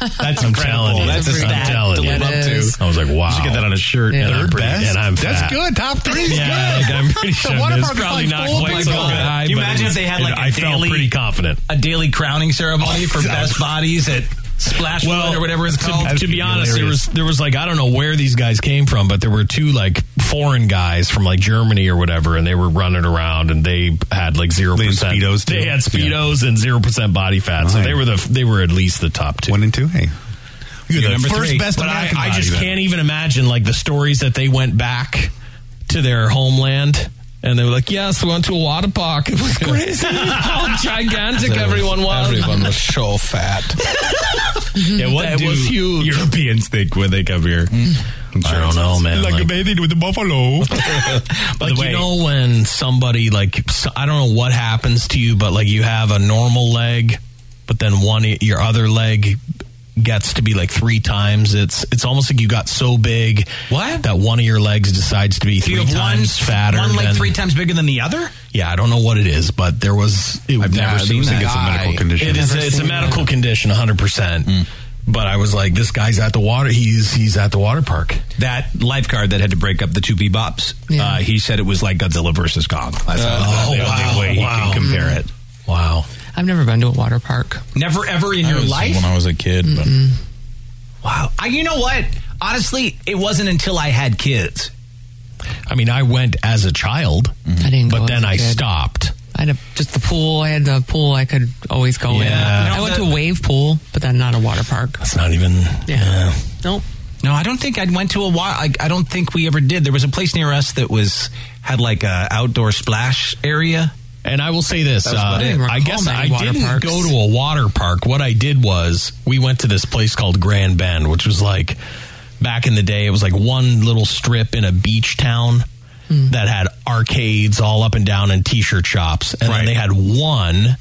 That's I'm telling you. That's a I'm stat telling to you. live up to. I was like, wow. You should get that on a shirt. And Third I'm pretty- best? And I'm That's fat. good. Top three is yeah, good. Like, I'm pretty The sure water it is. park's probably like not full of quite so people. good. Can you but imagine if it's- they had, like, it- a I felt daily- pretty confident. a daily crowning ceremony for best bodies at Splash Well, or whatever it's to- called. To, be honest, there was there was like I don't know where these guys came from, but there were two like foreign guys from like Germany or whatever, and they were running around and they had like zero percent Speedos, too. They had speedos and zero percent body fat, so Right. they were the they were at least the top two. One and two. Hey, you're, the first best But I, American I body just then. can't even imagine like the stories that they went back to their homeland. And they were like, "Yes, we went to a water park. It was crazy. How gigantic everyone was. Everyone was so fat. yeah, what Mm-hmm. That do was huge. Mm-hmm. Europeans think when they come here? I don't know, man. Like, bathing with a buffalo. like, you know when somebody like so- I don't know what happens to you, but like you have a normal leg, but then one e- your other leg gets to be like three times. It's it's almost like you got so big what that one of your legs decides to be three you have one- times fatter. one leg than- three times bigger than the other. Yeah, I don't know what it is, but there was. It, I've never seen that. Guy. It is. Never It's a seen medical condition, 100. percent Hmm. But I was like, this guy's at the water. He's he's at the water park. That lifeguard that had to break up the two bebops, uh, he said it was like Godzilla versus Kong. That's Oh, how, the wow, only way wow. he can compare it. Wow. I've never been to a water park. Never ever in I your was- life. when I was a kid. Wow. I, you know what? Honestly, it wasn't until I had kids. I mean, I went as a child, I didn't. but go as then a I kid. stopped. I had a, just the pool. I had the pool. I could always go Yeah. in. You know, I went that- to a wave pool, but then not a water park. That's not even. Yeah. Nope. No, I don't think I went to a water. I, I don't think we ever did. There was a place near us that was had like a outdoor splash area. And I will say this: That was about uh, it. I guess Recall I many water didn't parks. go to a water park. What I did was we went to this place called Grand Bend, which was like back in the day. It was like one little strip in a beach town Hmm. that had arcades all up and down and t-shirt shops, and then they had one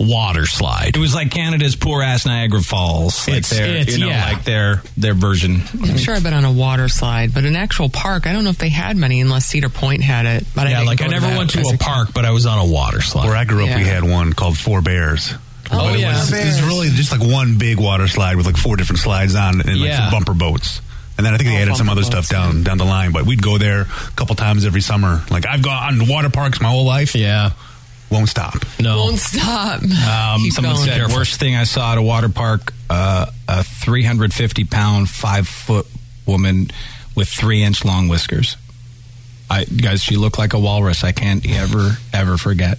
water slide. It was like Canada's poor ass Niagara Falls. Like It's- their, it's- you know, yeah. like their their version. I'm sure I've been on a water slide, but an actual park, I don't know if they had many unless Cedar Point had it. But I yeah, didn't like I go never that went to as a park, but I was on a water slide. Where I grew up, we Yeah. had one called Four Bears. Oh, But it yeah. was, Four it was Bears. really just like one big water slide with like four different slides on and like Yeah. some bumper boats. And then I think they Oh, added some bumper other boats, stuff down down the line, but we'd go there a couple times every summer. Like I've gone on water parks my whole life. Yeah, won't stop. No, Won't stop. Um, Keep someone going. said worst thing I saw at a water park: uh, a 350 pound, five foot woman with three inch long whiskers. I guys, she looked like a walrus. I can't ever ever forget.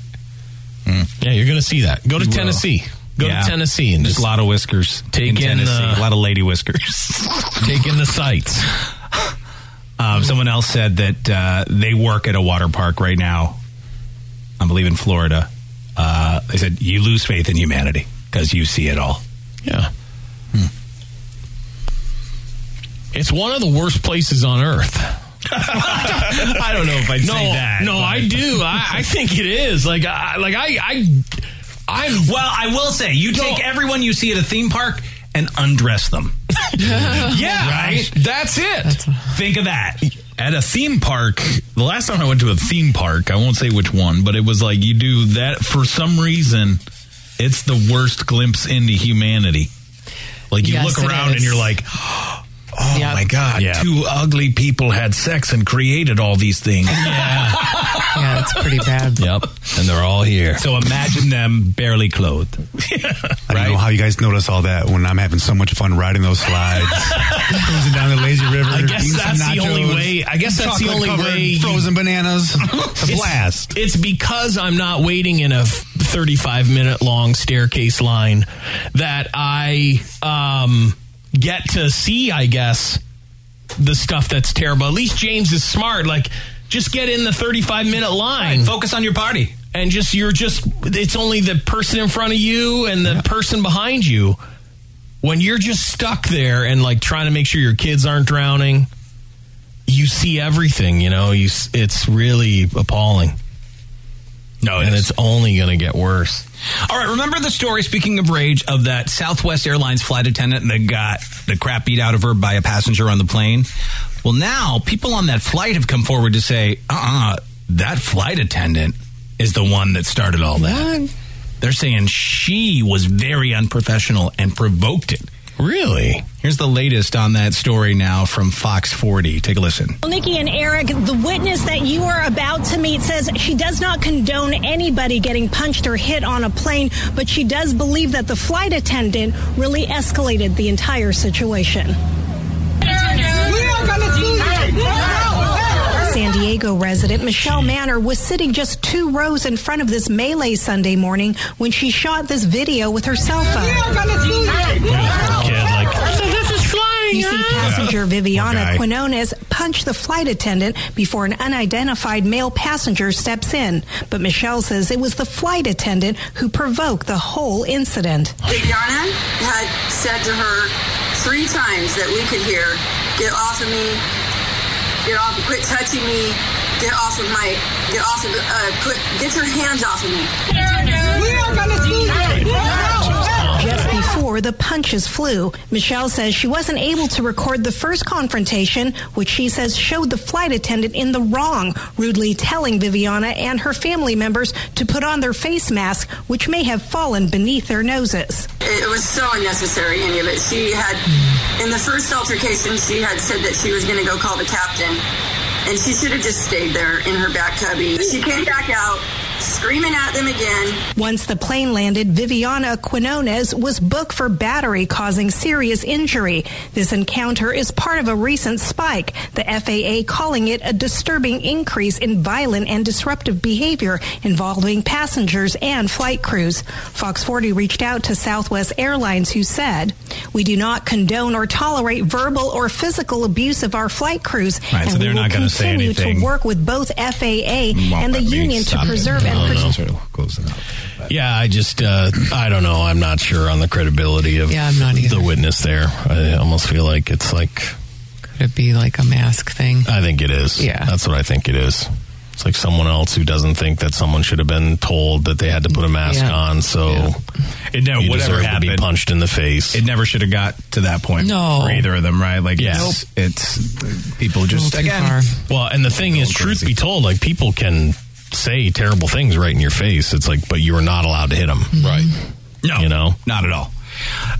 Hmm. Yeah, you're gonna see that. Go to Tennessee. Go to Tennessee and There's just a lot of whiskers. take in in, Tennessee, uh, a lot of lady whiskers. take in the sights. Um, someone else said that uh, they work at a water park right now. I believe in Florida. Uh, they said you lose faith in humanity because you see it all. Yeah. Hmm. It's one of the worst places on earth. I don't know if I'd no, say that. No, but- I do. I, I think it is. Like, I, like I, I, I'm. Well, I will say, you take everyone you see at a theme park and undress them. yeah, Right? That's it. Think of that. At a theme park, the last time I went to a theme park, I won't say which one, but it was like you do that for some reason. It's the worst glimpse into humanity. Like you Yes, look it around and is. you're like, oh my god, Yeah. two ugly people had sex and created all these things. yeah, it's pretty bad. Yep, and they're all here. So imagine them barely clothed. I don't know how you guys notice all that when I'm having so much fun riding those slides, cruising down the lazy river. I guess eating some that's the nachos, only way- I guess that's the only chocolate-covered way you- Frozen bananas, it's a It's- blast. It's because I'm not waiting in a 35 minute long staircase line that I um, get to see, I guess, the stuff that's terrible. At least James is smart. Like, just get in the 35 minute line. Focus on your party. And just, you're just, it's only the person in front of you and the person behind you. When you're just stuck there and like trying to make sure your kids aren't drowning, you see everything, you know, you, s- it's really appalling. No, and it's only going to get worse. All right, remember the story, speaking of rage, of that Southwest Airlines flight attendant that got the crap beat out of her by a passenger on the plane? Well, now people on that flight have come forward to say, uh uh that flight attendant is the one that started all that. They're saying she was very unprofessional and provoked it. Really? Here's the latest on that story now from Fox 40. Take a listen. Well, Nikki and Eric, the witness that you are about to meet says she does not condone anybody getting punched or hit on a plane, but she does believe that the flight attendant really escalated the entire situation. San Diego resident Michelle Manner was sitting just two rows in front of this melee Sunday morning when she shot this video with her cell phone. this is flying. You see passenger Viviana Okay. Quinones punch the flight attendant before an unidentified male passenger steps in. But Michelle says it was the flight attendant who provoked the whole incident. Viviana had said to her three times that we could hear, get off of me, get off, quit touching me, get off of my, get off of, uh, quit, get your hands off of me. Just before the punches flew, Michelle says she wasn't able to record the first confrontation, which she says showed the flight attendant in the wrong, rudely telling Viviana and her family members to put on their face masks, which may have fallen beneath their noses. It was so unnecessary, any of it. She had, in the first altercation, she had said that she was going to go call the captain, and she should have just stayed there in her back cubby. She came back out, screaming at them again, Once the plane landed, Viviana Quinones was booked for battery causing serious injury. This encounter is part of a recent spike, the FAA calling it a disturbing increase in violent and disruptive behavior involving passengers and flight crews. Fox 40 reached out to Southwest Airlines, who said, We do not condone or tolerate verbal or physical abuse of our flight crews, Right, and so they're we will not gonna say continue anything. to work with both FAA Won't and the let me union to stop it. preserve and No, protect. no. Yeah, I just, uh, I don't know. I'm not sure on the credibility of Yeah, I'm not the witness there. I almost feel like it's like. Could it be like a mask thing? I think it is. Yeah. That's what I think it is. It's like someone else who doesn't think that someone should have been told that they had to put a mask Yeah. on, so It never- you whatever deserve to be happened. punched in the face. It never should have got to that point No. for either of them, right? Like, Yes. it's, it's people just again. Well, and the thing is, truth be told, like people can say terrible things right in your face. It's like, but you are not allowed to hit them, right? No, you know, not at all.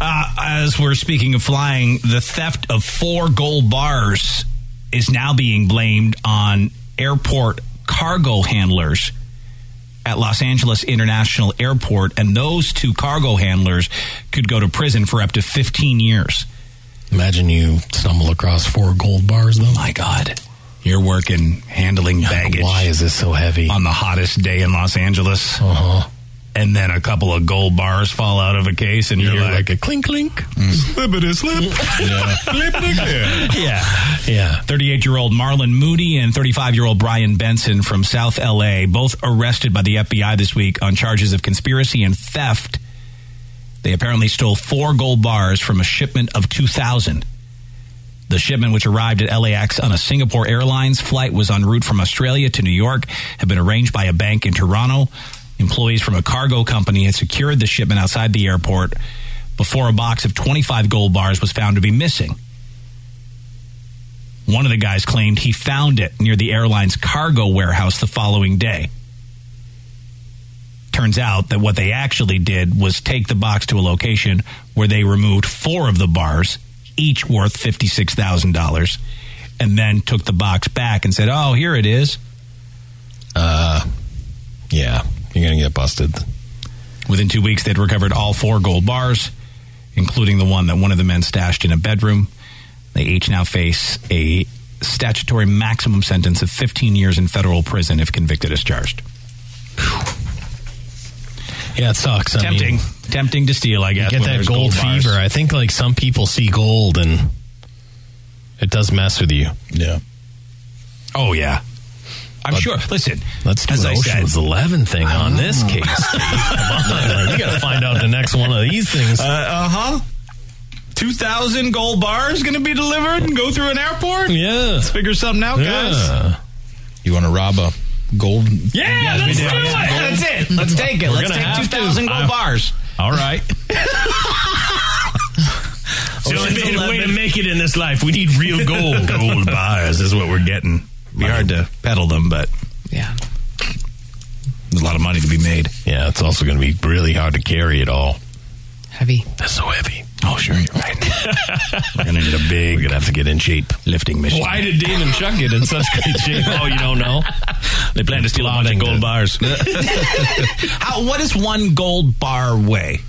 Uh, as we're speaking of flying, the theft of four gold bars is now being blamed on airport cargo handlers at Los Angeles International Airport, and those two cargo handlers could go to prison for up to 15 years. Imagine you stumble across four gold bars, though. My God. You're working handling baggage. Why is this so heavy? On the hottest day in Los Angeles. Uh-huh. And then a couple of gold bars fall out of a case, and you're, like, Mm. a clink, clink, slippity slip. Yeah. yeah. Yeah. 38 year old Marlon Moody and 35 year old Brian Benson from South LA, both arrested by the FBI this week on charges of conspiracy and theft. They apparently stole four gold bars from a shipment of 2,000. The shipment, which arrived at LAX on a Singapore Airlines flight, was en route from Australia to New York, had been arranged by a bank in Toronto. Employees from a cargo company had secured the shipment outside the airport before a box of 25 gold bars was found to be missing. One of the guys claimed he found it near the airline's cargo warehouse the following day. Turns out that what they actually did was take the box to a location where they removed four of the bars, each worth $56,000, and then took the box back and said, Oh, here it is. Uh, yeah, you're going to get busted. Within two weeks, they'd recovered all four gold bars, including the one that one of the men stashed in a bedroom. They each now face a statutory maximum sentence of 15 years in federal prison if convicted as charged. Yeah, it sucks. I mean- Tempting, tempting to steal. I You guess get when that there's gold, bars. fever. I think like some people see gold and it does mess with you. Yeah. Oh yeah. I'm sure. Listen, let's do as an I said- Ah. Ocean's Eleven thing on this case. Come on, we got to find out the next one of these things. Uh huh. Two thousand gold bars going to be delivered and go through an airport. Yeah, let's figure something out, guys. You want to rob a gold? Yeah, Yes, we let's do it. did. Gold? That's it. Let's take it. We're let's gonna take have two to. thousand gold I- bars. All right. The only Ocean's way to Eleven. make it in this life, we need real gold. gold bars is what we're getting. Be hard to peddle them, but yeah, there's a lot of money to be made. Yeah, it's also going to be really hard to carry it all. Heavy. That's so heavy. Oh, sure, you're right. We're gonna need a big. We're gonna have to get in shape. Lifting machine. Why did Dave and Chuck get in such great shape? Oh, you don't know? They plan to steal a bunch of gold bars. How? What does one gold bar weigh?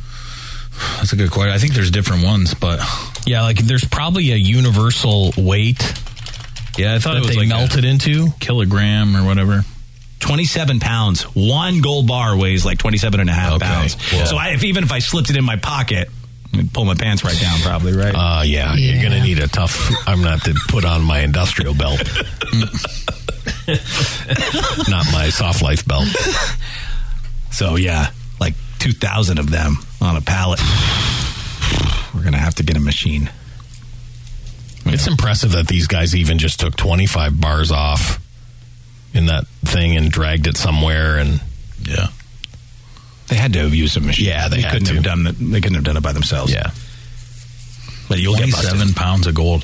That's a good question. I think there's different ones, but yeah, like there's probably a universal weight. Yeah, I thought that it was they like melted a into kilogram or whatever. 27 pounds. One gold bar weighs like 27 and a half pounds. Whoa. So I, if, even if I slipped it in my pocket, I'd pull my pants right down, probably, right? Uh, yeah, you're going to need a tough. I'm going to have to put on my industrial belt. Not my soft life belt. So yeah, like 2,000 of them on a pallet. We're going to have to get a machine. It's impressive that these guys even just took 25 bars off in that thing and dragged it somewhere and yeah. They had to have used a machine. Yeah, they, They had couldn't to. have done that. They couldn't have done it by themselves. Yeah. But you'll get busted. Twenty-seven pounds of gold.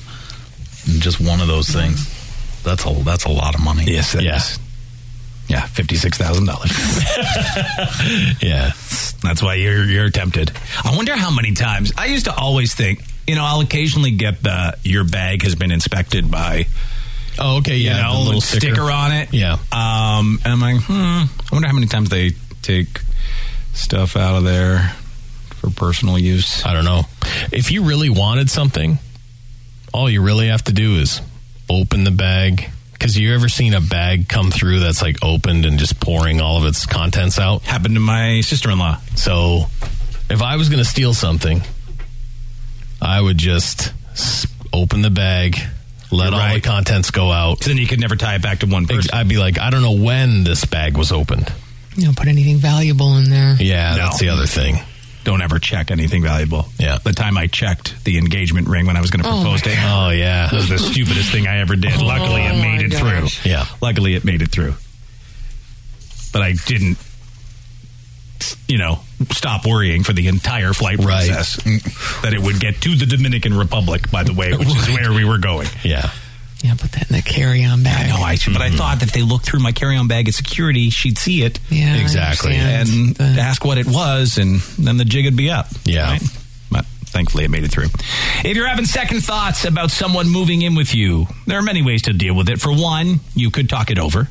in Just one of those things. That's a that's a lot of money. Yes, that yes. Yeah, fifty-six thousand dollars. yeah, that's why you're you're tempted. I wonder how many times I used to always think. You know, I'll occasionally get the your bag has been inspected by. Oh, okay, you yeah, the know, little with sticker. sticker. on it. Yeah. um, and I'm like, hmm. I wonder how many times they take stuff out of there for personal use. I don't know. If you really wanted something, all you really have to do is open the bag. Because you ever seen a bag come through that's like opened and just pouring all of its contents out? Happened to my sister in law. So if I was going to steal something, I would just s- open the bag, let all the contents go out. Then you could never tie it back to one person. I'd be like, I don't know when this bag was opened. You don't put anything valuable in there. Yeah, that's the other thing. Don't ever check anything valuable. Yeah. The time I checked the engagement ring when I was going to Oh, propose to my him. Oh yeah. was the stupidest thing I ever did. Oh, Luckily it made my it gosh. through. Yeah. Luckily it made it through. But I didn't you know, stop worrying for the entire flight Right. process that it would get to the Dominican Republic, by the way, which is where we were going. Yeah. Yeah, put that in the carry-on bag. No, I but I thought that if they looked through my carry-on bag at security, she'd see it. Yeah, I exactly. understand And ask what it was, and then the jig would be up. Yeah. But thankfully, it made it through. If you're having second thoughts about someone moving in with you, there are many ways to deal with it. For one, you could talk it over.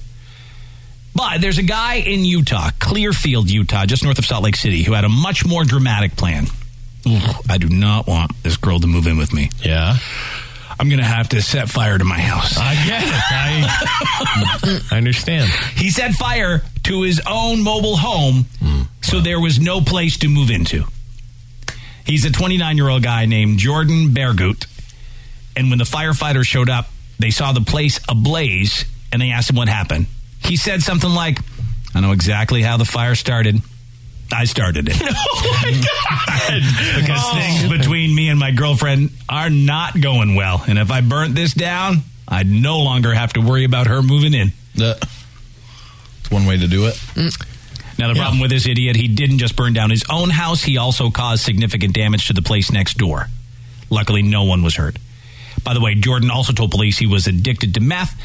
But there's a guy in Utah, Clearfield, Utah, just north of Salt Lake City, who had a much more dramatic plan. Ooh, I do not want this girl to move in with me. Yeah. I'm going to have to set fire to my house. I get it. I, I understand. He set fire to his own mobile home, Mm. so there was no place to move into. He's a 29 year old guy named Jordan Bergut. And when the firefighters showed up, they saw the place ablaze and they asked him what happened. He said something like, I know exactly how the fire started. I started it. Oh because Oh. things between me and my girlfriend are not going well. And if I burnt this down, I'd no longer have to worry about her moving in. It's one way to do it. Now, the problem with this idiot, he didn't just burn down his own house, he also caused significant damage to the place next door. Luckily, no one was hurt. By the way, Jordan also told police he was addicted to meth.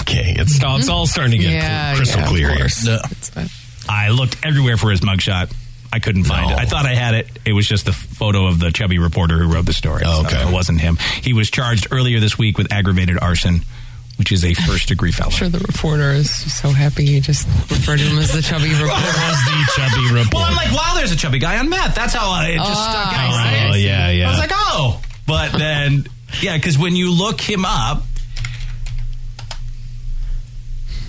Okay, it's, all- it's all starting to get Mm-hmm. Yeah, crystal yeah, of clear here. course. Yeah. That's fine. I looked everywhere for his mugshot. I couldn't find No. it. I thought I had it. It was just the photo of the chubby reporter who wrote the story. Oh, So okay. it wasn't him. He was charged earlier this week with aggravated arson, which is a first degree I'm felony. sure the reporter is so happy you just referred to him as the chubby reporter. was the chubby Well, report. I'm like, wow, there's a chubby guy on meth. That's how I, it just stuck out. Oh, yeah, yeah. I was like, oh. But then, yeah, because when you look him up,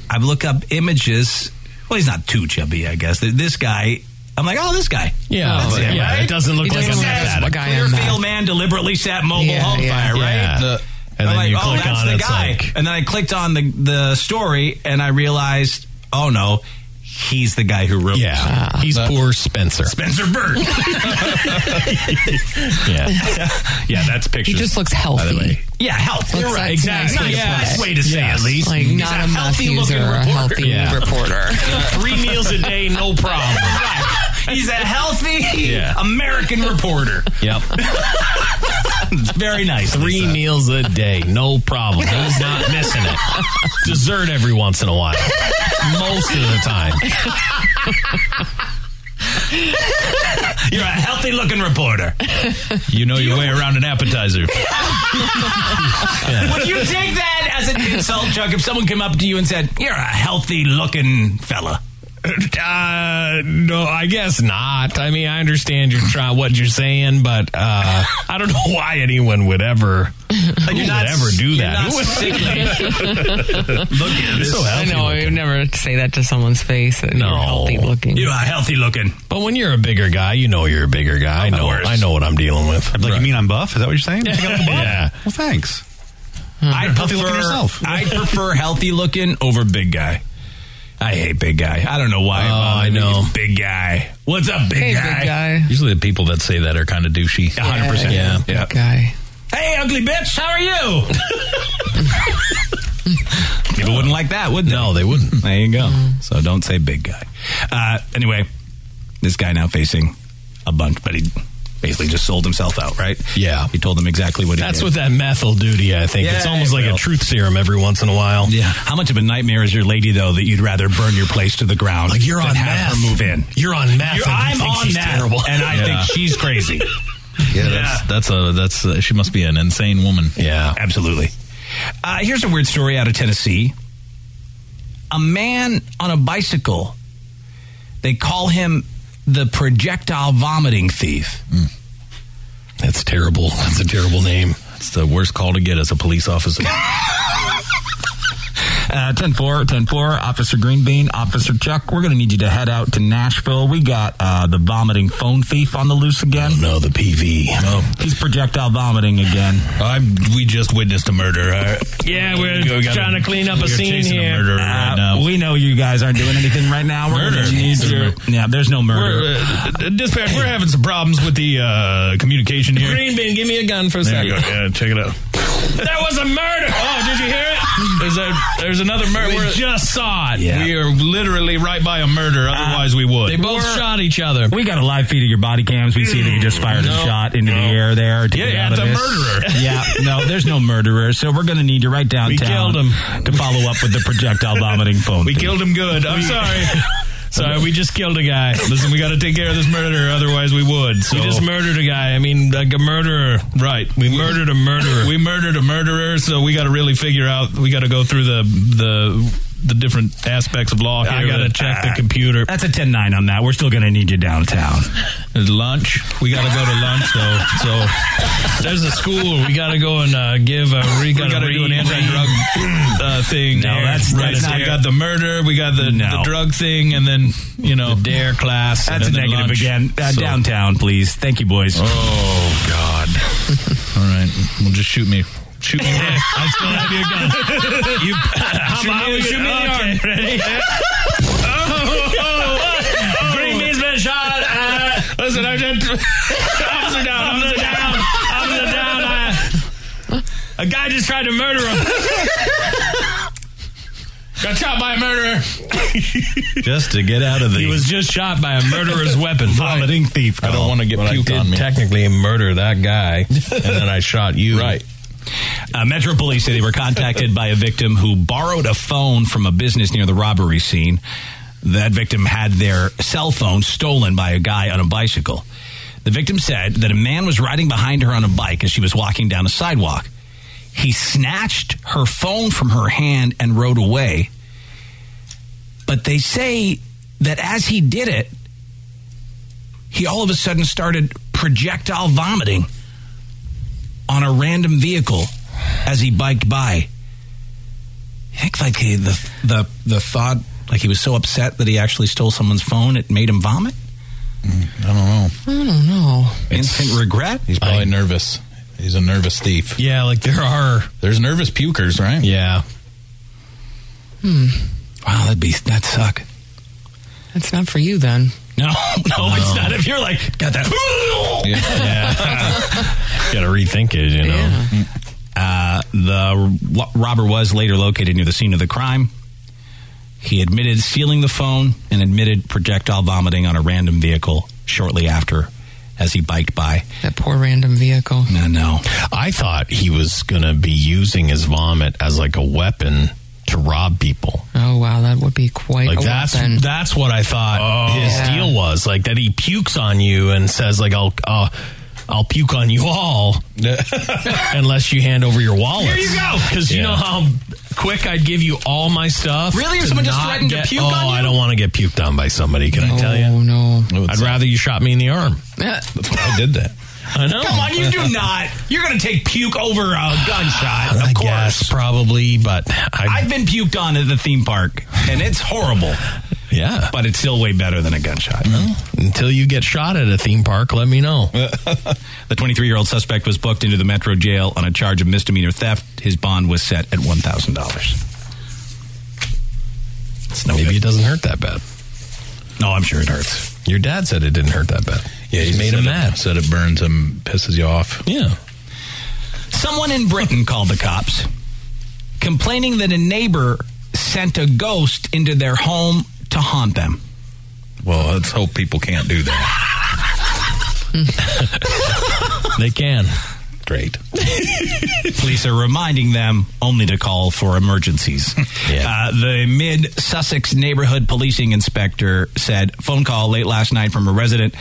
I look up images. Well, he's not too chubby, I guess. Th- This guy, I'm like, oh, this guy. Yeah, That's but- him, yeah, right? it doesn't look It like a doesn't meth look addict. like a guy on meth. Clearfield man deliberately set mobile Yeah, home yeah. fire, right? Yeah. The- And I'm then like, you oh, click that's on the it, it's guy. like- And then I clicked on the, the story and I realized, oh no, he's the guy who wrote yeah, this. he's poor Spencer. Spencer Bird. yeah, yeah, that's He pictures. just looks healthy. Yeah, health. Looks You're like right. exactly. Nice, Yes. nice way to say Yes. it, at least. Like He's not a meth healthy looking user, a reporter. healthy Yeah. reporter. three meals a day, no problem. He's a healthy Yeah. American reporter. Yep, It's very nice. three Lisa. meals a day, no problem. He's not missing it. Dessert every once in a while, most of the time. You're a healthy looking reporter. You know your way around an appetizer. Would you take that as an insult, Chuck, if someone came up to you and said, You're a healthy looking fella? Uh, no, I guess not. I mean, I understand you're trying what you're saying, but uh, I don't know why anyone would ever who would ever do that. Who would- Look at this. I know. I would never say that to someone's face. That no. You're healthy looking. You are healthy looking. But when you're a bigger guy, you know you're a bigger guy. I know. I know what I'm dealing with. Like you mean I'm buff? Is that what you're saying? You think I'm buff? yeah. Well, thanks. I'd Healthy prefer, looking yourself. I prefer healthy looking over big guy. I hate big guy. I don't know why. Oh, I know. Big guy. What's up, big Hey, guy? big guy. Usually the people that say that are kind of douchey. 100%. Yeah. Big guy. Hey, ugly bitch, how are you? People wouldn't like that, would they? No, they wouldn't. There you go. So don't say big guy. Uh, anyway, this guy now facing a bunch, but he basically just sold himself out, right? Yeah. He told them exactly what That's he what did. that meth will do to you. I think it's Yeah, almost it like a will. truth serum every once in a while. Yeah. How much of a nightmare is your lady though that you'd rather burn your place to the ground? Like you're than on have meth. her move in. You're on meth. You're- and you I'm think on she's meth, terrible. and I Yeah. think she's crazy. Yeah, that's that's a that's a, she must be an insane woman. Yeah, absolutely. Uh, here's a weird story out of Tennessee. A man on a bicycle. They call him the projectile vomiting thief. That's terrible. That's a terrible name. It's the worst call to get as a police officer. Uh, 10-4, 10-4, Officer Greenbean, Officer Chuck, we're going to need you to head out to Nashville. We got uh, the vomiting phone thief on the loose again. no, the PV. Oh, he's projectile vomiting again. I'm, we just witnessed a murder. Uh, Yeah, we're We got trying a- to clean up a we're scene chasing a here. murderer right now. Uh, We know you guys aren't doing anything right now. We're Murder. gonna need you. Yeah, there's no murder. We're, uh, dispatch, we're having some problems with the uh, communication here. Green bean, give me a gun for a There you second. go. Yeah, check it out. That was a murder. Oh, did you hear it? There's a there's another murder. We just saw it. We are literally right by a murder. Otherwise, we would. Uh, They both shot each other. We got a live feed of your body cams. We see that you just fired No, a shot into the air there. to Yeah, get yeah, out it's of a this. murderer. yeah, no, there's no murderer. So we're going to need you right downtown. killed him. to follow up with the projectile vomiting phone. We thing. killed him good. I'm We- sorry. Sorry, we just killed a guy. Listen, we got to take care of this murderer. Otherwise, we would. So We just murdered a guy. I mean, like a murderer. Right. We murdered a murderer. We murdered a murderer, so we got to really figure out. We got to go through the the the different aspects of law. Here. Ah. I gotta check the computer. That's a 10-9 on that. We're still going to need you downtown. There's lunch. We got to go to lunch though. So There's a school. We got to go and uh, give a we we got to do an anti-drug uh, thing. No, that's- right. that's so not- we got the murder. We got the, No. the drug thing, and then you know dare class. That's a and then negative lunch. again. Uh, So- Downtown, please. Thank you, boys. Oh God! All right, well, just shoot me. Shoot me. I still have your gun. You uh, How about shoot me. we shoot me in the okay, arm? ready? Green bean's been shot. Uh, Listen, I just officer down. Officer down. Officer down. Uh, a guy just tried to murder him. got shot by a murderer. Just to get out of He was just shot by a murderer's weapon. vomiting thief. Oh, I don't want to get But I puked did on me. technically murder that guy, and then I shot you. Right. Uh, Metro Police say they were contacted by a victim who borrowed a phone from a business near the robbery scene. That victim had their cell phone stolen by a guy on a bicycle. The victim said that a man was riding behind her on a bike as she was walking down a sidewalk. He snatched her phone from her hand and rode away. But they say that as he did it, he all of a sudden started projectile vomiting on a random vehicle as he biked by. I think like he, the the the thought like he was so upset that he actually stole someone's phone it made him vomit. Mm, I don't know. I don't know. Instant regret. He's probably nervous. He's a nervous thief. Yeah, like there are. There's nervous pukers, right? Yeah. Hmm. Wow, that'd be that'd suck. That's not for you then. No, no, it's not. If you're like got that, Got to rethink it, you know. Uh, the lo- robber was later located near the scene of the crime. He admitted stealing the phone and admitted projectile vomiting on a random vehicle shortly after as he biked by. That poor random vehicle. No, no. I thought he was going to be using his vomit as like a weapon to rob people. Oh wow, that would be quite Like a that's weapon. that's what I thought his Yeah. deal was. Like that he pukes on you and says like I'll uh, I'll puke on you all unless you hand over your wallet. Here you go. Because you Yeah. know how quick I'd give you all my stuff. Really? If to someone just not threatened to get- puke oh, on I don't want to get puked on by somebody. Can I tell you? Oh no! I'd rather you shot me in the arm. I did that. I know. Come on, you do not. You're going to take puke over a gunshot. I guess probably, but I, I've been puked on at the theme park, and it's horrible. Yeah. But it's still way better than a gunshot. until you get shot at a theme park, let me know. the 23 year old suspect was booked into the Metro jail on a charge of misdemeanor theft. His bond was set at $1,000. It's no Maybe it doesn't hurt that bad. No, I'm sure it hurts. Your dad said it didn't hurt that bad. Yeah, he made him mad. Said it burns him, pisses you off. Yeah. Someone in Britain called the cops, complaining that a neighbor sent a ghost into their home to haunt them. Well, let's hope people can't do that. they can. Great. Police are reminding them only to call for emergencies. Uh, the mid Sussex neighborhood policing inspector said phone call late last night from a resident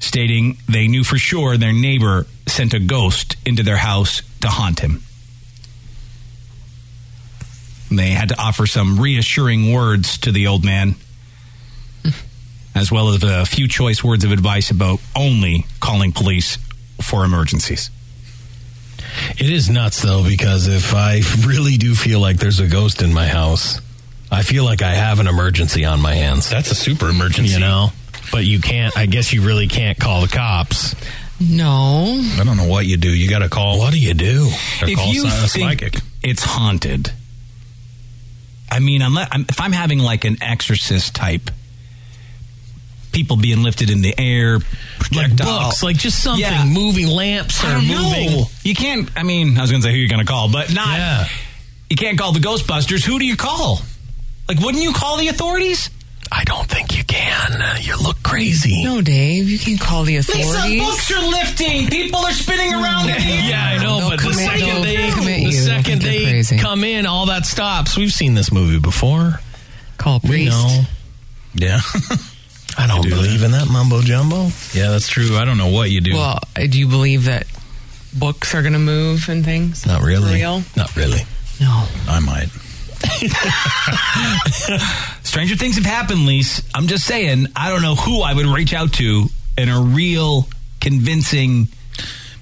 stating they knew for sure their neighbor sent a ghost into their house to haunt him. They had to offer some reassuring words to the old man, as well as a few choice words of advice about only calling police for emergencies. It is nuts though because if I really do feel like there's a ghost in my house, I feel like I have an emergency on my hands. That's a super emergency, you know. But you can't. I guess you really can't call the cops. No. I don't know what you do. You got to call. What do you do? Or if call you a think psychic. it's haunted, I mean, unless, I'm, if I'm having like an exorcist type, people being lifted in the air, Like projectile- books, like just something Yeah. moving. Lamps I are don't moving. know. You can't. I mean, I was going to say who you're going to call, but not. You can't call the Ghostbusters. Who do you call? Like, wouldn't you call the authorities? I don't think you can. You look crazy. No, Dave, you can call the authorities. books are lifting. People are spinning Mm. around. in the air. Yeah, I know, They'll but the come at- second they'll they, come at the you. They'll second think you're they crazy. come in, all that stops. We've seen this movie before. Call a We priest. know. Yeah. I don't believe in that mumbo jumbo. Yeah, that's true. I don't know what you do. Well, uh, do you believe that books are going to move and things? Not really. For real? Not really. No. I might. Stranger things have happened, Lise. I'm just saying, I don't know who I would reach out to in a real convincing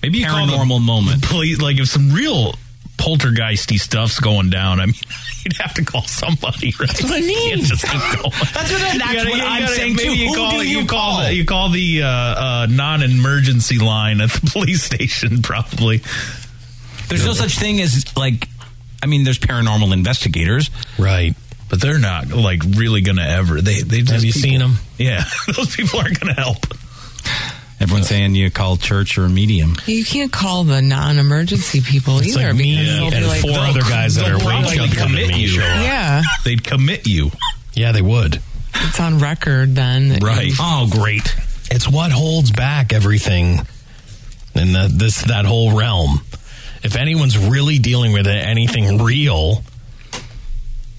Maybe you paranormal call the moment. Police, like if some real poltergeisty stuff's going down, I mean, you'd have to call somebody, right? That's what I mean. just keep going. That's what, that's You gotta- what you I'm gotta- saying maybe too. You Who call, do you, call? The, you call the uh, uh, non-emergency line at the police station, probably. There's no such thing as like. I mean, there's paranormal investigators, right? But they're not like really going to ever. They they just Have you seen 'em? Yeah, those people aren't going to help. Everyone's saying you call church or a medium. You can't call the non-emergency people It's either like me because they'll be and like, four "Oh, other guys that They'll are probably way younger than commit me you. show up. Yeah. they'd commit you. Yeah, they would. It's on record then. that you- Oh, great. It's what holds back everything in the, this that whole realm. If anyone's really dealing with anything real,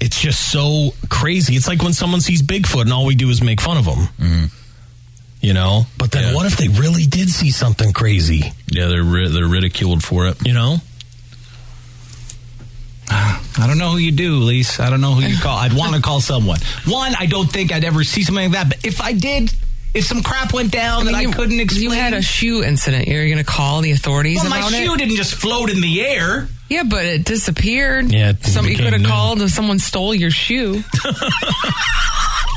it's just so crazy. It's like when someone sees Bigfoot and all we do is make fun of them. You know, but then what if they really did see something crazy? Yeah, they're ri- they're ridiculed for it. You know, I don't know who you do, Lise. I don't know who you call. I'd want to call someone. One, I don't think I'd ever see something like that. But if I did, if some crap went down that I couldn't explain, You had a shoe incident. You're going to call the authorities well, my about shoe it? didn't just float in the air. Yeah, but it disappeared. Yeah, it Some, you became could have new. called if someone stole your shoe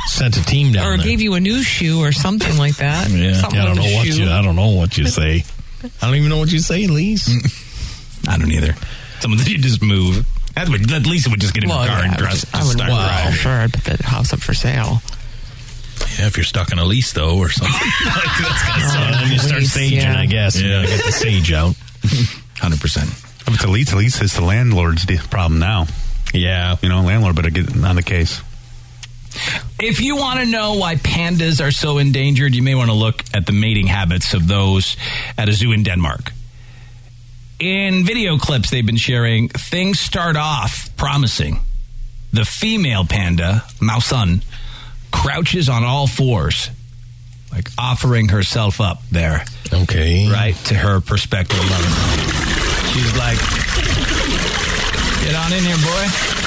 sent a team down or there. gave you a new shoe or something like that. yeah, Something I don't with know a what shoe. you. I don't know what you say. I don't even know what you say, Lise. Mm. I don't either. Someone that you just move. That would that Lisa would just get in Well, her car yeah, and I would- dress. I just would start well, driving. sure. I'd put the house up for sale. Yeah, if you're stuck in a lease though, or something. like, that's gonna suck. And then you start Lease, saging, yeah. I guess. You gotta get the sage out. Hundred percent. If it's a lease, a lease is the landlord's de- problem now. Yeah, you know, landlord better get on the case. If you want to know why pandas are so endangered, you may want to look at the mating habits of those at a zoo in Denmark. In video clips they've been sharing, things start off promising. The female panda, Mausun, crouches on all fours, like offering herself up there. Okay. Right to her prospective lover. She's like, get on in here, boy.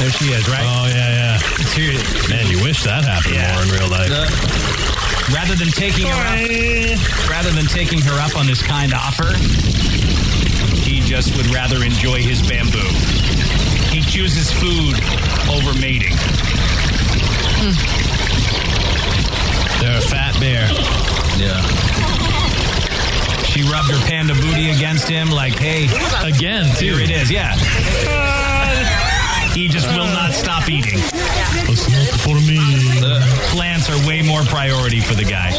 There she is, right? Oh yeah, yeah. Man, you wish that happened more in real life. rather than taking her up, rather than taking her up on this kind offer, he just would rather enjoy his bamboo. He chooses food over mating. Hmm. They're a fat bear. Yeah. She rubbed her panda booty against him, like, hey, again. Here it is. Yeah. He just will not stop eating. for me. plants are way more priority for the guy.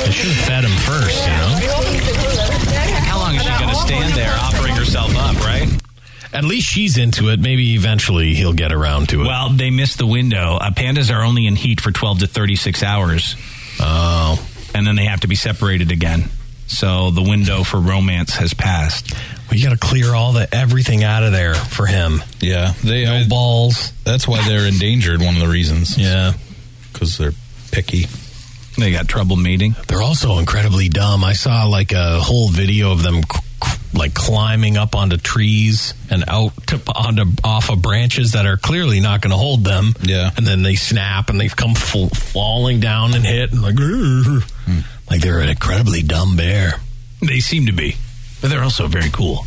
I should have fed him first, you know. How long is she going to stand there offering herself up, right? At least she's into it. Maybe eventually he'll get around to it. Well, they missed the window. Uh, pandas are only in heat for 12 to 36 hours. Oh. And then they have to be separated again. So the window for romance has passed. We got to clear all the everything out of there for him. Yeah, they no balls. That's why they're endangered. One of the reasons. Yeah, because they're picky. They got trouble mating. They're also incredibly dumb. I saw like a whole video of them c- c- like climbing up onto trees and out to, onto off of branches that are clearly not going to hold them. Yeah, and then they snap and they come full, falling down and hit and like like they're an incredibly dumb bear. They seem to be, but they're also very cool.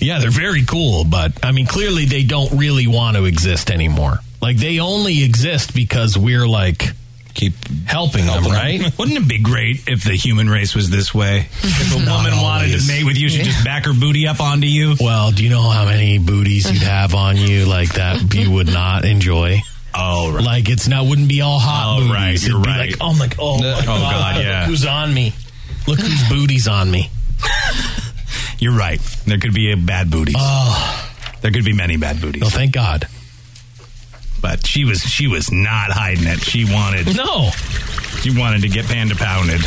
Yeah, they're very cool, but I mean, clearly they don't really want to exist anymore. Like they only exist because we're like keep helping them, right? Wouldn't it be great if the human race was this way? If a woman wanted to mate with you, she'd just back her booty up onto you. Well, do you know how many booties you'd have on you like that you would not enjoy? Oh, right. Like it's not wouldn't be all hot. Oh, booties. right, It'd you're be right. Like, oh my, oh, my Oh, God, God, yeah. Look who's on me? Look whose booty's on me. You're right. There could be a bad booties. Oh. There could be many bad booties. No, thank God. But she was she was not hiding it. She wanted no. She wanted to get panda pounded.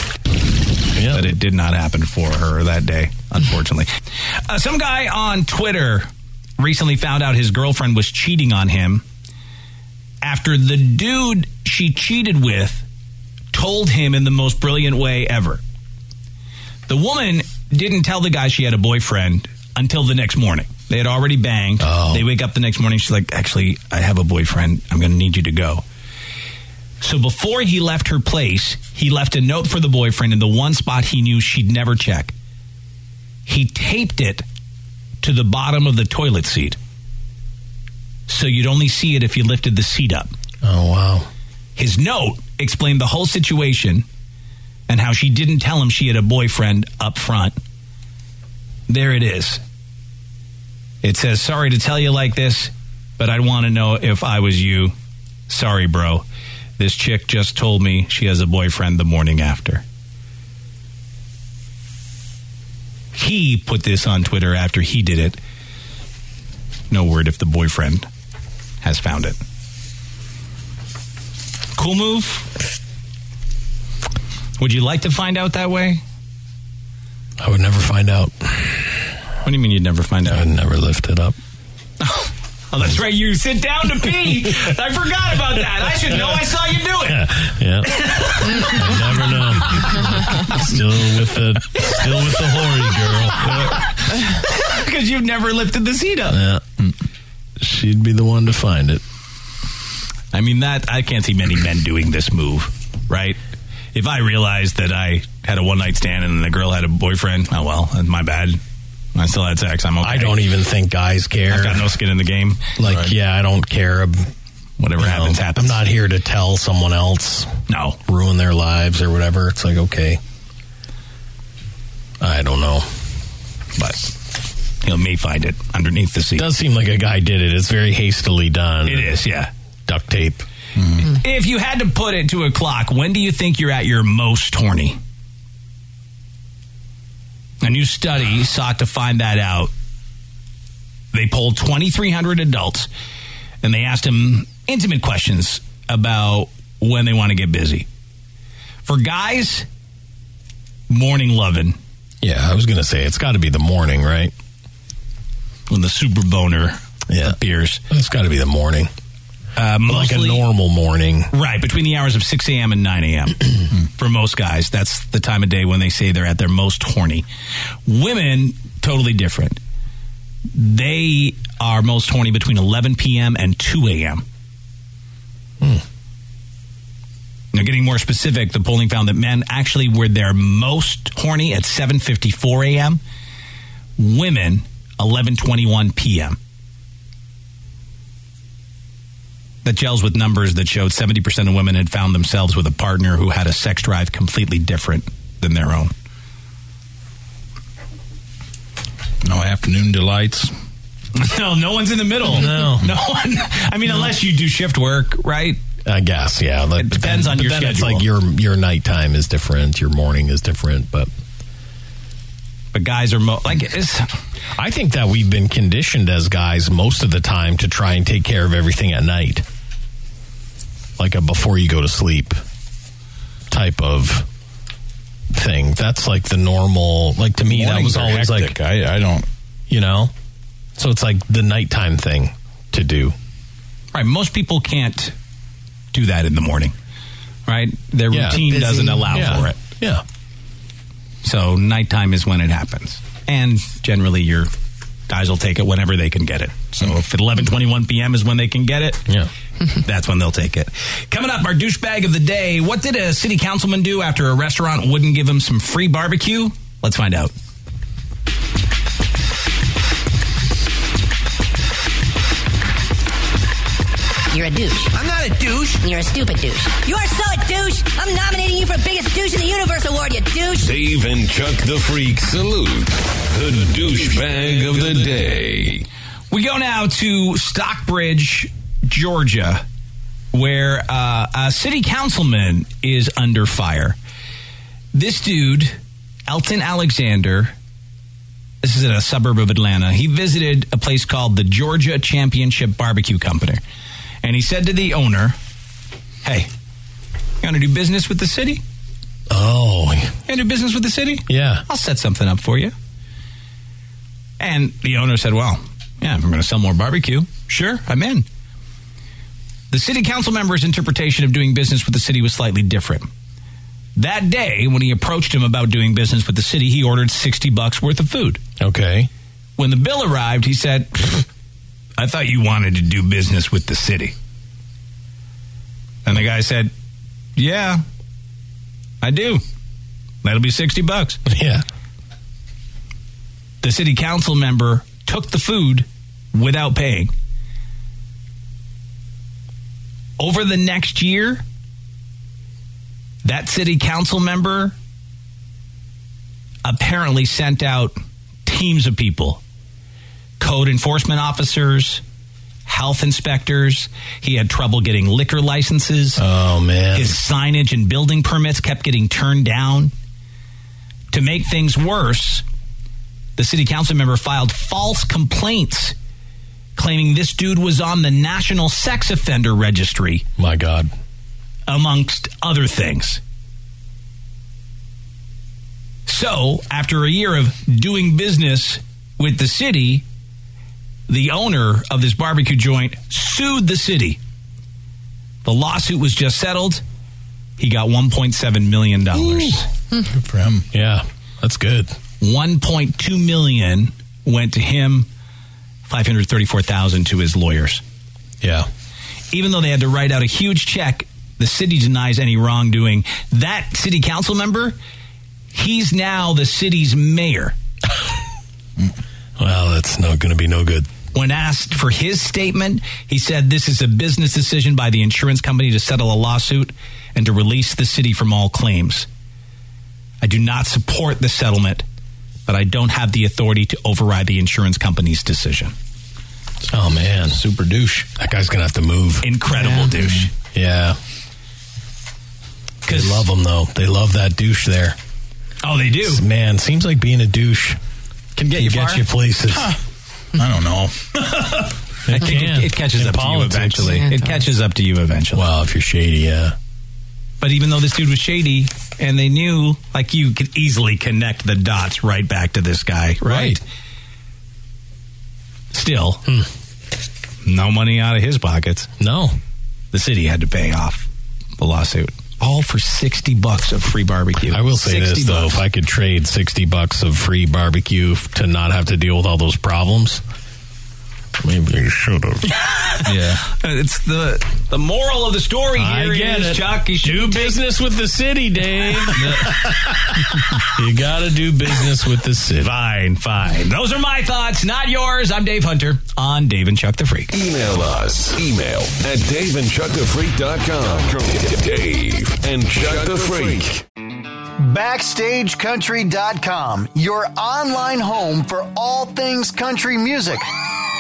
But it did not happen for her that day, unfortunately. uh, some guy on Twitter recently found out his girlfriend was cheating on him after the dude she cheated with told him in the most brilliant way ever. The woman didn't tell the guy she had a boyfriend until the next morning. They had already banged. They wake up the next morning. She's like, actually, I have a boyfriend. I'm going to need you to go. So before he left her place, he left a note for the boyfriend in the one spot he knew she'd never check. He taped it to the bottom of the toilet seat. So you'd only see it if you lifted the seat up. Oh, wow. His note explained the whole situation and how she didn't tell him she had a boyfriend up front. There it is. It says, Sorry to tell you like this, but I'd want to know if I was you. Sorry, bro. This chick just told me she has a boyfriend the morning after. He put this on Twitter after he did it. No word if the boyfriend has found it. Cool move? Would you like to find out that way? I would never find out. What do you mean you'd never find out? I'd never lift it up. Oh, that's right. You sit down to pee. I forgot about that. I should know. I saw you do it. Yeah. never know. Still with the still with the hoary girl. Because you've never lifted the seat up. Yeah. She'd be the one to find it. I mean that I can't see many men doing this move, right? If I realized that I had a one night stand and the girl had a boyfriend, oh well, that's my bad. I still had sex. I'm okay. I don't even think guys care. I've got no skin in the game. Like, Right. yeah, I don't care. ab- Whatever you know, happens, happens. I'm not here to tell someone else. No. Ruin their lives or whatever. It's like, okay. I don't know. But he may find it underneath the seat. Does seem like a guy did it. It's very hastily done. It is, yeah. Mm-hmm. Duct tape. Mm-hmm. If you had to put it to a clock, when do you think you're at your most horny? A new study sought to find that out. They polled 2,300 adults and they asked them intimate questions about when they want to get busy. For guys, morning loving. Yeah, I was gonna say it's got to be the morning, right? When the super boner yeah. beers. It's got to be the morning. Uh, Like a mostly- normal morning. Right, between the hours of 6 a.m. and 9 a.m. For most guys, that's the time of day when they say they're at their most horny. Women, totally different. They are most horny between 11 p.m. and 2 a.m. Hmm. Now, getting more specific, the polling found that men actually were their most horny at 7:54 a.m. Women, 11:21 p.m. That gels with numbers that showed 70% of women had found themselves with a partner who had a sex drive completely different than their own. No afternoon delights. No, no one's in the middle. No. no one. I mean, unless you do shift work, right? I guess, yeah. It depends on your then It's schedule. like your your nighttime is different, your morning is different, but but guys are mo- like it's. I think that we've been conditioned as guys most of the time to try and take care of everything at night, like a before you go to sleep type of thing. That's like the normal. Like to me, that was Mornings are always like I, I don't, you know. So it's like the nighttime thing to do. Right. Most people can't do that in the morning, right? Their Yeah. routine Busy. doesn't allow Yeah. for it. Yeah. So nighttime is when it happens, and generally your guys will take it whenever they can get it. So if at eleven twenty one p.m. is when they can get it, yeah, that's when they'll take it. Coming up, our douchebag of the day. What did a city councilman do after a restaurant wouldn't give him some free barbecue? Let's find out. You're a douche. I'm not a douche. You're a stupid douche. You're so douche. I'm nominating you for Biggest Douche in the Universe Award, you douche. Dave and Chuck the Freak salute the douchebag of the day. We go now to Stockbridge, Georgia, where uh, a city councilman is under fire. This dude, Elton Alexander, this is in a suburb of Atlanta. He visited a place called the Georgia Championship Barbecue Company. And he said to the owner, Hey, you want to do business with the city? Oh. You want to do business with the city? Yeah. I'll set something up for you. And the owner said, Well, yeah, if I'm going to sell more barbecue. Sure, I'm in. The city council member's interpretation of doing business with the city was slightly different. That day, when he approached him about doing business with the city, he ordered 60 bucks worth of food. Okay. When the bill arrived, he said, I thought you wanted to do business with the city. And the guy said, Yeah, I do. That'll be 60 bucks. Yeah. The city council member took the food without paying. Over the next year, that city council member apparently sent out teams of people code enforcement officers, health inspectors. He had trouble getting liquor licenses. Oh, man. His signage and building permits kept getting turned down. To make things worse, the city council member filed false complaints claiming this dude was on the National Sex Offender Registry. My God. Amongst other things. So, after a year of doing business with the city, the owner of this barbecue joint sued the city. The lawsuit was just settled. He got $1.7 million. Good for him. Yeah, that's good. $1.2 million went to him, 534000 to his lawyers. Yeah. Even though they had to write out a huge check, the city denies any wrongdoing. That city council member, he's now the city's mayor. Well, that's not going to be no good. When asked for his statement, he said this is a business decision by the insurance company to settle a lawsuit and to release the city from all claims. I do not support the settlement, but I don't have the authority to override the insurance company's decision. Oh man, super douche. That guy's gonna have to move. Incredible douche. Yeah. They love him though. They love that douche there. Oh, they do. Man, seems like being a douche can get you far? places. I don't know. I think can. it, it catches In up politics. to you eventually. Yeah, it it does. catches up to you eventually. Well, if you're shady, yeah. But even though this dude was shady, and they knew, like you could easily connect the Hmm. dots right back to this guy, right? Still, no money out of his pockets. No. The city had to pay off the lawsuit. All for 60 bucks of free barbecue. I will say 60 this though, bucks. if I could trade sixty bucks of free barbecue f- to not have to deal with all those problems, maybe I should have. yeah, it's the the moral of the story I here get is, it. Chuck, you do shouldn't business with the city, Dave. you gotta do business with the city. Fine, fine. Those are my thoughts, not yours. I'm Dave Hunter on Dave and Chuck the Freak. Email us. Email at daveandchuckthefreak.com. Dave and Chuck the Freak. BackstageCountry.com, your online home for all things country music.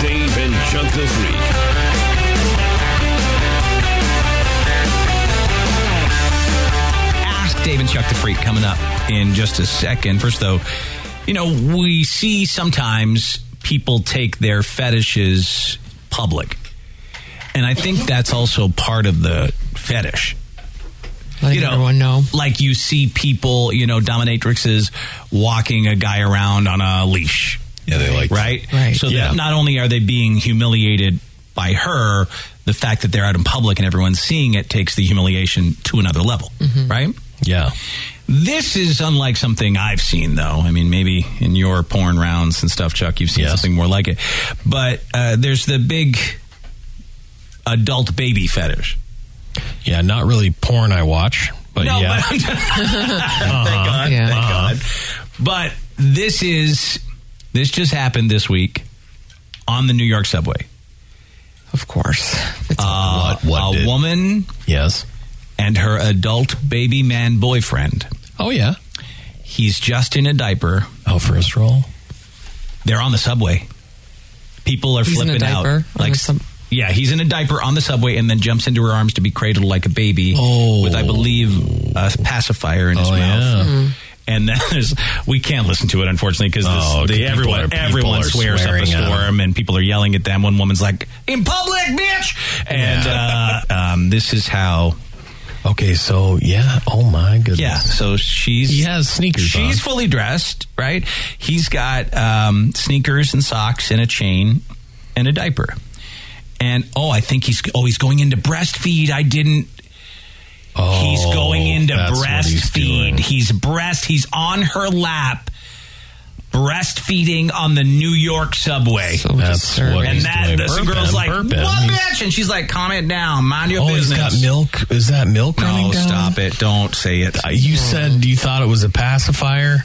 Dave and Chuck the Freak. Ask Dave and Chuck the Freak coming up in just a second. First, though, you know, we see sometimes people take their fetishes public. And I think that's also part of the fetish. Letting everyone know. Like you see people, you know, dominatrixes walking a guy around on a leash. Yeah, they like right, Right. So Yeah. that not only are they being humiliated by her, the fact that they're out in public and everyone's seeing it takes the humiliation to another level, Mm-hmm. Mm-hmm. right? Yeah. This is unlike something I've seen, though. I mean, maybe in your porn rounds and stuff, Chuck, you've seen something more like it. But uh, there's the big adult baby fetish. Yeah, not really porn I watch, but no, yeah. but thank God, Yeah. thank Uh-huh. God. But this is this just happened this week on the New York subway. Of course, uh, a woman, yes, and her adult baby man boyfriend. Oh yeah, he's just in a diaper. Oh, first roll. They're on the subway. People are He's in a flipping diaper on out. Like the sub- yeah, he's in a diaper on the subway and then jumps into her arms to be cradled like a baby Oh. with, I believe, a pacifier in his mouth. And then there's we can't listen to it unfortunately because Oh, 'cause people are- everyone people everyone are swears up a swearing at 'em. storm and people are yelling at them. One woman's like, in public, bitch. and uh, um, this is how. Okay, so yeah. Oh my goodness. Yeah, so she's he has sneakers. She's fully dressed, right? He's got um, sneakers and socks and a chain and a diaper. And oh, I think he's oh he's going into breastfeed. I didn't. he's going into Oh, that's what he's breastfeed. He's, breast. He's on her lap, breastfeeding on the New York subway. That's what uh, and he's that doing. the Burping, girl's like, burping. "What, He's- bitch?" And she's like, "Calm it down, mind your oh, business." he's got milk. Is that milk running No, down? stop it! Don't say it. Uh, You said you thought it was a pacifier.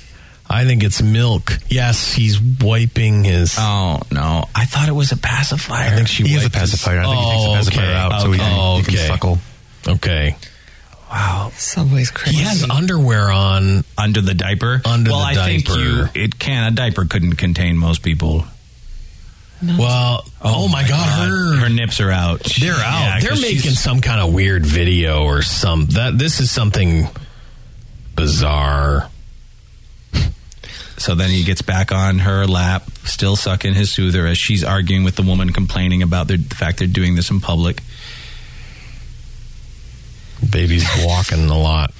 I think it's milk. Yes, he's wiping his. Oh no! I thought it was a pacifier. I think she He is a wiped his- pacifier. I think he takes the Oh, pacifier okay. out so he can- he can okay. suckle. Okay. Wow, subway's crazy. He has underwear on under the diaper. Under well, the I diaper. think you it can a diaper couldn't contain most people. Well, oh, my God, her her nips are out. They're Yeah, out. They're 'cause making she's- some kind of weird video or some that this is something bizarre. So then he gets back on her lap, still sucking his soother as she's arguing with the woman, complaining about the, the fact they're doing this in public. Baby's walking a lot.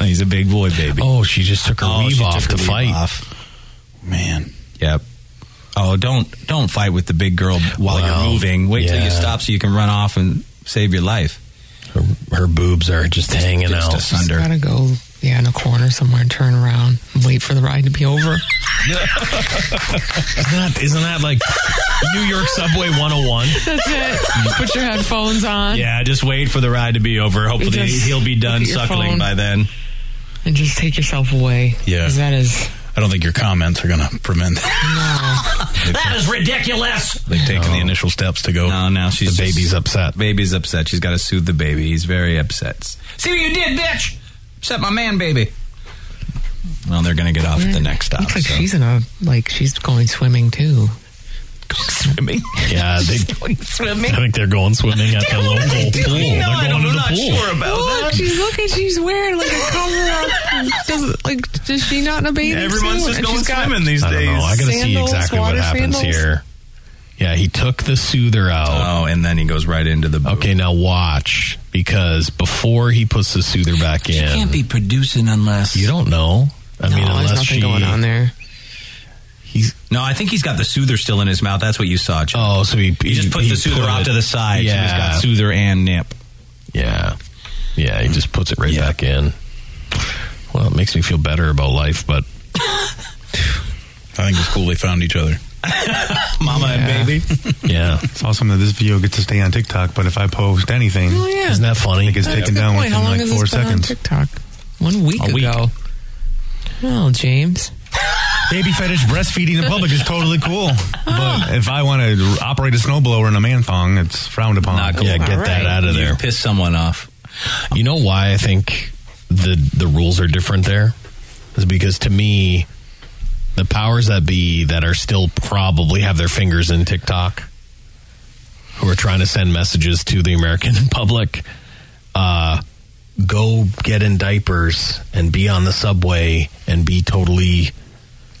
he's a big boy, baby. Oh, she just took her Oh, weave she off took to her weave fight. Man. Yep. Oh, don't don't fight with the big girl while you're moving. Wait till yeah. you stop so you can run off and save your life. Her, her boobs are just hanging just out. asunder. Gotta go Yeah, in a corner somewhere and turn around and wait for the ride to be over. Isn't that, isn't that like New York Subway 101? That's it. Put your headphones on. Yeah, just wait for the ride to be over. Hopefully, Just he'll be done look at your suckling phone. by then. And just take yourself away. Yeah. 'Cause That is. I don't think your comments are going to prevent that. That is ridiculous. They've taken the initial steps to go. No, no, she's The baby's upset. Baby's upset. She's got to soothe the baby. He's very upset. See what you did, bitch. Upset my man, baby. Well, they're going to get off at the next stop. Looks like so. she's in a like she's going swimming too. Swimming? Yeah, they, swimming. I think they're going swimming at the local they pool. doing? They're No, I don't- going to I'm the not pool. sure about Look, she's looking. She's wearing like a cover up. Does like does she not in a bathing Everyone's suit? just And going she's got swimming these I don't know. I gotta see sandals, exactly what water happens sandals. here. Yeah, he took the soother out. Oh, and then he goes right into the. Okay, now watch because before he puts the soother back in, can't be producing unless you don't know. I mean, there's unless nothing she, going on there. He's no, I think he's got the soother still in his mouth. That's what you saw. Chuck. Oh, so he, he just put he the soother put off it- to the side. so he's Yeah. got soother and nip. Yeah. Yeah, he just puts it right back in. Well, it makes me feel better about life, but I think it's cool they found each other. Mama and baby. yeah. It's awesome that this video gets to stay on TikTok, but if I post anything, Oh, yeah. Isn't that funny? It gets That's a taken good down point. within How long like has four this been on seconds. TikTok? One week A week. ago. Well, James. Baby fetish breastfeeding in public is totally cool. But if I want to operate a snowblower in a man thong, it's frowned upon. Not cool. Yeah, get that out of there. piss someone off. You know why I think the the rules are different there? Is because to me, the powers that be that are still probably have their fingers in TikTok, who are trying to send messages to the American public, uh, go get in diapers and be on the subway and be totally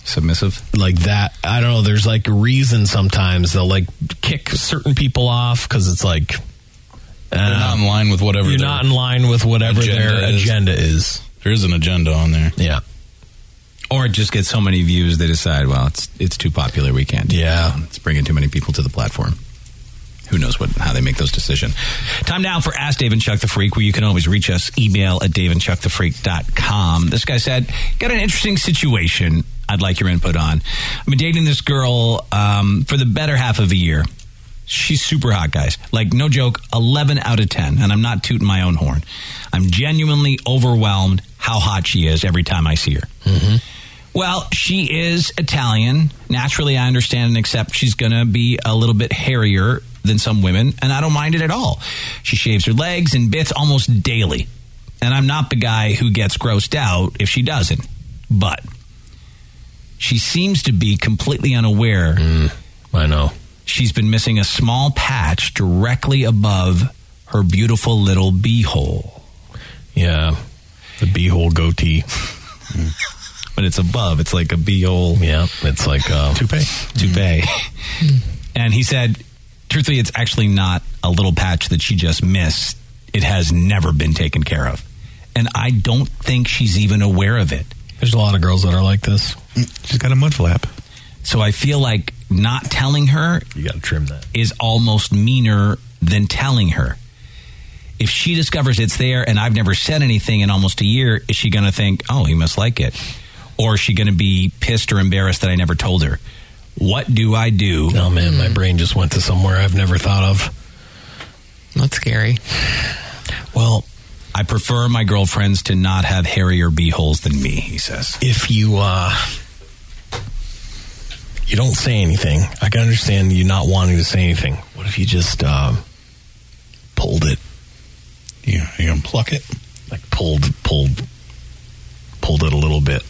submissive like that i don't know there's like a reason sometimes they'll like kick certain people off because it's like um, They're not in line with whatever. You're their not in line with whatever their agenda is. There is an agenda on there. Yeah. Or it just gets so many views they decide, well, it's it's too popular. We can't. Yeah, it's bringing too many people to the platform. Who knows what how they make those decisions? Time now for Ask Dave and Chuck the Freak, where you can always reach us. Email at daveandchuckthefreak.com. This guy said, Got an interesting situation I'd like your input on. I've been dating this girl um, for the better half of a year. She's super hot, guys. Like, no joke, 11 out of 10. And I'm not tooting my own horn. I'm genuinely overwhelmed how hot she is every time I see her. Mm-hmm. Well, she is Italian. Naturally, I understand and accept she's going to be a little bit hairier than some women, and I don't mind it at all. She shaves her legs and bits almost daily. And I'm not the guy who gets grossed out if she doesn't. But she seems to be completely unaware. Mm, I know. She's been missing a small patch directly above her beautiful little beehole. Yeah. The beehole goatee. but it's above. It's like a beehole. Yeah. It's like uh, Hmm. a toupee. Toupee. and he said, truthfully, it's actually not a little patch that she just missed. It has never been taken care of. And I don't think she's even aware of it. Mm. There's a lot of girls that are like this. She's got a mud flap. So I feel like not telling her you got to trim that is almost meaner than telling her. If she discovers it's there and I've never said anything in almost a year, is she going to think, "Oh, he must like it," or is she going to be pissed or embarrassed that I never told her? What do I do? Oh man, Hmm. my brain just went to somewhere I've never thought of. That's scary. Well, I prefer my girlfriends to not have hairier beeholes than me, he says. If you uh you don't say anything, I can understand you not wanting to say anything. What if you just um pulled it? Yeah, you gonna pluck it? Like pulled pulled pulled it a little bit.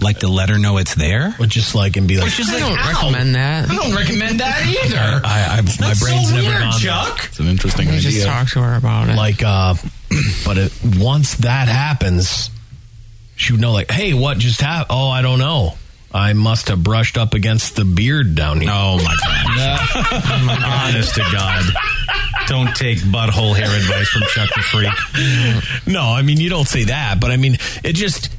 Like to let her know it's there? Or just like and be like Which is I like, don't "Ow." recommend that. I don't recommend that either. I, I, my That's brain's so never weird, gone. Chuck. It's an interesting You idea. just talk to her about it. Like, uh, but it, once that happens, she would know. Like, hey, what just happened? Oh, I don't know. I must have brushed up against the beard down here. Oh my god! Honest to God. Don't take butthole hair advice from Chuck the Freak. No, I mean you don't say that, but I mean it just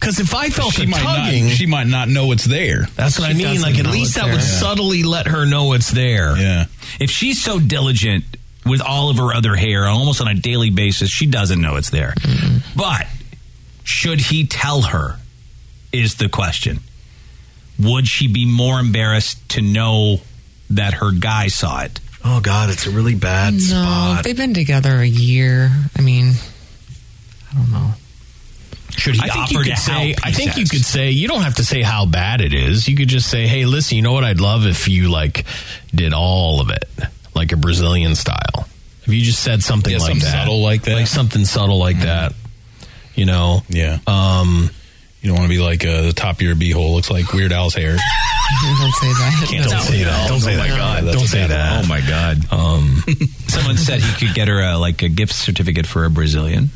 because if I felt she a might tugging, not. She might not know it's there. that's what I mean. Like, at least that would subtly let her know it's there. Yeah. If she's so diligent with all of her other hair almost on a daily basis, she doesn't know it's there. But Should he tell her? Is the question. Would she be more embarrassed to know that her guy saw it? Oh God, it's a really bad no, they've been together a year. I mean, I don't know. Should he I think offer you to could say. help? I He think you says. could say. You don't have to say how bad it is. You could just say, "Hey, listen. You know what? I'd love if you like did all of it, like a Brazilian style. If you just said something Yeah, like something that, subtle Mm-hmm. like that, like something subtle like that. You know. Yeah. Um, you don't want to be like uh, the top of your beehole looks like Weird Al's hair. Don't say that. Can't No. say that. Don't say Oh, that. Oh God, that's don't a say bad that. one. Oh my God. Um, someone said he could get her a, like a gift certificate for a Brazilian.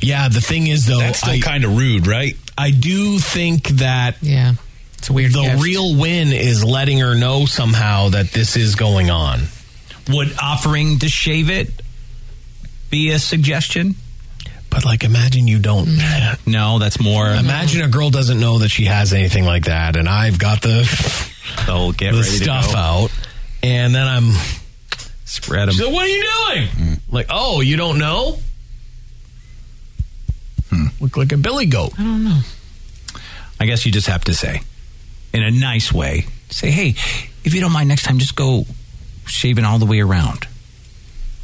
Yeah, the thing is though, That's still kind of rude, right? I do think that yeah, it's weird. The gift. real win is letting her know somehow that this is going on. Would offering to shave it be a suggestion? But like, imagine you don't. Mm-hmm. No, that's more. Imagine a girl doesn't know that she has anything like that, and I've got the They'll get the ready to stuff go. out, and then I'm spread them. 'em. So what are you doing? Like, oh, you don't know? Hmm. Look like a billy goat. I don't know. I guess you just have to say, in a nice way, say, "Hey, if you don't mind, next time, just go shaving all the way around.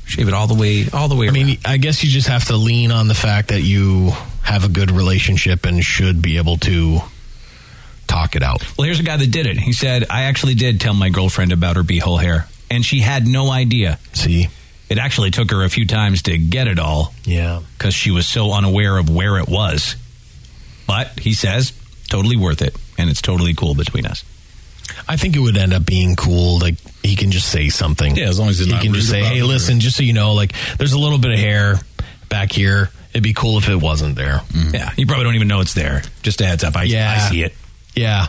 Shave it all the way, all the way." I mean, I guess you just have to lean on the fact that you have a good relationship and should be able to talk it out. Well, here's a guy that did it. He said, I actually did tell my girlfriend about her beehole hair, and she had no idea. See? It actually took her a few times to get it all. Yeah. Because she was so unaware of where it was. But he says, totally worth it, and it's totally cool between us. I think it would end up being cool. Like he can just say something. Yeah, as long as he's he not can just rude say, about "Hey, it or- listen, just so you know, like there's a little bit of hair back here. It'd be cool if it wasn't there." Mm-hmm. Yeah, you probably don't even know it's there. Just a heads up, I, yeah, I see it. Yeah, I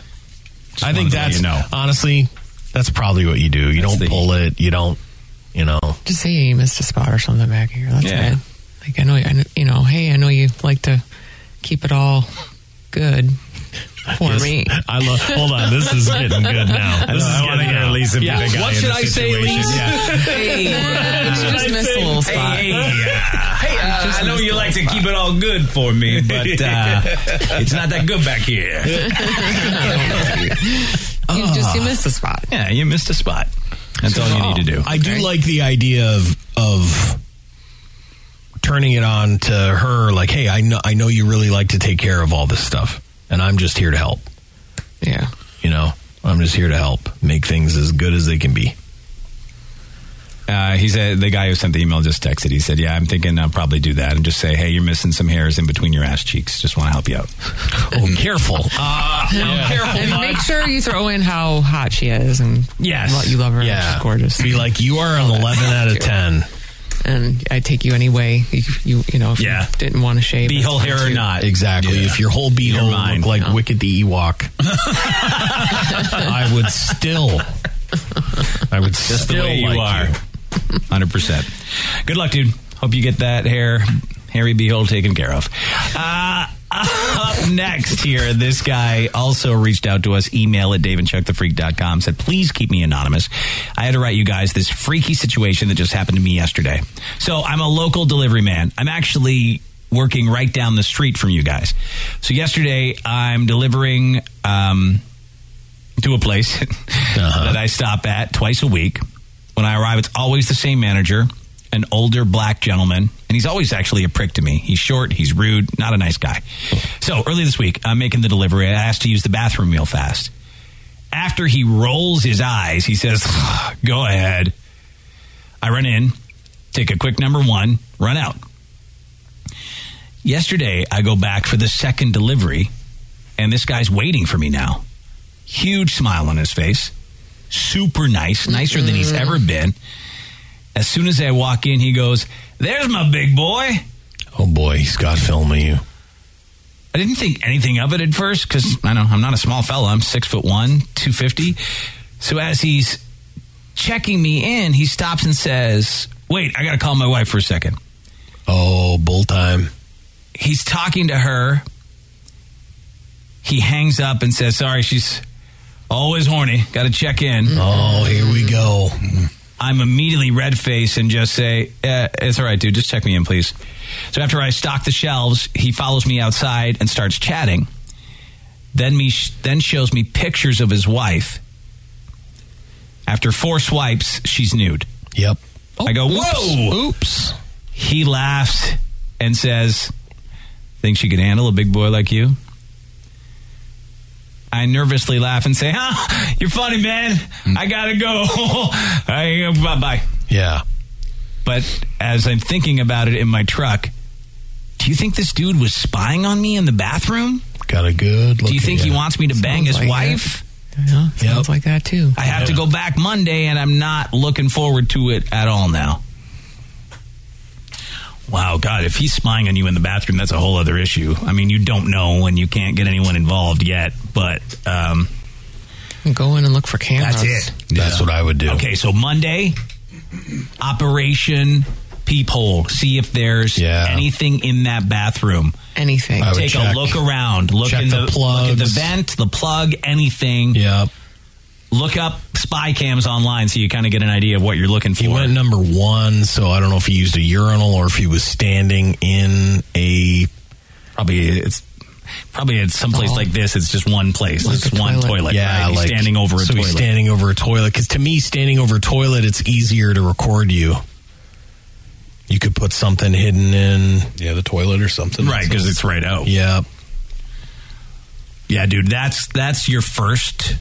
wanted think to let that's you know. honestly that's probably what you do. You don't pull it. You don't. You know. Just say you missed a spot or something back here. That's Yeah. it. Like I know, I know, you know. Hey, I know you like to keep it all good for Yes. me. I love. Hold on, this is getting good now. This is getting good. yeah. What should I say, Lisa? Hey, uh, you just missed a little spot. Hey, uh, I know you like to keep it all good for me, but uh, it's not that good back here. you just you missed a spot. Ah. Oh, Yeah, you missed a spot. That's all you need to do. I do like the idea of of turning it on to her. Like, hey, I know I know you really like to take care of all this stuff, and I'm just here to help. Yeah, you know, I'm just here to help make things as good as they can be. Uh, he said the guy who sent the email just texted. He said, "Yeah, I'm thinking I'll probably do that and just say, hey, you're missing some hairs in between your ass cheeks. Just want to help you out.' oh, careful. Uh, and make sure you throw in how hot she is and Yes. what you love her. Yeah. she's gorgeous. Be like, you are an 11 out of 10. And I take you anyway. You you, you know, if Yeah. you didn't want to shave, Be that's fine too. Exactly. If your whole You're beehole mine. looked like Yeah. Wicked the Ewok, I would still. I would Just the still way you like are. Hundred percent. Good luck, dude. Hope you get that hair, hairy beehole taken care of. Uh, up next here, this guy also reached out to us. Email at daveandchuckthefreak.com. Said, please keep me anonymous. I had to write you guys this freaky situation that just happened to me yesterday. So I'm a local delivery man. I'm actually working right down the street from you guys. So yesterday, I'm delivering. Um, to a place that I stop at twice a week. When I arrive, it's always the same manager, an older black gentleman, and he's always actually a prick to me. He's short, he's rude, not a nice guy. So early this week, I'm making the delivery. I asked to use the bathroom real fast. After he rolls his eyes, he says, Go ahead. I run in, take a quick number one, run out. Yesterday, I go back for the second delivery, and this guy's waiting for me now huge smile on his face, super nice, nicer than he's ever been. As soon as I walk in, he goes, There's my big boy. Oh boy, he's got filming you. I didn't think anything of it at first because I know I'm not a small fella. I'm six foot one, 250. So as he's checking me in, he stops and says, Wait, I got to call my wife for a second. Oh, bull time. He's talking to her. He hangs up and says, Sorry, she's always horny. Got to check in. Oh, here we go. I'm immediately red faced and just say, eh, "It's all right, dude. Just check me in, please." So after I stock the shelves, he follows me outside and starts chatting. Then me sh- then shows me pictures of his wife. After four swipes, she's nude. Yep. I go, "Whoa!" Oops. He laughs and says, "Think she could handle a big boy like you?" I nervously laugh and say, "Huh, you're funny, man. I gotta go. I, bye bye." Yeah. But as I'm thinking about it in my truck, do you think this dude was spying on me in the bathroom? Got a good. do you think he wants me to bang his wife? Yeah, sounds like that too. I have to go back Monday, and I'm not looking forward to it at all now. Wow, God, if he's spying on you in the bathroom, that's a whole other issue. I mean, you don't know, and you can't get anyone involved yet, but. Um, Go in and look for cameras. That's it. That's what I would do. Okay, so Monday, Operation Peephole. See if there's anything in that bathroom. Anything. I would Take check. a look around. Look Check in the the, look at the plugs. vent, the plug, anything. Yep. Look up spy cams online so you kind of get an idea of what you're looking for. He went number one, so I don't know if he used a urinal or if he was standing in a probably it's probably at some place like this. It's just one place. it's one toilet. Oh. yeah, right? He's like standing over a so toilet. he's standing over a toilet because to me, standing over a toilet, it's easier to record you. You could put something hidden in, yeah, the toilet or something, Right, 'cause it's right out. Yeah, Yeah, dude, that's that's your first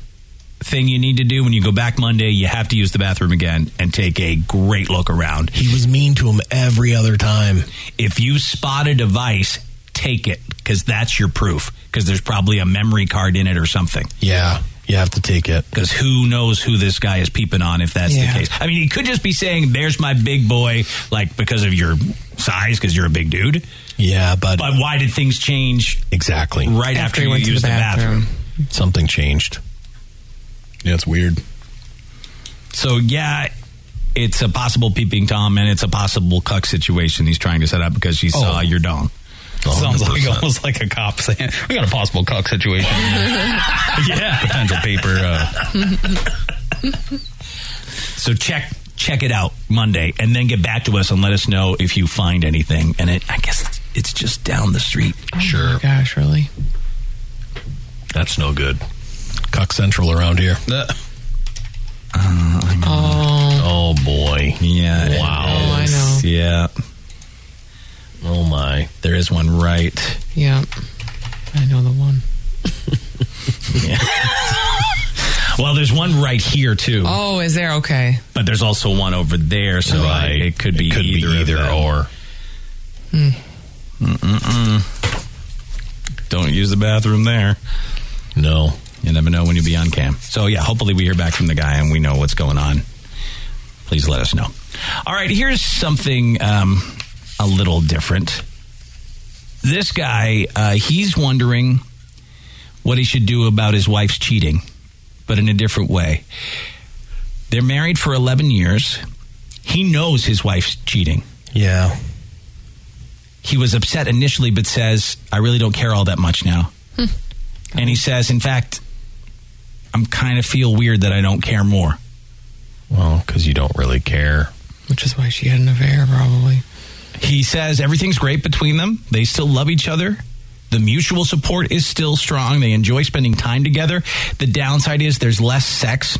thing you need to do when you go back Monday. You have to use the bathroom again and take a great look around. he was mean to him every other time. If you spot a device, take it because that's your proof. Because there's probably a memory card in it or something. Yeah, you have to take it because who knows who this guy is peeping on if that's Yeah. the case. I mean, he could just be saying, "There's my big boy," like because of your size, because you're a big dude. Yeah, but but why did things change exactly right after, you used the bathroom? Something changed. Yeah, it's weird. So yeah, it's a possible peeping tom, and it's a possible cuck situation he's trying to set up because he Oh. saw your dong. Sounds like almost like a cop saying, "We got a possible cuck situation." yeah, potential paper. Uh, So check check it out Monday, and then get back to us and let us know if you find anything. And it, I guess it's just down the street. Sure. Oh gosh, really? That's no good. Cock Central around here. Uh, oh. boy. Yeah. Wow. Oh, I know. Yeah. Oh my. There is one right. Yeah. I know the one. Well, there's one right here too. Oh, is there? Okay. But there's also one over there, so I- it could be either, or. Hmm. Mm-mm-mm. Don't use the bathroom there. No, you never know when you'll be on cam. So yeah, hopefully we hear back from the guy and we know what's going on. Please let us know. All right, here's something um, a little different. This guy, uh, he's wondering what he should do about his wife's cheating, but in a different way. They're married for 11 years. He knows his wife's cheating. Yeah. He was upset initially, but says, I really don't care all that much now. And he says, in fact, I'm kind of feel weird that I don't care more. Well, because you don't really care. Which is why she had an affair, probably. He says everything's great between them. They still love each other. The mutual support is still strong. They enjoy spending time together. The downside is there's less sex.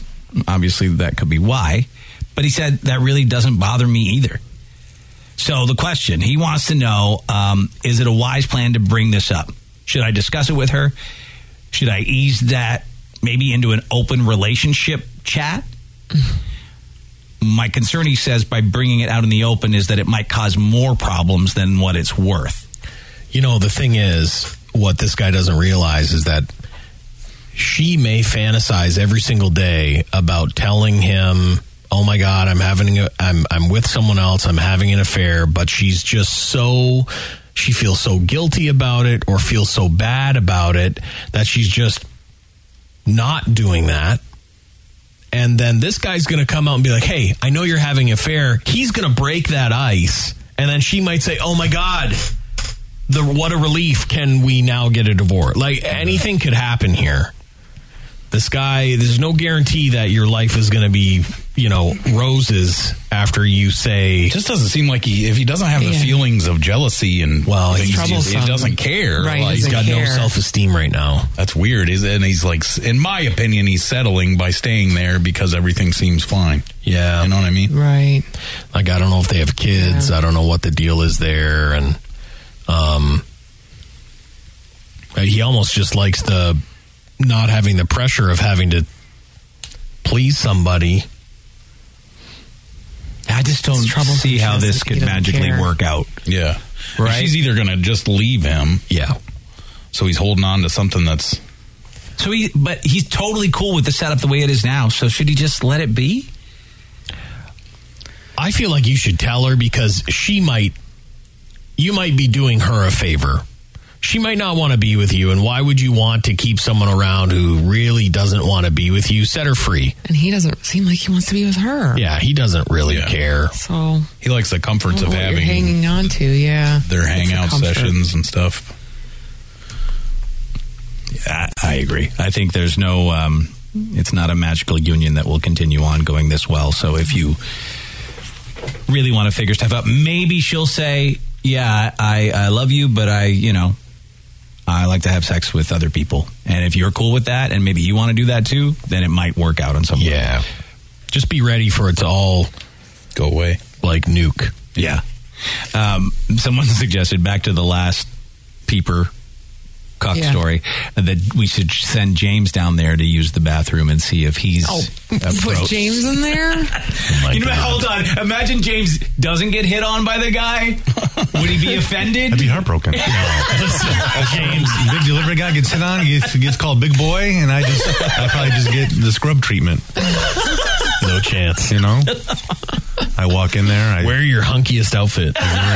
Obviously, that could be why. But he said that really doesn't bother me either. So the question he wants to know um, is it a wise plan to bring this up? Should I discuss it with her? Should I ease that maybe into an open relationship chat? my concern, he says, by bringing it out in the open is that it might cause more problems than what it's worth. You know, the thing is, what this guy doesn't realize is that she may fantasize every single day about telling him, "Oh my God, I'm having a, I'm I'm with someone else, I'm having an affair," but she's just so she feels so guilty about it or feels so bad about it that she's just not doing that. And then this guy's going to come out and be like, "Hey, I know you're having an affair." He's going to break that ice, and then she might say, "Oh my God." the what a relief can we now get a divorce like anything could happen here This guy, there's no guarantee that your life is going to be, you know, roses after you say. Just doesn't seem like he, if he doesn't have the Yeah. feelings of jealousy and well, He's he's just, he troublesome. doesn't care. Right, Like, doesn't care. esteem right now. That's weird. Is and he's like, s- in my opinion, he's settling by staying there because everything seems fine. Yeah, you know what I mean. Right. Like I don't know if they have kids. I don't know what the deal is there, and um, uh, he almost just likes the not having the pressure of having to please somebody. I just don't see how this could magically work out. Yeah, Right? She's either gonna just leave him. Yeah. So he's holding on to something that's So he, but he's totally cool with the setup the way it is now. So should he just let it be? I feel like you should tell her because she might, you might be doing her a favor. She might not want to be with you, and why would you want to keep someone around who really doesn't want to be with you? Set her free. And he doesn't seem like he wants to be with her. Yeah, he doesn't really care. So he likes the comforts I of don't know what you're having hanging on to, yeah. their It's a hangout comfort. sessions and stuff. I, I agree. I think there's no. Um, it's not a magical union that will continue on going this well. So if you really want to figure stuff out, maybe she'll say, "Yeah, I, I love you, but I, you know, I like to have sex with other people." And if you're cool with that, and maybe you want to do that too, then it might work out on some level. Yeah. Just be ready for it to all go away, like nuke. Yeah. Um, someone suggested back to the last peeper cock Yeah. story that we should send James down there to use the bathroom and see if he's Oh, approached. put James in Oh there? you know, hold on. Imagine James doesn't get hit on by the guy. Would he be offended? I'd be heartbroken. James, big delivery guy gets hit on, gets, gets called big boy, and I just, I probably just get the scrub treatment. No chance, you know. I walk in there. I wear your hunkiest outfit. I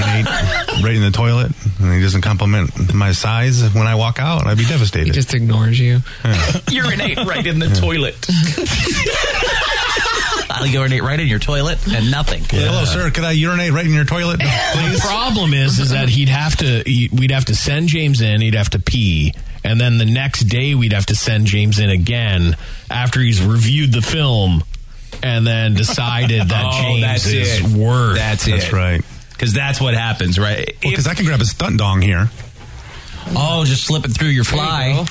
urinate right in the toilet, and he doesn't compliment my size when I walk out. I'd be devastated. He just ignores you. urinate right in the toilet. I'll urinate right in your toilet and nothing. Hello, sir. Could I urinate right in your toilet, The please? problem is, is that he'd have to, he- we'd have to send James in. He'd have to pee, and then the next day we'd have to send James in again after he's reviewed the film and then decided that Oh, James that's is it. worth. That's it. right. Because that's what happens, right? Because I can grab a stunt dong here. Oh, just slip it through your fly.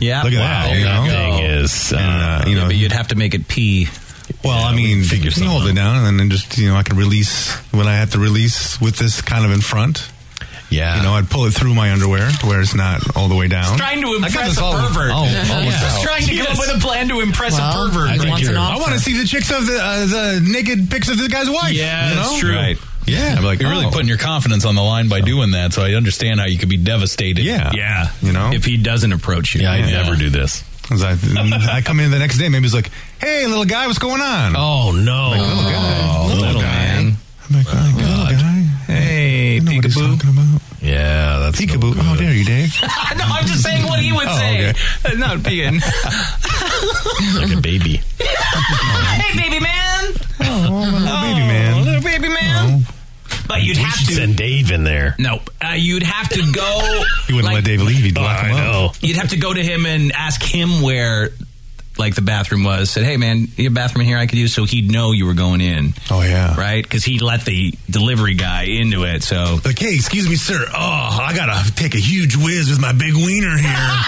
Yeah. Look at that. you know? And, uh, you know, but you'd have to make it pee. Well, I mean, figure you hold it down, and then just you know, I could release what I have to release with this kind of in front. Yeah, you know, I'd pull it through my underwear to where it's not all the way down. trying to I got impress this a all- pervert. all- all worked out. trying to come up with a plan to impress a pervert. Right here. I want to see the chicks of the uh, the naked pics of this guy's wife. Yeah, you that's know? true. Yeah, I'm like, you're really oh. putting your confidence on the line by doing that. So I understand how you could be devastated. Yeah. yeah. You know, if he doesn't approach you, yeah, I'd never do this. 'Cause I, Mm, I come in the next day, maybe it's like, hey, little guy, what's going on? Oh no, little guy, oh, little, guy. I'm like, oh, little guy. Hey, peekaboo. Talking about. Yeah, that's peekaboo. How dare you, Dave? no, I'm just saying what he would Oh, say. Uh, okay. Not being. like a baby. hey, baby man. Oh, little baby man. Oh. Little baby man. But you'd We have should to. send Dave in there. Nope. Uh, you'd have to go. You wouldn't let Dave leave. You'd Oh, block him up. You'd have to go to him and ask him where, like, the bathroom was. Said, hey, man, you have a bathroom in here I could use? So he'd know you were going in. Oh, yeah. Right? Because he let the delivery guy into it. So. Like, hey, excuse me, sir. Oh, I gotta take a huge whiz with my big wiener here.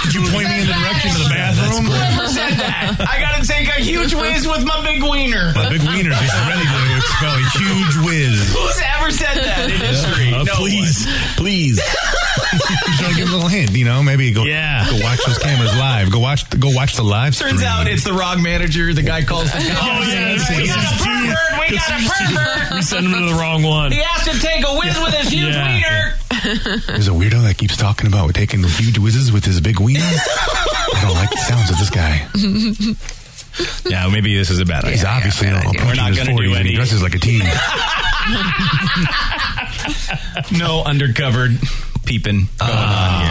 Could you point me in the direction of the bathroom? said that? I gotta take a huge whiz with Oh, my big wiener. My big wiener is ready to expel a huge whiz. Who's ever said that in history? Uh, no please, one. please. Just trying to give a little hint, you know. Maybe go, yeah. go watch those cameras live. Go watch, go watch the live stream. Turns out it's the wrong manager. The guy calls the Oh, yeah, We that's got what a he's doing. pervert. We That's got a what he's pervert. We sent him to the wrong one. He has to take a whiz with his huge Yeah. wiener. There's a weirdo that keeps talking about taking huge whizzes with his big wiener. I don't like the sounds of this guy. Yeah, maybe this is a bad He's obviously approaching his gonna do forties and he any- dresses like a teen. no undercovered peeping going on here.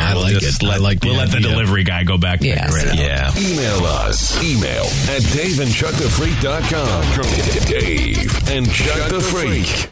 I We'll like just it. I Let, like the we'll let the idea. delivery guy go back. and Yeah, figure it so- out. Yeah. Email us. Email at daveandchuckthefreak.com. Dave and Chuck the Freak.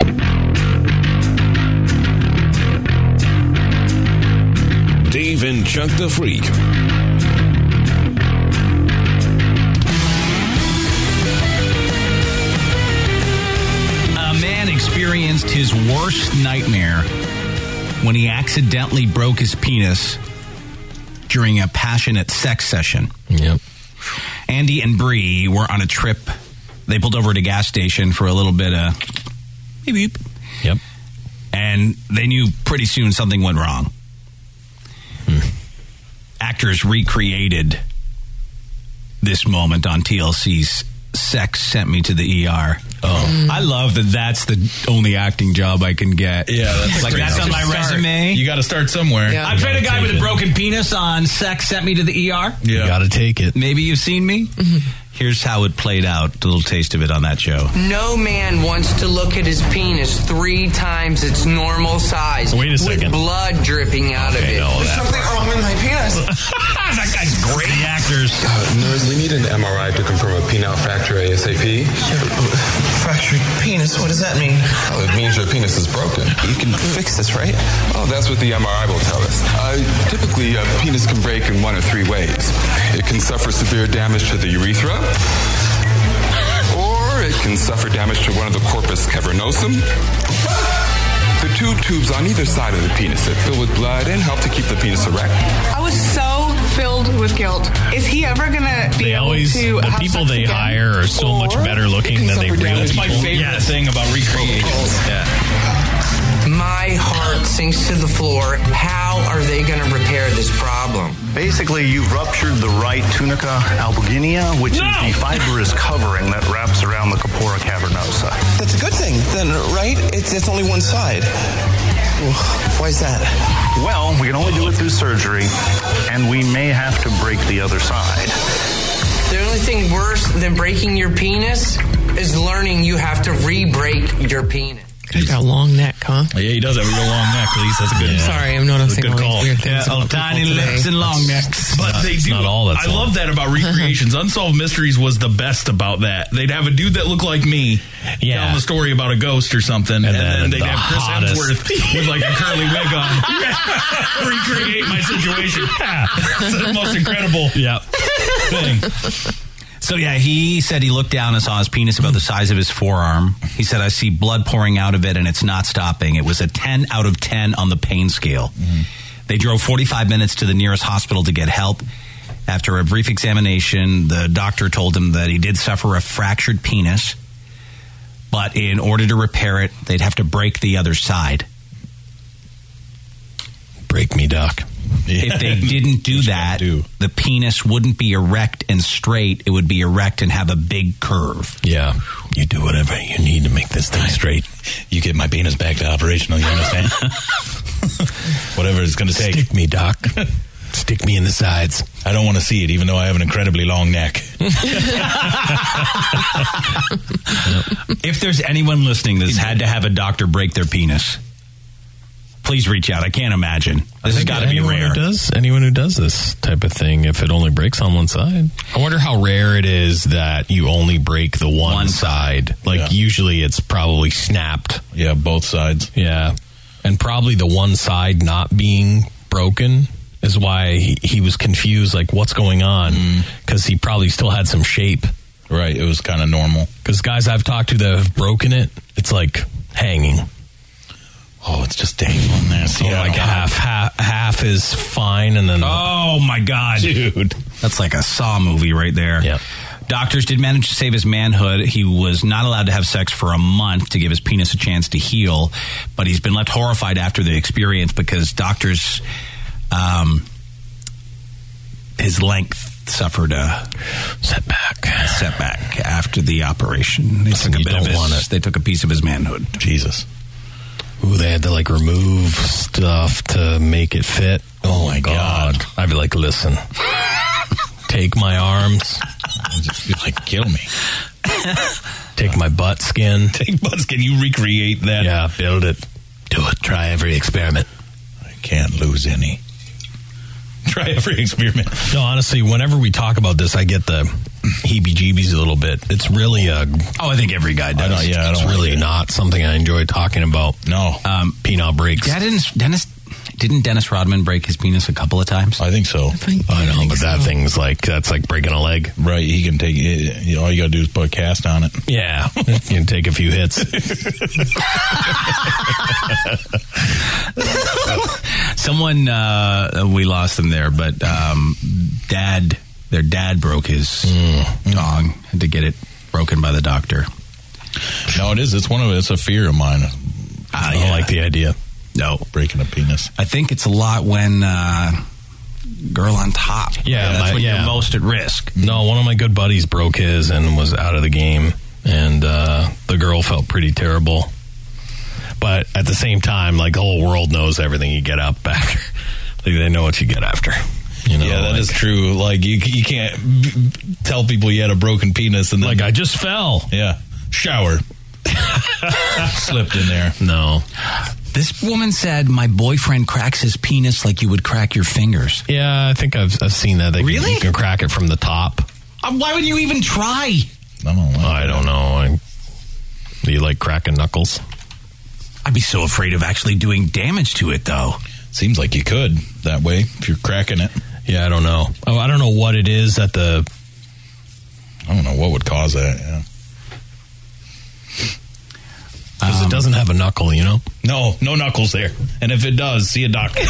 Dave and Chuck the Freak. A man experienced his worst nightmare when he accidentally broke his penis during a passionate sex session. Yep. Andy and Bree were on a trip. They pulled over at a gas station for a little bit of beep beep. Yep. And they knew pretty soon something went wrong. Hmm. Actors recreated this moment on TLC's Sex Sent Me to the ER. Oh. I love that that's the only acting job I can get. Yeah, that's like great. that's on my Start. resume. You got to start somewhere. I've been a guy with a broken penis on Sex Sent Me to the ER. Yeah. got to take it. Mm-hmm. Maybe you've seen me. Here's how it played out. A little taste of it on that show. No man wants to look at his penis three times its normal size. Wait a second. With blood dripping out of it. wrong with my penis. that guy's great. The actors. Uh, nurse, we need an MRI to confirm a penile fracture ASAP. Fractured penis? What does that mean? Oh, it means your penis is broken. You can fix this, right? Oh, that's what the MRI will tell us. Uh, typically, a penis can break in one of three ways. It can suffer severe damage to the urethra. Or it can suffer damage to one of the corpus cavernosum. The two tubes on either side of the penis that fill with blood and help to keep the penis erect. I was so filled with guilt. Is he ever gonna be They able always to the have people sex they again? hire are so much better looking than they real people. That's my favorite thing about recreating. My heart sinks to the floor. How are they going to repair this problem? Basically, you've ruptured the right tunica albuginea, which is the fibrous covering that wraps around the corpora cavernosa. That's a good thing, then, right? It's, it's only one side. Why is that? Well, we can only do it through surgery, and we may have to break the other side. The only thing worse than breaking your penis is learning you have to re break your penis. He's got a long neck, huh? Yeah, he does have a real long neck. At least that's a good. I'm sorry, I'm noticing all That's a good these call. weird things oh, about people today. But they do. I love that about recreations. Unsolved Mysteries was the best about that. They'd have a dude that looked like me yeah. tell the story about a ghost or something, and, then, they'd the have Chris hottest- Hemsworth with like a curly wig on recreate my situation. it's the most incredible. Yeah. So yeah, he said he looked down and saw his penis about the size of his forearm. He said, "I see blood pouring out of it, and it's not stopping." It was a ten out of ten on the pain scale. They drove 45 minutes to the nearest hospital to get help. After a brief examination, the doctor told him that he did suffer a fractured penis, but in order to repair it, they'd have to break the other side. Break me, Doc. If they didn't do that, the penis wouldn't be erect and straight. It would be erect and have a big curve. Yeah. You do whatever you need to make this thing straight. You get my penis back to operational, you understand? Whatever it's going to take. Stick me, Doc. Stick me in the sides. Hmm. I don't want to see it, even though I have an incredibly long neck. If there's anyone listening that's had to have a doctor break their penis, please reach out. I can't imagine. This has got to be anyone rare. Who does anyone who does this type of thing? If it only breaks on one side, I wonder how rare it is that you only break the one, side. Like usually, it's probably snapped. Yeah, both sides. Yeah, and probably the one side not being broken is why he, he was confused. Like, what's going on? Because he probably still had some shape. Mm. Right. It was kind of normal. Because guys I've talked to that have broken it, it's like hanging. Oh, it's just dangling there. like half, half, half half is fine, and then oh my god, dude, that's like a Saw movie right there. Yeah. Doctors did manage to save his manhood. He was not allowed to have sex for a month to give his penis a chance to heal, but he's been left horrified after the experience because doctors, um, his length suffered a setback. Setback after the operation. They took a bit of his, They took a piece of his manhood. Jesus. Ooh, they had to like remove stuff to make it fit. Oh my god. I'd be like, listen, take my arms. Just be like, kill me. take my butt skin. Take butt skin. You recreate that. Yeah, build it. Do it. Try every experiment. I can't lose any. Try every experiment. No, honestly, whenever we talk about this, I get the heebie-jeebies a little bit. It's really a. Oh, I think every guy does. yeah, it's really not something I enjoy talking about. No, um, penile breaks. Yeah, didn't Dennis? Didn't Dennis Rodman break his penis a couple of times? I think so. I, know, but that thing's like that's like breaking a leg. Right? He can take it. You know, all you got to do is put a cast on it. Yeah, you can take a few hits. Someone uh, we lost them there, but um, dad, their dad broke his Mm. dong. Had to get it broken by the doctor. No, it is. It's one of it's a fear of mine. Ah, I don't like the idea. No, breaking a penis. I think it's a lot when uh, girl on top. Yeah, that's my- when yeah. you're most at risk. No, one of my good buddies broke his and was out of the game, and uh, the girl felt pretty terrible. But at the same time, like the whole world knows everything you get up after. Like they know what you get after. You know, yeah, that is true. Like you, you can't b- b- tell people you had a broken penis and then, like I just fell. Yeah, shower slipped in there. No, This woman said, "My boyfriend cracks his penis like you would crack your fingers." Yeah, I think I've I've seen that. They really? Can, you can crack it from the top. Uh, why would you even try? I don't, know. I, do you like cracking knuckles? I'd be so afraid of actually doing damage to it, though. Seems like you could that way if you're cracking it. Yeah, I don't know. Oh, I don't know what it is that the. I don't know what would cause that. Yeah. Because Um, it doesn't have a knuckle, you know. No, no knuckles there. And if it does, see a doctor.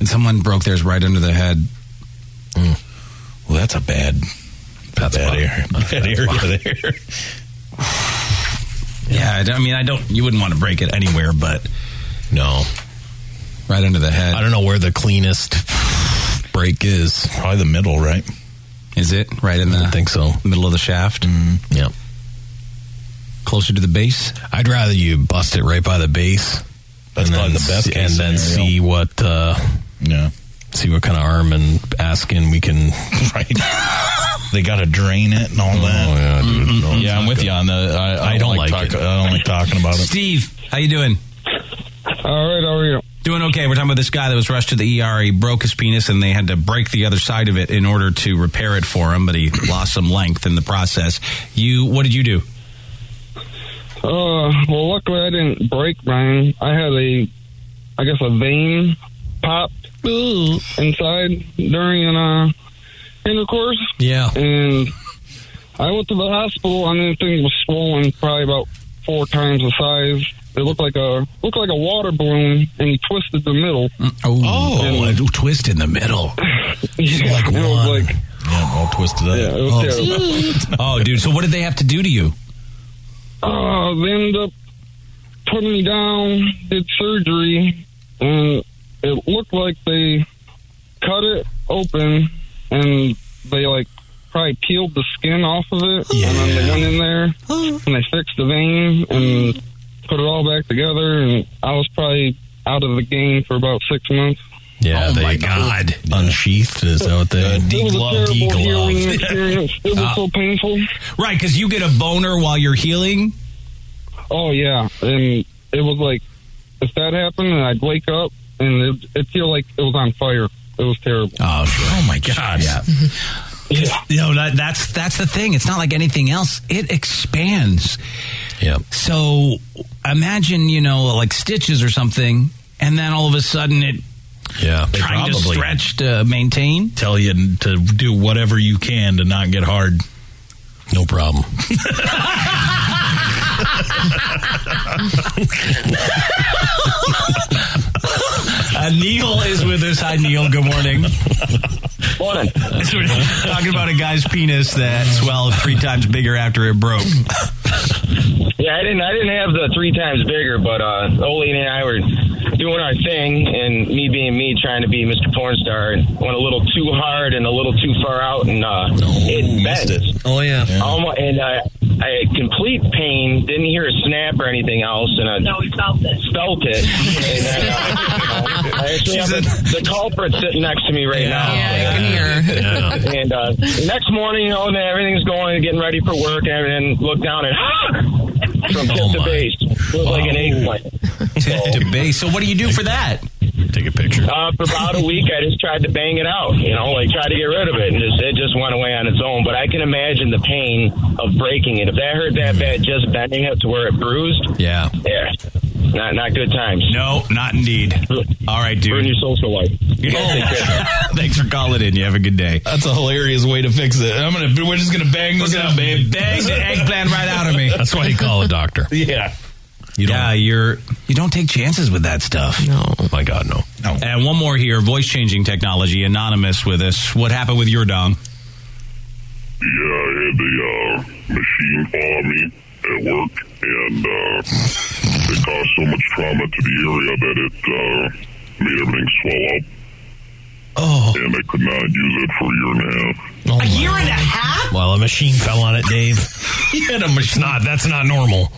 And someone broke theirs right under the head. Mm. Well, that's a bad, that's bad area. Bad area there. Yeah, I don't- I mean, I don't. You wouldn't want to break it anywhere, but no, right under the head. I don't know where the cleanest break is. Probably the middle, right? Is it right in the? I think so. Middle of the shaft. Mm-hmm. Yeah. Closer to the base. I'd rather you bust it right by the base. That's probably the best and case then scenario. see what. Uh, yeah. See what kind of arm and ass skin we can. Oh, right. They got to drain it and all that. yeah, Mm-hmm. dude. yeah, I'm with you on the. I, Mm-hmm. I, don't, like, talk, I don't like talking about it. Steve, how you doing? All right, how are you? Doing okay. We're talking about this guy that was rushed to the ER. He broke his penis, and they had to break the other side of it in order to repair it for him. But he lost some length in the process. You, what did you do? Uh, well, luckily I didn't break mine. I had a, I guess a vein popped inside during an uh, intercourse. Yeah. And I went to the hospital, and then things was swollen, probably about four times the size. It looked like a looked like a water balloon, and he twisted the middle. Oh, a twist in the middle. like it was like yeah, all twisted up. Yeah, it was terrible. Oh. oh, dude. So what did they have to do to you? Uh, they ended up putting me down, did surgery, and it looked like they cut it open and they like probably peeled the skin off of it, and then they went in there and they fixed the vein and put it all back together. And I was probably out of the game for about six months. Yeah, Oh they my God. Unsheathed is that what they It was a terrible healing experience. It was Ah. so painful. Right, because you get a boner while you're healing. Oh yeah, and it was like if that happened, and I'd wake up and it, it feel like it was on fire. It was terrible. Oh, oh my God! Yeah. You know that, that's that's the thing. It's not like anything else. It expands. Yeah. So imagine you know like stitches or something, and then all of a sudden it Yeah, they trying to probably- stretch to maintain. Uh, Tell you to do whatever you can to not get hard. No problem. Uh, Neil is with us. Hi, Neil. Good morning. Morning. So we're talking about a guy's penis that swelled three times bigger after it broke. Yeah, I didn't. I didn't have the three times bigger, but uh, the old lady and I were doing our thing, and me being me, trying to be Mr. Porn Star, and went a little too hard and a little too far out, and uh, it missed it. Oh yeah. Almost, and I, I had complete pain. Didn't hear a snap or anything else, and I no, felt it. Felt it. and then, uh, I actually have the, the culprit sitting next to me right now. Yeah, I can hear. and uh, the next morning, you know, and everything's going, getting ready for work, and then look down and ah! from Oh, Oh. tip to base, it was like an eggplant. Tip to base. So what do you do for that? Take a picture. Uh, for about a week, I just tried to bang it out, you know, like try to get rid of it, and just, it just went away on its own. But I can imagine the pain of breaking it. If that hurt that bad, just bending it to where it bruised, Yeah. yeah, not not good times. No, not indeed. All right, dude. Ruin your social life. Thanks for calling in. You have a good day. That's a hilarious way to fix it. I'm gonna. We're just gonna bang this out, babe. Bang the eggplant right out of me. That's why you call a doctor. Yeah. You don't, yeah, you're you don't take chances with that stuff. No, Oh my God, no, no. And one more here, voice changing technology. Anonymous with us. What happened with your dong? Yeah, I had the uh, machine fall on me at work, and uh, it caused so much trauma to the area that it uh, made everything swell up. Oh. And I could not use it for a year and a half. Oh, a year and a half? Well, a machine fell on it, Dave. you had a machine. It's not. That's not normal.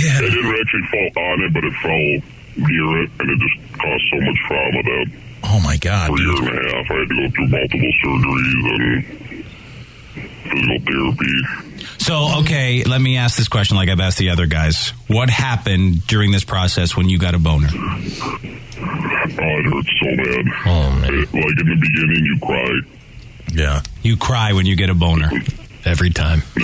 It didn't actually fall on it, but it fell near it, and it just caused so much trauma that. Oh my God! For a year and a half, I had to go through multiple surgeries and physical therapy. So okay, let me ask this question like I've asked the other guys. What happened during this process when you got a boner? Oh, it hurts so bad. Oh man! like in the beginning, you cry. Yeah, you cry when you get a boner every time.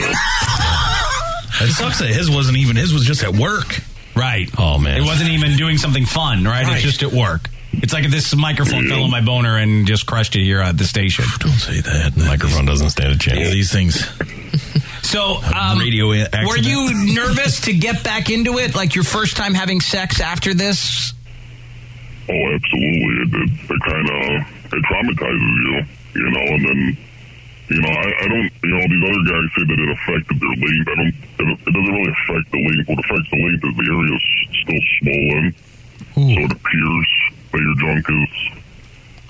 It sucks that his wasn't even. His was just at work. Right. Oh man. It wasn't even doing something fun, right? Right. It's just at work. It's like if this microphone fell on my boner and just crushed it here at the station. Don't say that. The microphone doesn't stand a chance. these things. So, um, radio i- were accident. you nervous to get back into it? Like your first time having sex after this? Oh, absolutely. It, it, it kind of it traumatizes you, you know. And then, you know, I, I don't, you know, these other guys say that it affected their length. I don't. It, it doesn't really affect the length. What affects the length is the area is still swollen, Hmm. so it appears that your junk is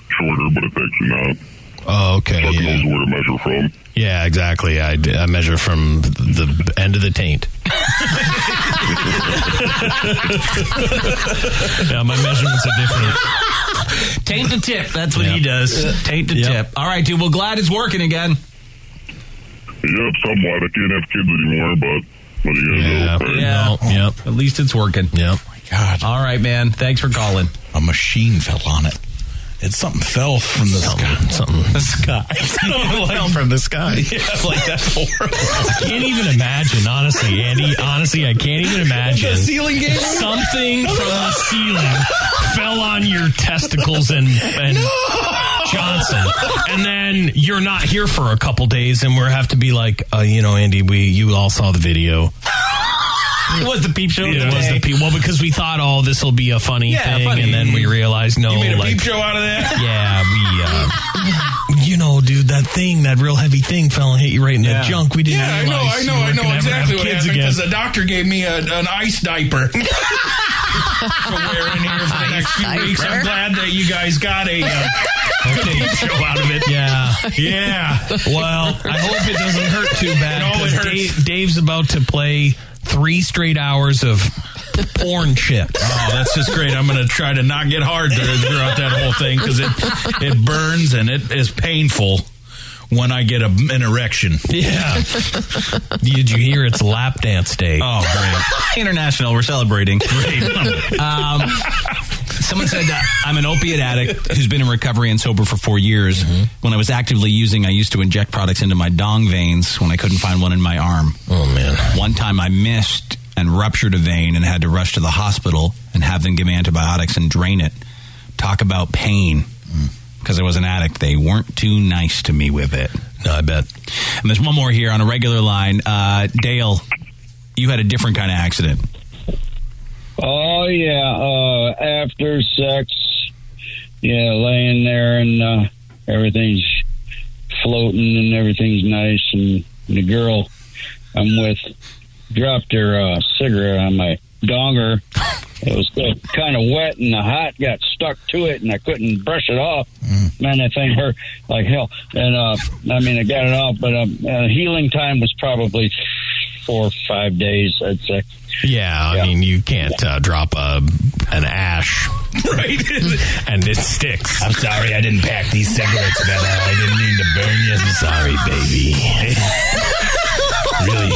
shorter, but it's actually not. Oh, okay. Chuck knows where to measure from. Yeah, exactly. I, d- I measure from the end of the taint. yeah, my measurements are different. Taint the tip. That's what he does. Taint the tip. All right, dude. Well, glad it's working again. Yeah, somewhat. I can't have kids anymore, but what are you gonna do? Yeah. At least it's working. Oh, Yep. my God. All right, man. Thanks for calling. A machine fell on it. It's something fell from the sky. Something. The sky. Fell from the sky. Yeah, like that's horrible. I can't even imagine, honestly, Andy. Honestly, I can't even imagine. The ceiling gave out? Something from the ceiling fell on your testicles and, and Johnson. And then you're not here for a couple days, and we'll have to be like, uh, you know, Andy, we you all saw the video. It was the peep show. It was the peep. Well, because we thought, oh, this will be a funny Yeah, thing, funny. and then we realized, no, You made a like, peep show out of that? Yeah, we. Uh, you know, dude, that thing, that real heavy thing, fell and hit you right in Yeah. the junk. We didn't. Yeah, I know, realize I you know, I weren't know gonna ever have exactly what kids happened again. because the doctor gave me a, an ice diaper. to wear in here for the next few weeks. I'm glad that you guys got a uh, good peep show out of it. Yeah. Yeah. Well, I hope it doesn't hurt too bad. No, it 'cause hurts. Dave, Dave's about to play three straight hours of porn chips. Oh, that's just great. I'm going to try to not get hard dur- throughout that whole thing because it it burns and it is painful when I get a, an erection. Yeah. Did you hear it's lap dance day? Oh, great. International. We're celebrating. Um, someone said, uh, I'm an opiate addict who's been in recovery and sober for four years. Mm-hmm. When I was actively using, I used to inject products into my dong veins when I couldn't find one in my arm. Oh, man. One time I missed and ruptured a vein and had to rush to the hospital and have them give me antibiotics and drain it. Talk about pain. Mm. Because I was an addict, they weren't too nice to me with it. No, I bet. And there's one more here on a regular line. Uh, Dale, you had a different kind of accident. Oh yeah. Uh, after sex, yeah, laying there and uh, everything's floating and everything's nice. And the girl I'm with dropped her uh, cigarette on my donger. It was kind of wet and the hot got stuck to it and I couldn't brush it off. Man, that thing hurt like hell. And uh, I mean, I got it off, but um, uh, healing time was probably four or five days, I'd say. Yeah, I mean, you can't uh, drop a an ash, right? and it sticks. I'm sorry, I didn't pack these cigarettes, Bella. I didn't mean to burn you. I'm sorry, baby. really,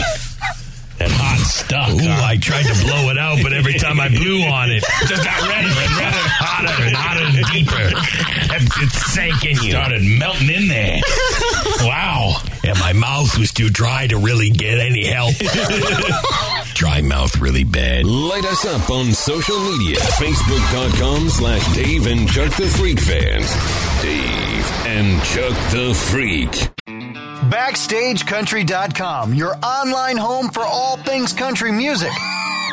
that hot stuff. Ooh, I tried to blow it out, but every time I blew on it, it just got redder and redder, hotter and hotter and deeper. It- It sank in you. Started melting in there. Wow. Yeah, my mouth was too dry to really get any help. dry mouth, really bad. Light us up on social media. Facebook.com slash Dave and Chuck the Freak fans. Dave and Chuck the Freak. BackstageCountry.com, your online home for all things country music.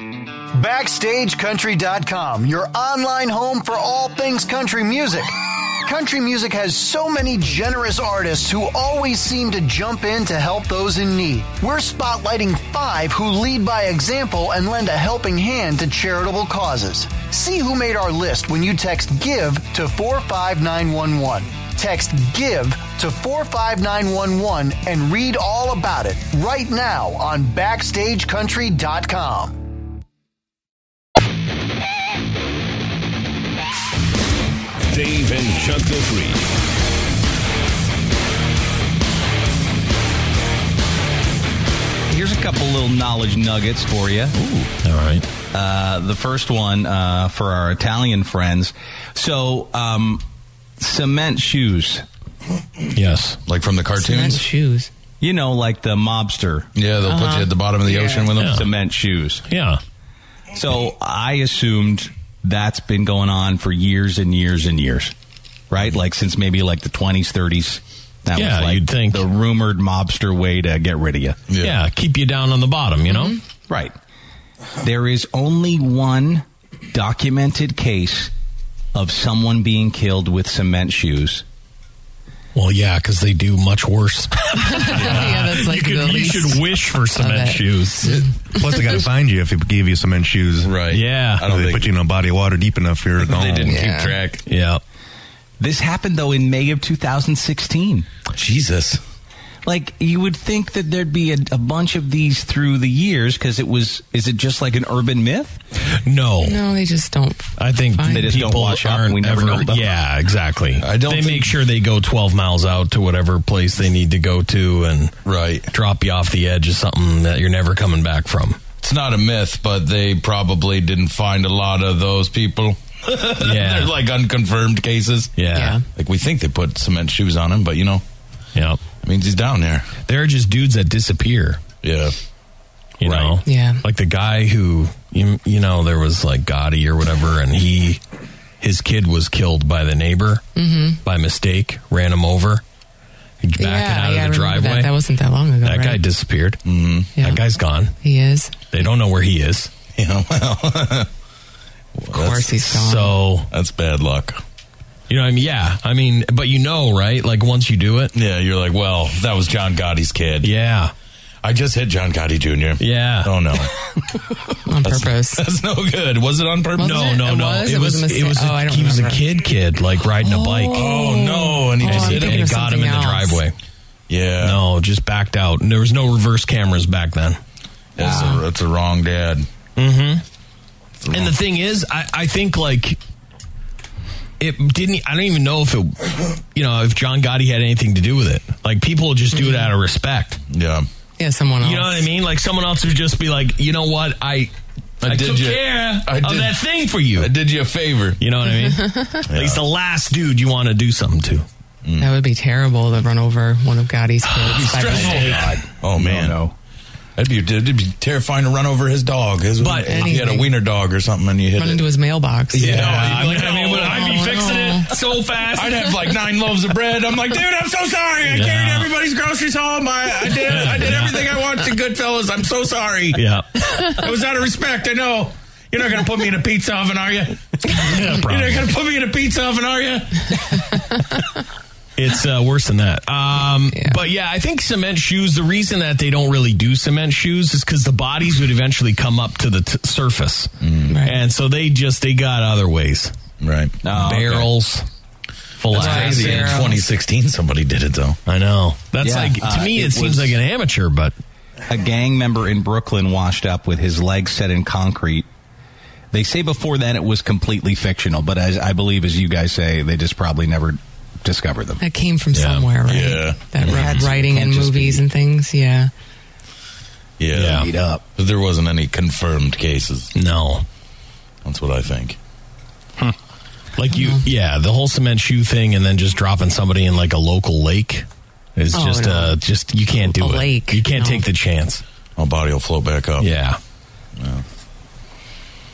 BackstageCountry.com, your online home for all things country music. Country music has so many generous artists who always seem to jump in to help those in need. We're spotlighting five who lead by example and lend a helping hand to charitable causes. See who made our list when you text GIVE to 45911. Text GIVE to 45911 and read all about it right now on BackstageCountry.com. Dave and Chuck the Freak. Here's a couple little knowledge nuggets for you. Ooh, all right. Uh, the first one uh, for our Italian friends. So, um, cement shoes. Yes, like from the cartoons? shoes. You know, like the mobster. Yeah, they'll put you Uh-huh. at the bottom of the ocean with them. Yeah. Cement shoes. Yeah. So I assumed that's been going on for years and years and years, right? Like since maybe like the 20s, 30s. That Yeah, was like you'd think. the rumored mobster way to get rid of you. Mm-hmm. Yeah, keep you down on the bottom, you know? Right. There is only one documented case of someone being killed with cement shoes. Well, yeah, because they do much worse. yeah, that's like could- the you least should wish for of cement it. shoes. Plus, they got to find you if they gave you cement shoes. Right. Yeah. I don't they put you in a body of water deep enough, you're gone. Yeah. This happened though in May of 2016. Jesus. Like you would think that there'd be a, a bunch of these through the years because it was. Is it just like an urban myth? No. No, they just don't. I think They just don't people watch out. aren't We never ever- know about Yeah, exactly. I don't They think- make sure they go twelve miles out to whatever place they need to go to, and right drop you off the edge of something that you're never coming back from. It's not a myth, but they probably didn't find a lot of those people. Yeah. They're like unconfirmed cases. Yeah. Like we think they put cement shoes on him, but you know. Yeah. It means he's down there. There are just dudes that disappear. Yeah. You know? Yeah. Like the guy who, you, you know, there was like Gotti or whatever, and he, his kid was killed by the neighbor Mhm. by mistake, ran him over, backing out of I the remember driveway. That. that wasn't that long ago. That guy right? disappeared. Mm-hmm. Yeah. That guy's gone. He is. They don't know where he is. Yeah, well. of course he's gone. So that's bad luck. You know what I mean? Yeah. I mean, but you know, right? Like once you do it. Yeah, you're like, well, that was John Gotti's kid. Yeah. I just hit John Gotti Jr. Yeah. Oh no. on purpose. That's no good. Was it on purpose? no, no, no. It was it was Oh, a- he was a kid kid, like riding a bike. Oh no, and he just hit and him. it got him in the driveway. Yeah. No, just backed out. And there was no reverse cameras back then. That's, a, that's a wrong dad. Mm-hmm. And the thing is, I, I think like it didn't. I don't even know if it, you know, if John Gotti had anything to do with it. Like people just do it out of respect. Yeah. Yeah, someone else. You know what I mean? Like someone else would just be like, you know what, I. I, did took you- care I of did- that thing for you. I did you a favor. You know what I mean? Like, He's the last dude you want to do something to. Mm. That would be terrible to run over one of Gotti's kids. by mistake. Oh man, that'd be it'd be terrifying to run over his dog. His, But- if he had a wiener dog or something, and you hit Run it. into his mailbox. Yeah, Oh, I mean, I mean, would I be fixing it so fast? I'd have like nine loaves of bread. I'm like, dude, I'm so sorry. I carried everybody's groceries home. I, I did, I did everything I wanted to Goodfellas. I'm so sorry. Yeah. it was out of respect. I know. You're not gonna put me in a pizza oven, are you? You're not gonna put me in a pizza oven, are you? It's uh, worse than that. Um, But yeah, I think cement shoes, the reason that they don't really do cement shoes is because the bodies would eventually come up to the t- surface. Mm. And so they just, they got other ways. Right. Barrels. Full Oh, That's of crazy. In 2016, somebody did it though. I know. That's Yeah, like, to uh, me, it, it seems was- like an amateur, but. A gang member in Brooklyn washed up with his leg set in concrete. They say before that it was completely fictional, but as I believe, as you guys say, they just probably never discovered them. That came from somewhere, right? Yeah. Mm-hmm. That Yeah. wrote It writing can't and just movies and things. Yeah. Yeah. Beat up. But there wasn't any confirmed cases. No. That's what I think. Like you, Mm-hmm. yeah, the whole cement shoe thing, and then just dropping somebody in like a local lake is Oh, just, no. uh, just you can't do A it. lake, You can't no. take the chance. My body will float back up. Yeah.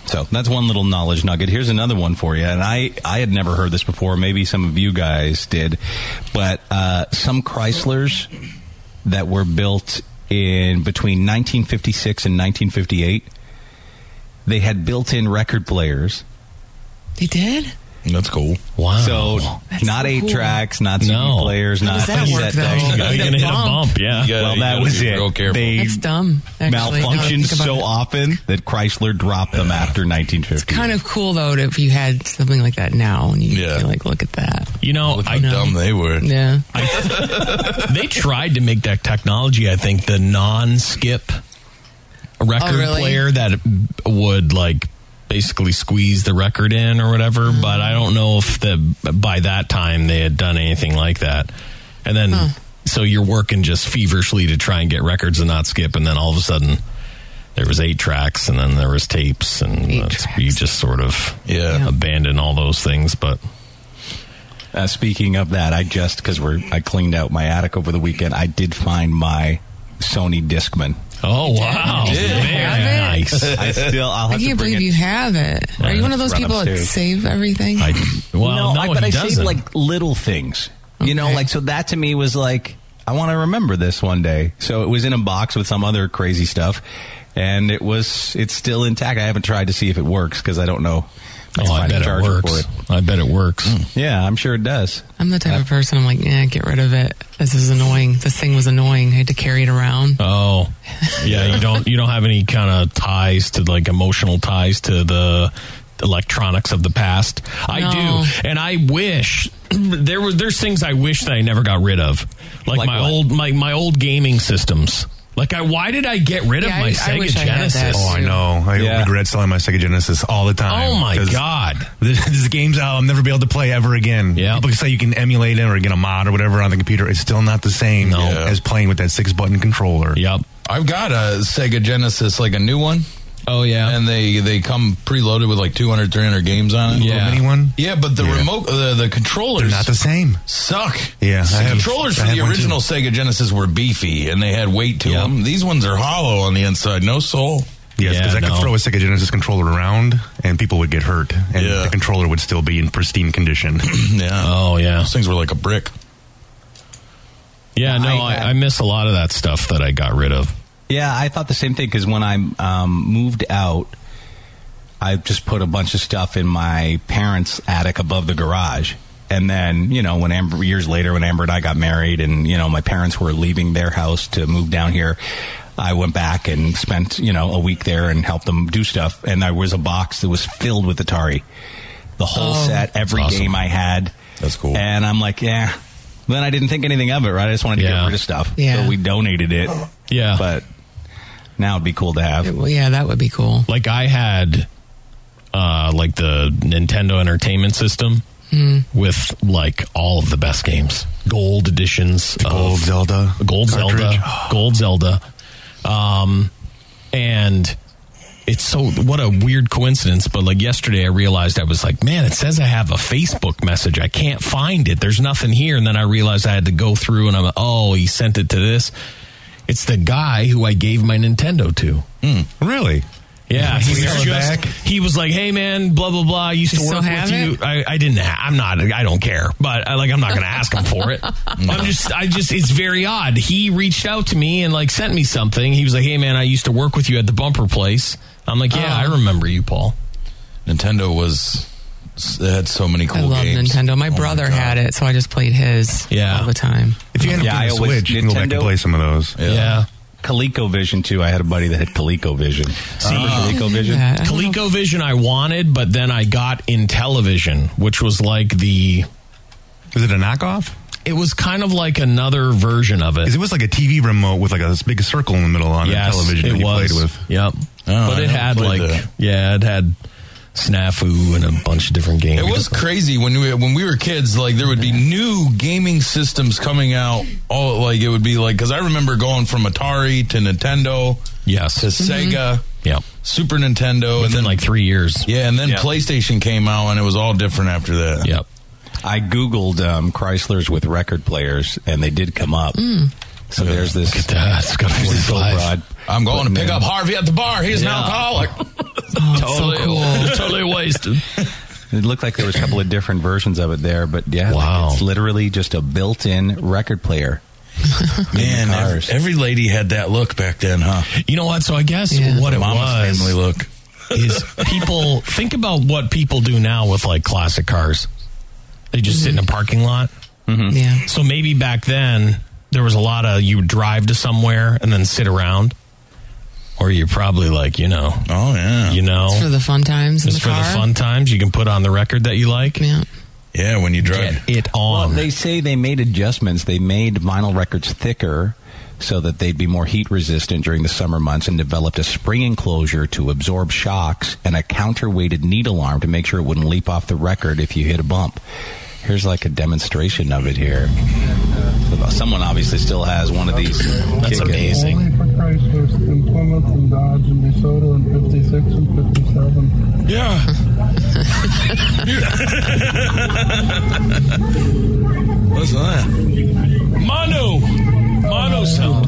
So that's one little knowledge nugget. Here's another one for you. And I, I had never heard this before. Maybe some of you guys did. But uh, some Chryslers that were built in between 1956 and 1958, they had built in record players. They did? That's cool. Wow. So not so eight cool. tracks, not CD No. players, How does not that work, set though? decks. You're gonna hit a bump, yeah. well, that was it. They That's dumb. Actually, now that I malfunctioned think about so it. often that Chrysler dropped them after 1950. Kind of cool though if you had something like that now and you feel like look at that. You know, I know. Yeah. they tried to make that technology. I think the non-skip record Oh, really? player that would like basically squeeze the record in or whatever. Mm. But I don't know if the by that time they had done anything like that. And then so you're working just feverishly to try and get records and not skip, and then all of a sudden. There was eight tracks, and then there was tapes, and that's- you just sort of yeah. abandon all those things. But Uh, speaking of that, I just because we're I cleaned out my attic over the weekend. I did find my Sony Discman. Oh wow! nice. I still I'll have I to can't bring believe it. you have it. Yeah, Are you one of let's those run people that upstairs. save everything? no, I, but I saved doesn't. like little things. You know, like so that to me was like I want to remember this one day. So it was in a box with some other crazy stuff, and it was it's still intact. I haven't tried to see if it works because I don't know. if can Oh, I find a bet it charger works. I bet it works. Mm. Yeah, I'm sure it does. I'm the type of person I'm like, yeah, get rid of it. This is annoying. This thing was annoying. I had to carry it around. Oh, yeah. You don't you don't have any kind of ties to like emotional ties to the electronics of the past. I No. do, and I wish there were there's things I wish that I never got rid of, like, my old my my old gaming systems. Like I, why did I get rid Yeah, of my I- I Sega wish I had Genesis? that, Oh, I too. know. I regret selling my Sega Genesis all the time. Oh, my 'Cause God. This, this game's out. I'll never be able to play ever again. Yeah. People say you can emulate it or get a mod or whatever on the computer. It's still not the same as playing with that six button controller. Yep. I've got a Sega Genesis, like a new one. Oh yeah, and they they come preloaded with like 200, 300 games on it. Little Yeah. mini one? Yeah, but the Yeah. remote, the, the controllers, They're not the same. Suck. Yeah, The I have- controllers I for have the one, original Sega Genesis were beefy and they had weight to them. These ones are hollow on the inside, no soul. Yes, because I could throw a Sega Genesis controller around and people would get hurt, and Yeah. the controller would still be in pristine condition. yeah. Oh yeah. Those things were like a brick. Yeah, no, I, I miss a lot of that stuff that I got rid of. Yeah, I thought the same thing because when I um, moved out, I just put a bunch of stuff in my parents' attic above the garage. And then, you know, when Amber, years later, when Amber and I got married and, you know, my parents were leaving their house to move down here, I went back and spent, you know, a week there and helped them do stuff. And there was a box that was filled with Atari. The whole Oh. set, every Awesome. game I had. That's cool. And I'm like, yeah. Then I didn't think anything of it, right? I just wanted to get rid of stuff. Yeah. So we donated it. Yeah. But now it'd be cool to have. Well, yeah, that would be cool. Like I had, uh, like the Nintendo Entertainment System Hmm. with like all of the best games, gold editions, gold Zelda, gold cartridge. Zelda, gold Zelda, um, and It's so what a weird coincidence, but like yesterday I realized I was like, man, it says I have a Facebook message. I can't find it. There's nothing here. And then I realized I had to go through and I'm oh, he sent it to this. It's the guy who I gave my Nintendo to. Hmm. Really? Yeah, He he was sent it just, back? he was like, "Hey man, blah blah blah. I used You to still work have with you. I, I didn't. Ha- I'm not. I don't care. But I, like, I'm not going to ask him for it. I'm just. I just. It's very odd. He reached out to me and like sent me something. He was like, "Hey man, I used to work with you at the bumper place. I'm like, yeah, I remember you, Paul. Nintendo was it had so many I cool love games. Nintendo. My brother had it, so I just played his all the time. If you end up getting Yeah, I a always- Switch, you can go back and Nintendo- play some of those. Yeah. ColecoVision too. I had a buddy that had ColecoVision. See, ColecoVision. ColecoVision I wanted, but then I got Intellivision, which was like the. Is it a knockoff? It was kind of like another version of it. 'Cause it was like a TV remote with like a this big circle in the middle on Yes, the television it that you was. played with. Yep. but Oh, I it never had like played that. yeah, it had snafu and a bunch of different games. It was crazy when we when we were kids. Like there would be new gaming systems coming out. All like it would be like because I remember going from Atari to Nintendo. Yes. To Sega. Yep. Super Nintendo, and then like three years. Yeah, and then PlayStation came out, and it was all different after that. Yep. I googled um, Chrysler's with record players, and they did come up. So there's this. Look at that. It's got This is so broad. I'm going to Putting pick in- up Harvey at the bar. He's an Yeah. alcoholic. Oh, totally, totally wasted. It looked like there was a couple of different versions of it there, but yeah, wow. it's literally just a built-in record player. Man, every, every lady had that look back then, huh? You know what? So I guess what it was Mama's family look. is people think about what people do now with like classic cars. They just sit in a parking lot. Mm-hmm. Yeah. So maybe back then there was a lot of you would drive to somewhere and then sit around, or you're probably like you know, oh yeah, you know, It's for the fun times in Just the for car. the fun times. You can put on the record that you like. Yeah. Yeah, when you drive it on. Well, they say they made adjustments. They made vinyl records thicker so that they'd be more heat resistant during the summer months and developed a spring enclosure to absorb shocks and a counterweighted needle arm to make sure it wouldn't leap off the record if you hit a bump. Here's like a demonstration of it here. Someone obviously still has one of these. That's amazing. Only for Chrysler's in Plymouth and Dodge and DeSoto and 56 and 57. Yeah. What's that? Mono, mono sound.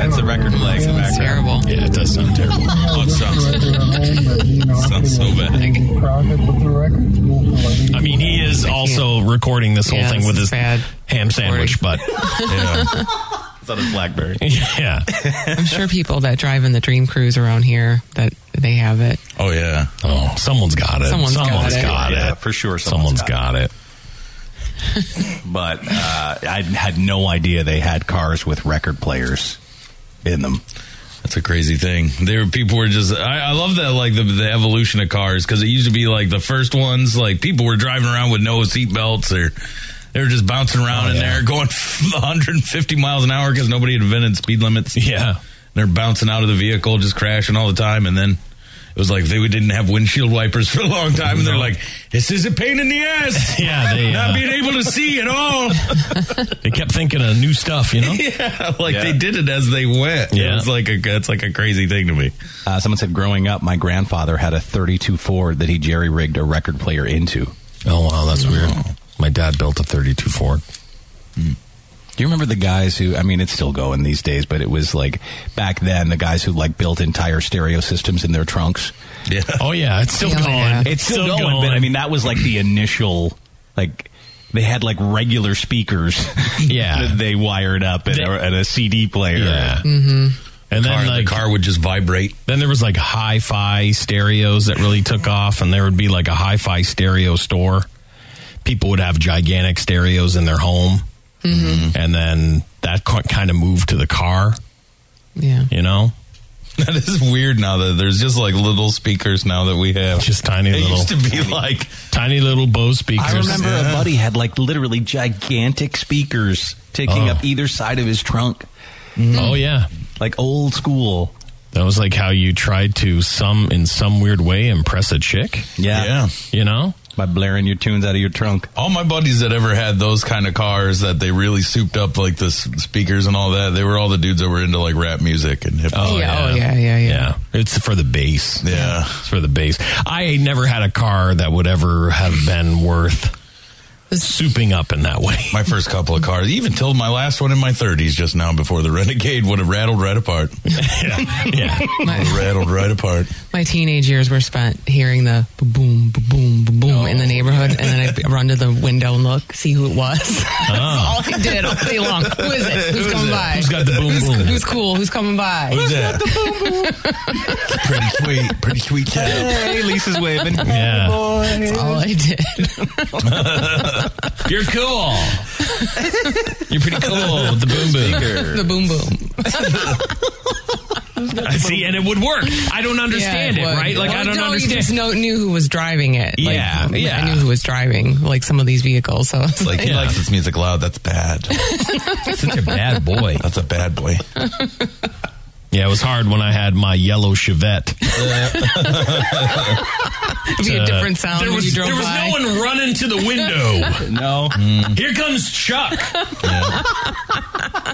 That's the record play. Sounds terrible. Yeah, it does sound terrible. Oh, it sounds. Sounds so bad. Profit, but the record's moving like I mean, he is also recording this whole Yeah, thing this with is his ham sandwich, but It's on his Blackberry. yeah. I'm sure people that drive in the Dream Cruise around here that they have it. Oh yeah. Oh, someone's got it. Someone's got it. Yeah, for sure. Someone's got it. but uh, I had no idea they had cars with record players in them. That's a crazy thing. There, people were just. I, I love that, like the, the evolution of cars, because it used to be like the first ones, like people were driving around with no seatbelts or they were just bouncing Oh, around in there, going 150 miles an hour because nobody had invented speed limits. Yeah, they're bouncing out of the vehicle, just crashing all the time, and then it was like they didn't have windshield wipers for a long time, and they're like, "This is a pain in the ass." Yeah, they, not uh, being able to see at all. They kept thinking of new stuff, you know? yeah, like Yeah. they did it as they went. Yeah. it's like a it's like a crazy thing to me. Uh, someone said, growing up, my grandfather had a 32 Ford that he jerry rigged a record player into. Oh, wow, that's weird. My dad built a 32 Ford. Hmm. Do you remember the guys who? I mean, it's still going these days, but it was like back then the guys who like built entire stereo systems in their trunks. Yeah. Oh yeah, it's still Yeah. going. It's still, going, But I mean, that was like the initial like. They had like regular speakers, Yeah. that they wired up and, a, and a CD player. Yeah. Mm-hmm. And Car- then the like car would just vibrate. Then there was like hi-fi stereos that really took off, and there would be like a hi-fi stereo store. People would have gigantic stereos in their home, Mm-hmm. and then that kind of moved to the car. Yeah, you know. That is weird now that there's just like little speakers now that we have. Just tiny it little- used to be like tiny little Bose speakers. I remember Yeah. a buddy had like literally gigantic speakers taking Oh. up either side of his trunk. Oh yeah, Mm-hmm. like old school. That was like how you tried to some in some weird way impress a chick. Yeah. you know. by blaring your tunes out of your trunk. All my buddies that ever had those kind of cars that they really souped up like the s- speakers and all that, they were all the dudes that were into like rap music and hip hop. Oh, Yeah, oh, yeah, yeah, yeah. It's for the bass. Yeah. It's for the bass. I never had a car that would ever have been worth souping up in that way. My first couple of cars, even till my last one in my 30s just now before the Renegade would have rattled right apart. yeah. yeah. rattled right apart. My teenage years were spent hearing the boom, boom, boom, boom Oh. in the neighborhood, and then I'd run to the window and look, see who it was. That's all I did all day long. Who is it? Ah. Who's Who's, coming it? by? Who's got the boom, who's, boom? Who's cool? Who's coming by? Who's that? pretty sweet, pretty sweet cat. Hey, Lisa's waving. Yeah. That's all I did. You're cool. You're pretty cool with the boom boom. the boom boom. I see, and it would work. I don't understand Yeah, it, would. right? Like Well, I don't no, understand. You just know, knew who was driving it. Like, Yeah, yeah. I knew who was driving like some of these vehicles. So it's Like, he likes this music loud. That's bad. Such a bad boy. That's a bad boy. Yeah, it was hard when I had my yellow Chevette. It'd be a Uh, different sound there when was, you drove there was by. no one running to the window. no. Here comes Chuck.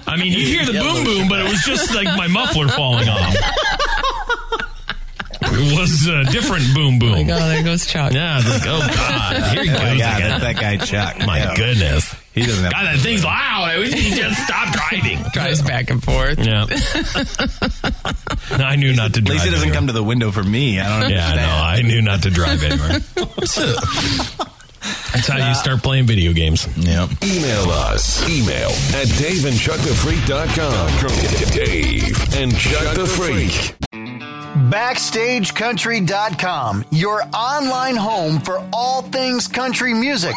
I mean, you hear the boom boom, but it was just like my muffler falling off. It was a different boom boom. Like, oh, there goes Chuck. Yeah, I was like, oh god, here he Oh, goes yeah, again. that's that guy Chuck. My Yeah. goodness, He doesn't have God, that thing's loud. I wish he just stopped driving. Drives back and forth. Yeah, I knew not to drive. Lisa doesn't anywhere. come to the window for me. I don't Yeah, no, understand. I knew not to drive anywhere. That's how you start playing video games. Yep. Email us. Email at daveandchuckthefreak.com. Dave and Chuck the Freak. BackstageCountry.com, your online home for all things country music.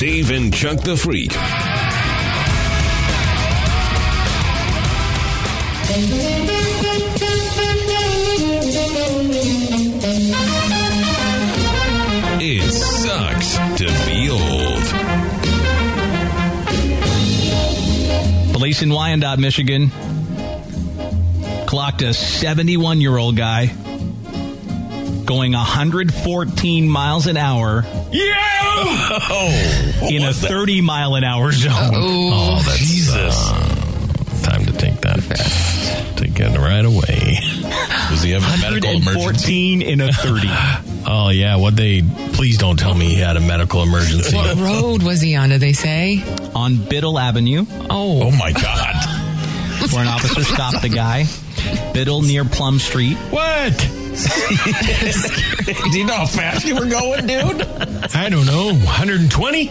Dave and Chuck the Freak. It sucks to be old. Police in Wyandotte, Michigan, clocked a 71 year old guy going 114 miles an hour in a 30 mile an hour zone. Oh, that's, Jesus. uh, time to take that fast. Take it right away. Does he have a medical emergency? 14 in a 30. Oh, yeah. What they. Please don't tell me he had a medical emergency. What road was he on? Did they say? on Biddle Avenue. Oh. Oh my God. Where an officer stopped the guy. Biddle near Plum Street. What? Do you know how fast you were going, dude? I don't know. 120?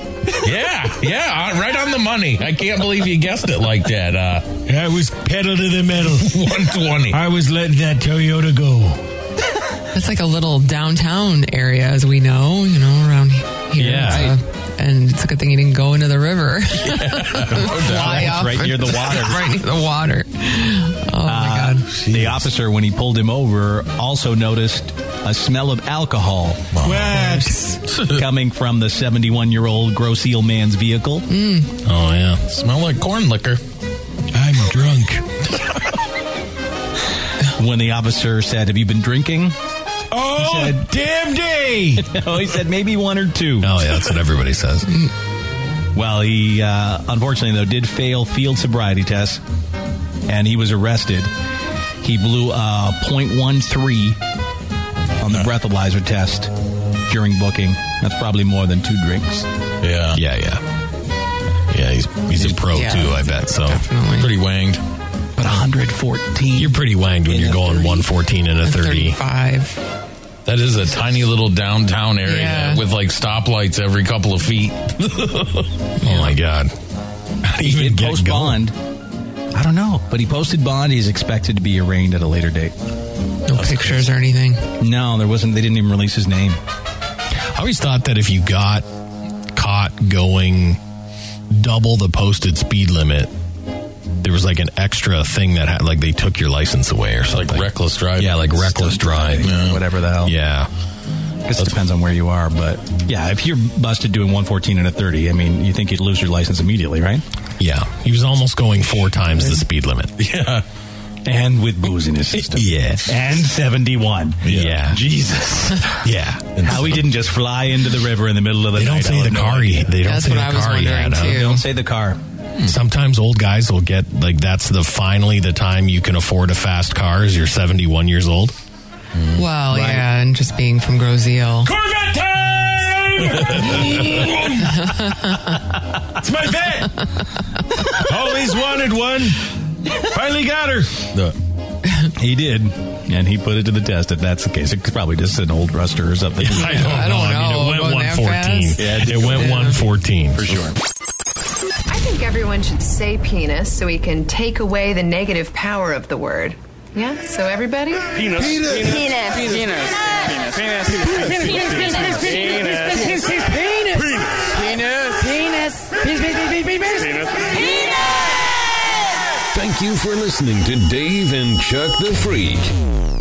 yeah, yeah, uh, right on the money. I can't believe you guessed it like that. Uh, I was pedal to the metal. 120. I was letting that Toyota go. That's like a little downtown area, as we know, you know, around here. Yeah. It's a- and it's a good thing he didn't go into the river. Fly off. right near the water. uh, Uh, right near the water. Oh, my God. the officer, when he pulled him over, also noticed a smell of alcohol coming from the 71 year old gross eel man's vehicle. Mm. Oh, yeah. Smell like corn liquor. I'm drunk. When the officer said, Have you been drinking? Oh, damn day. no, he said maybe one or two. Oh, yeah. That's what everybody says. Well, he uh, unfortunately though did fail field sobriety tests, and he was arrested. Uh-huh. He blew a .13 on the breathalyzer test during booking. That's probably more than two drinks. Yeah. Yeah, yeah. Yeah, he's he's a pro Yeah. too, I bet. So Definitely. pretty wanged. But 114. You're pretty wanged when you're going 114 and a 30. That is a tiny little downtown area Yeah. with like stoplights every couple of feet. Oh my god! He did post bond. I don't know, but he posted bond. He's expected to be arraigned at a later date. No pictures or anything. No, there wasn't. They didn't even release his name. I always thought that if you got caught going double the posted speed limit, there was like an extra thing that had, like they took your license away or something. Like reckless driving. Yeah, like reckless drive. Whatever the hell. Yeah. This depends on where you are, but yeah, if you're busted doing 114 and a 30, I mean, you think you'd lose your license immediately, right? Yeah. He was almost going four times the speed limit. Yeah. And with booze in his system. yeah. And 71. Yeah. Jesus. Yeah. How he didn't just fly into the river in the middle of the They night. don't say I have the no car. He, idea. they don't say the car he had. huh? They don't say the car. Sometimes old guys will get like that's the finally the time you can afford a fast car is you're 71 years old. Well, yeah, and just being from Groziel. Corvette time! it's my bet. Always wanted one. Finally got her. He did, and he put it to the test. If that's the case, it's probably just an old ruster or something. I don't know. I mean, it went 114. Yeah, it went 114 for sure. I think everyone should say penis so we can take away the negative power of the word. Yeah, so everybody? Penis. Penis. Penis. Penis. Penis. Penis. Penis. Penis. Penis. Penis. Penis. Penis. Penis. Penis. Penis. Penis. Thank you for listening to Dave and Chuck the Freak.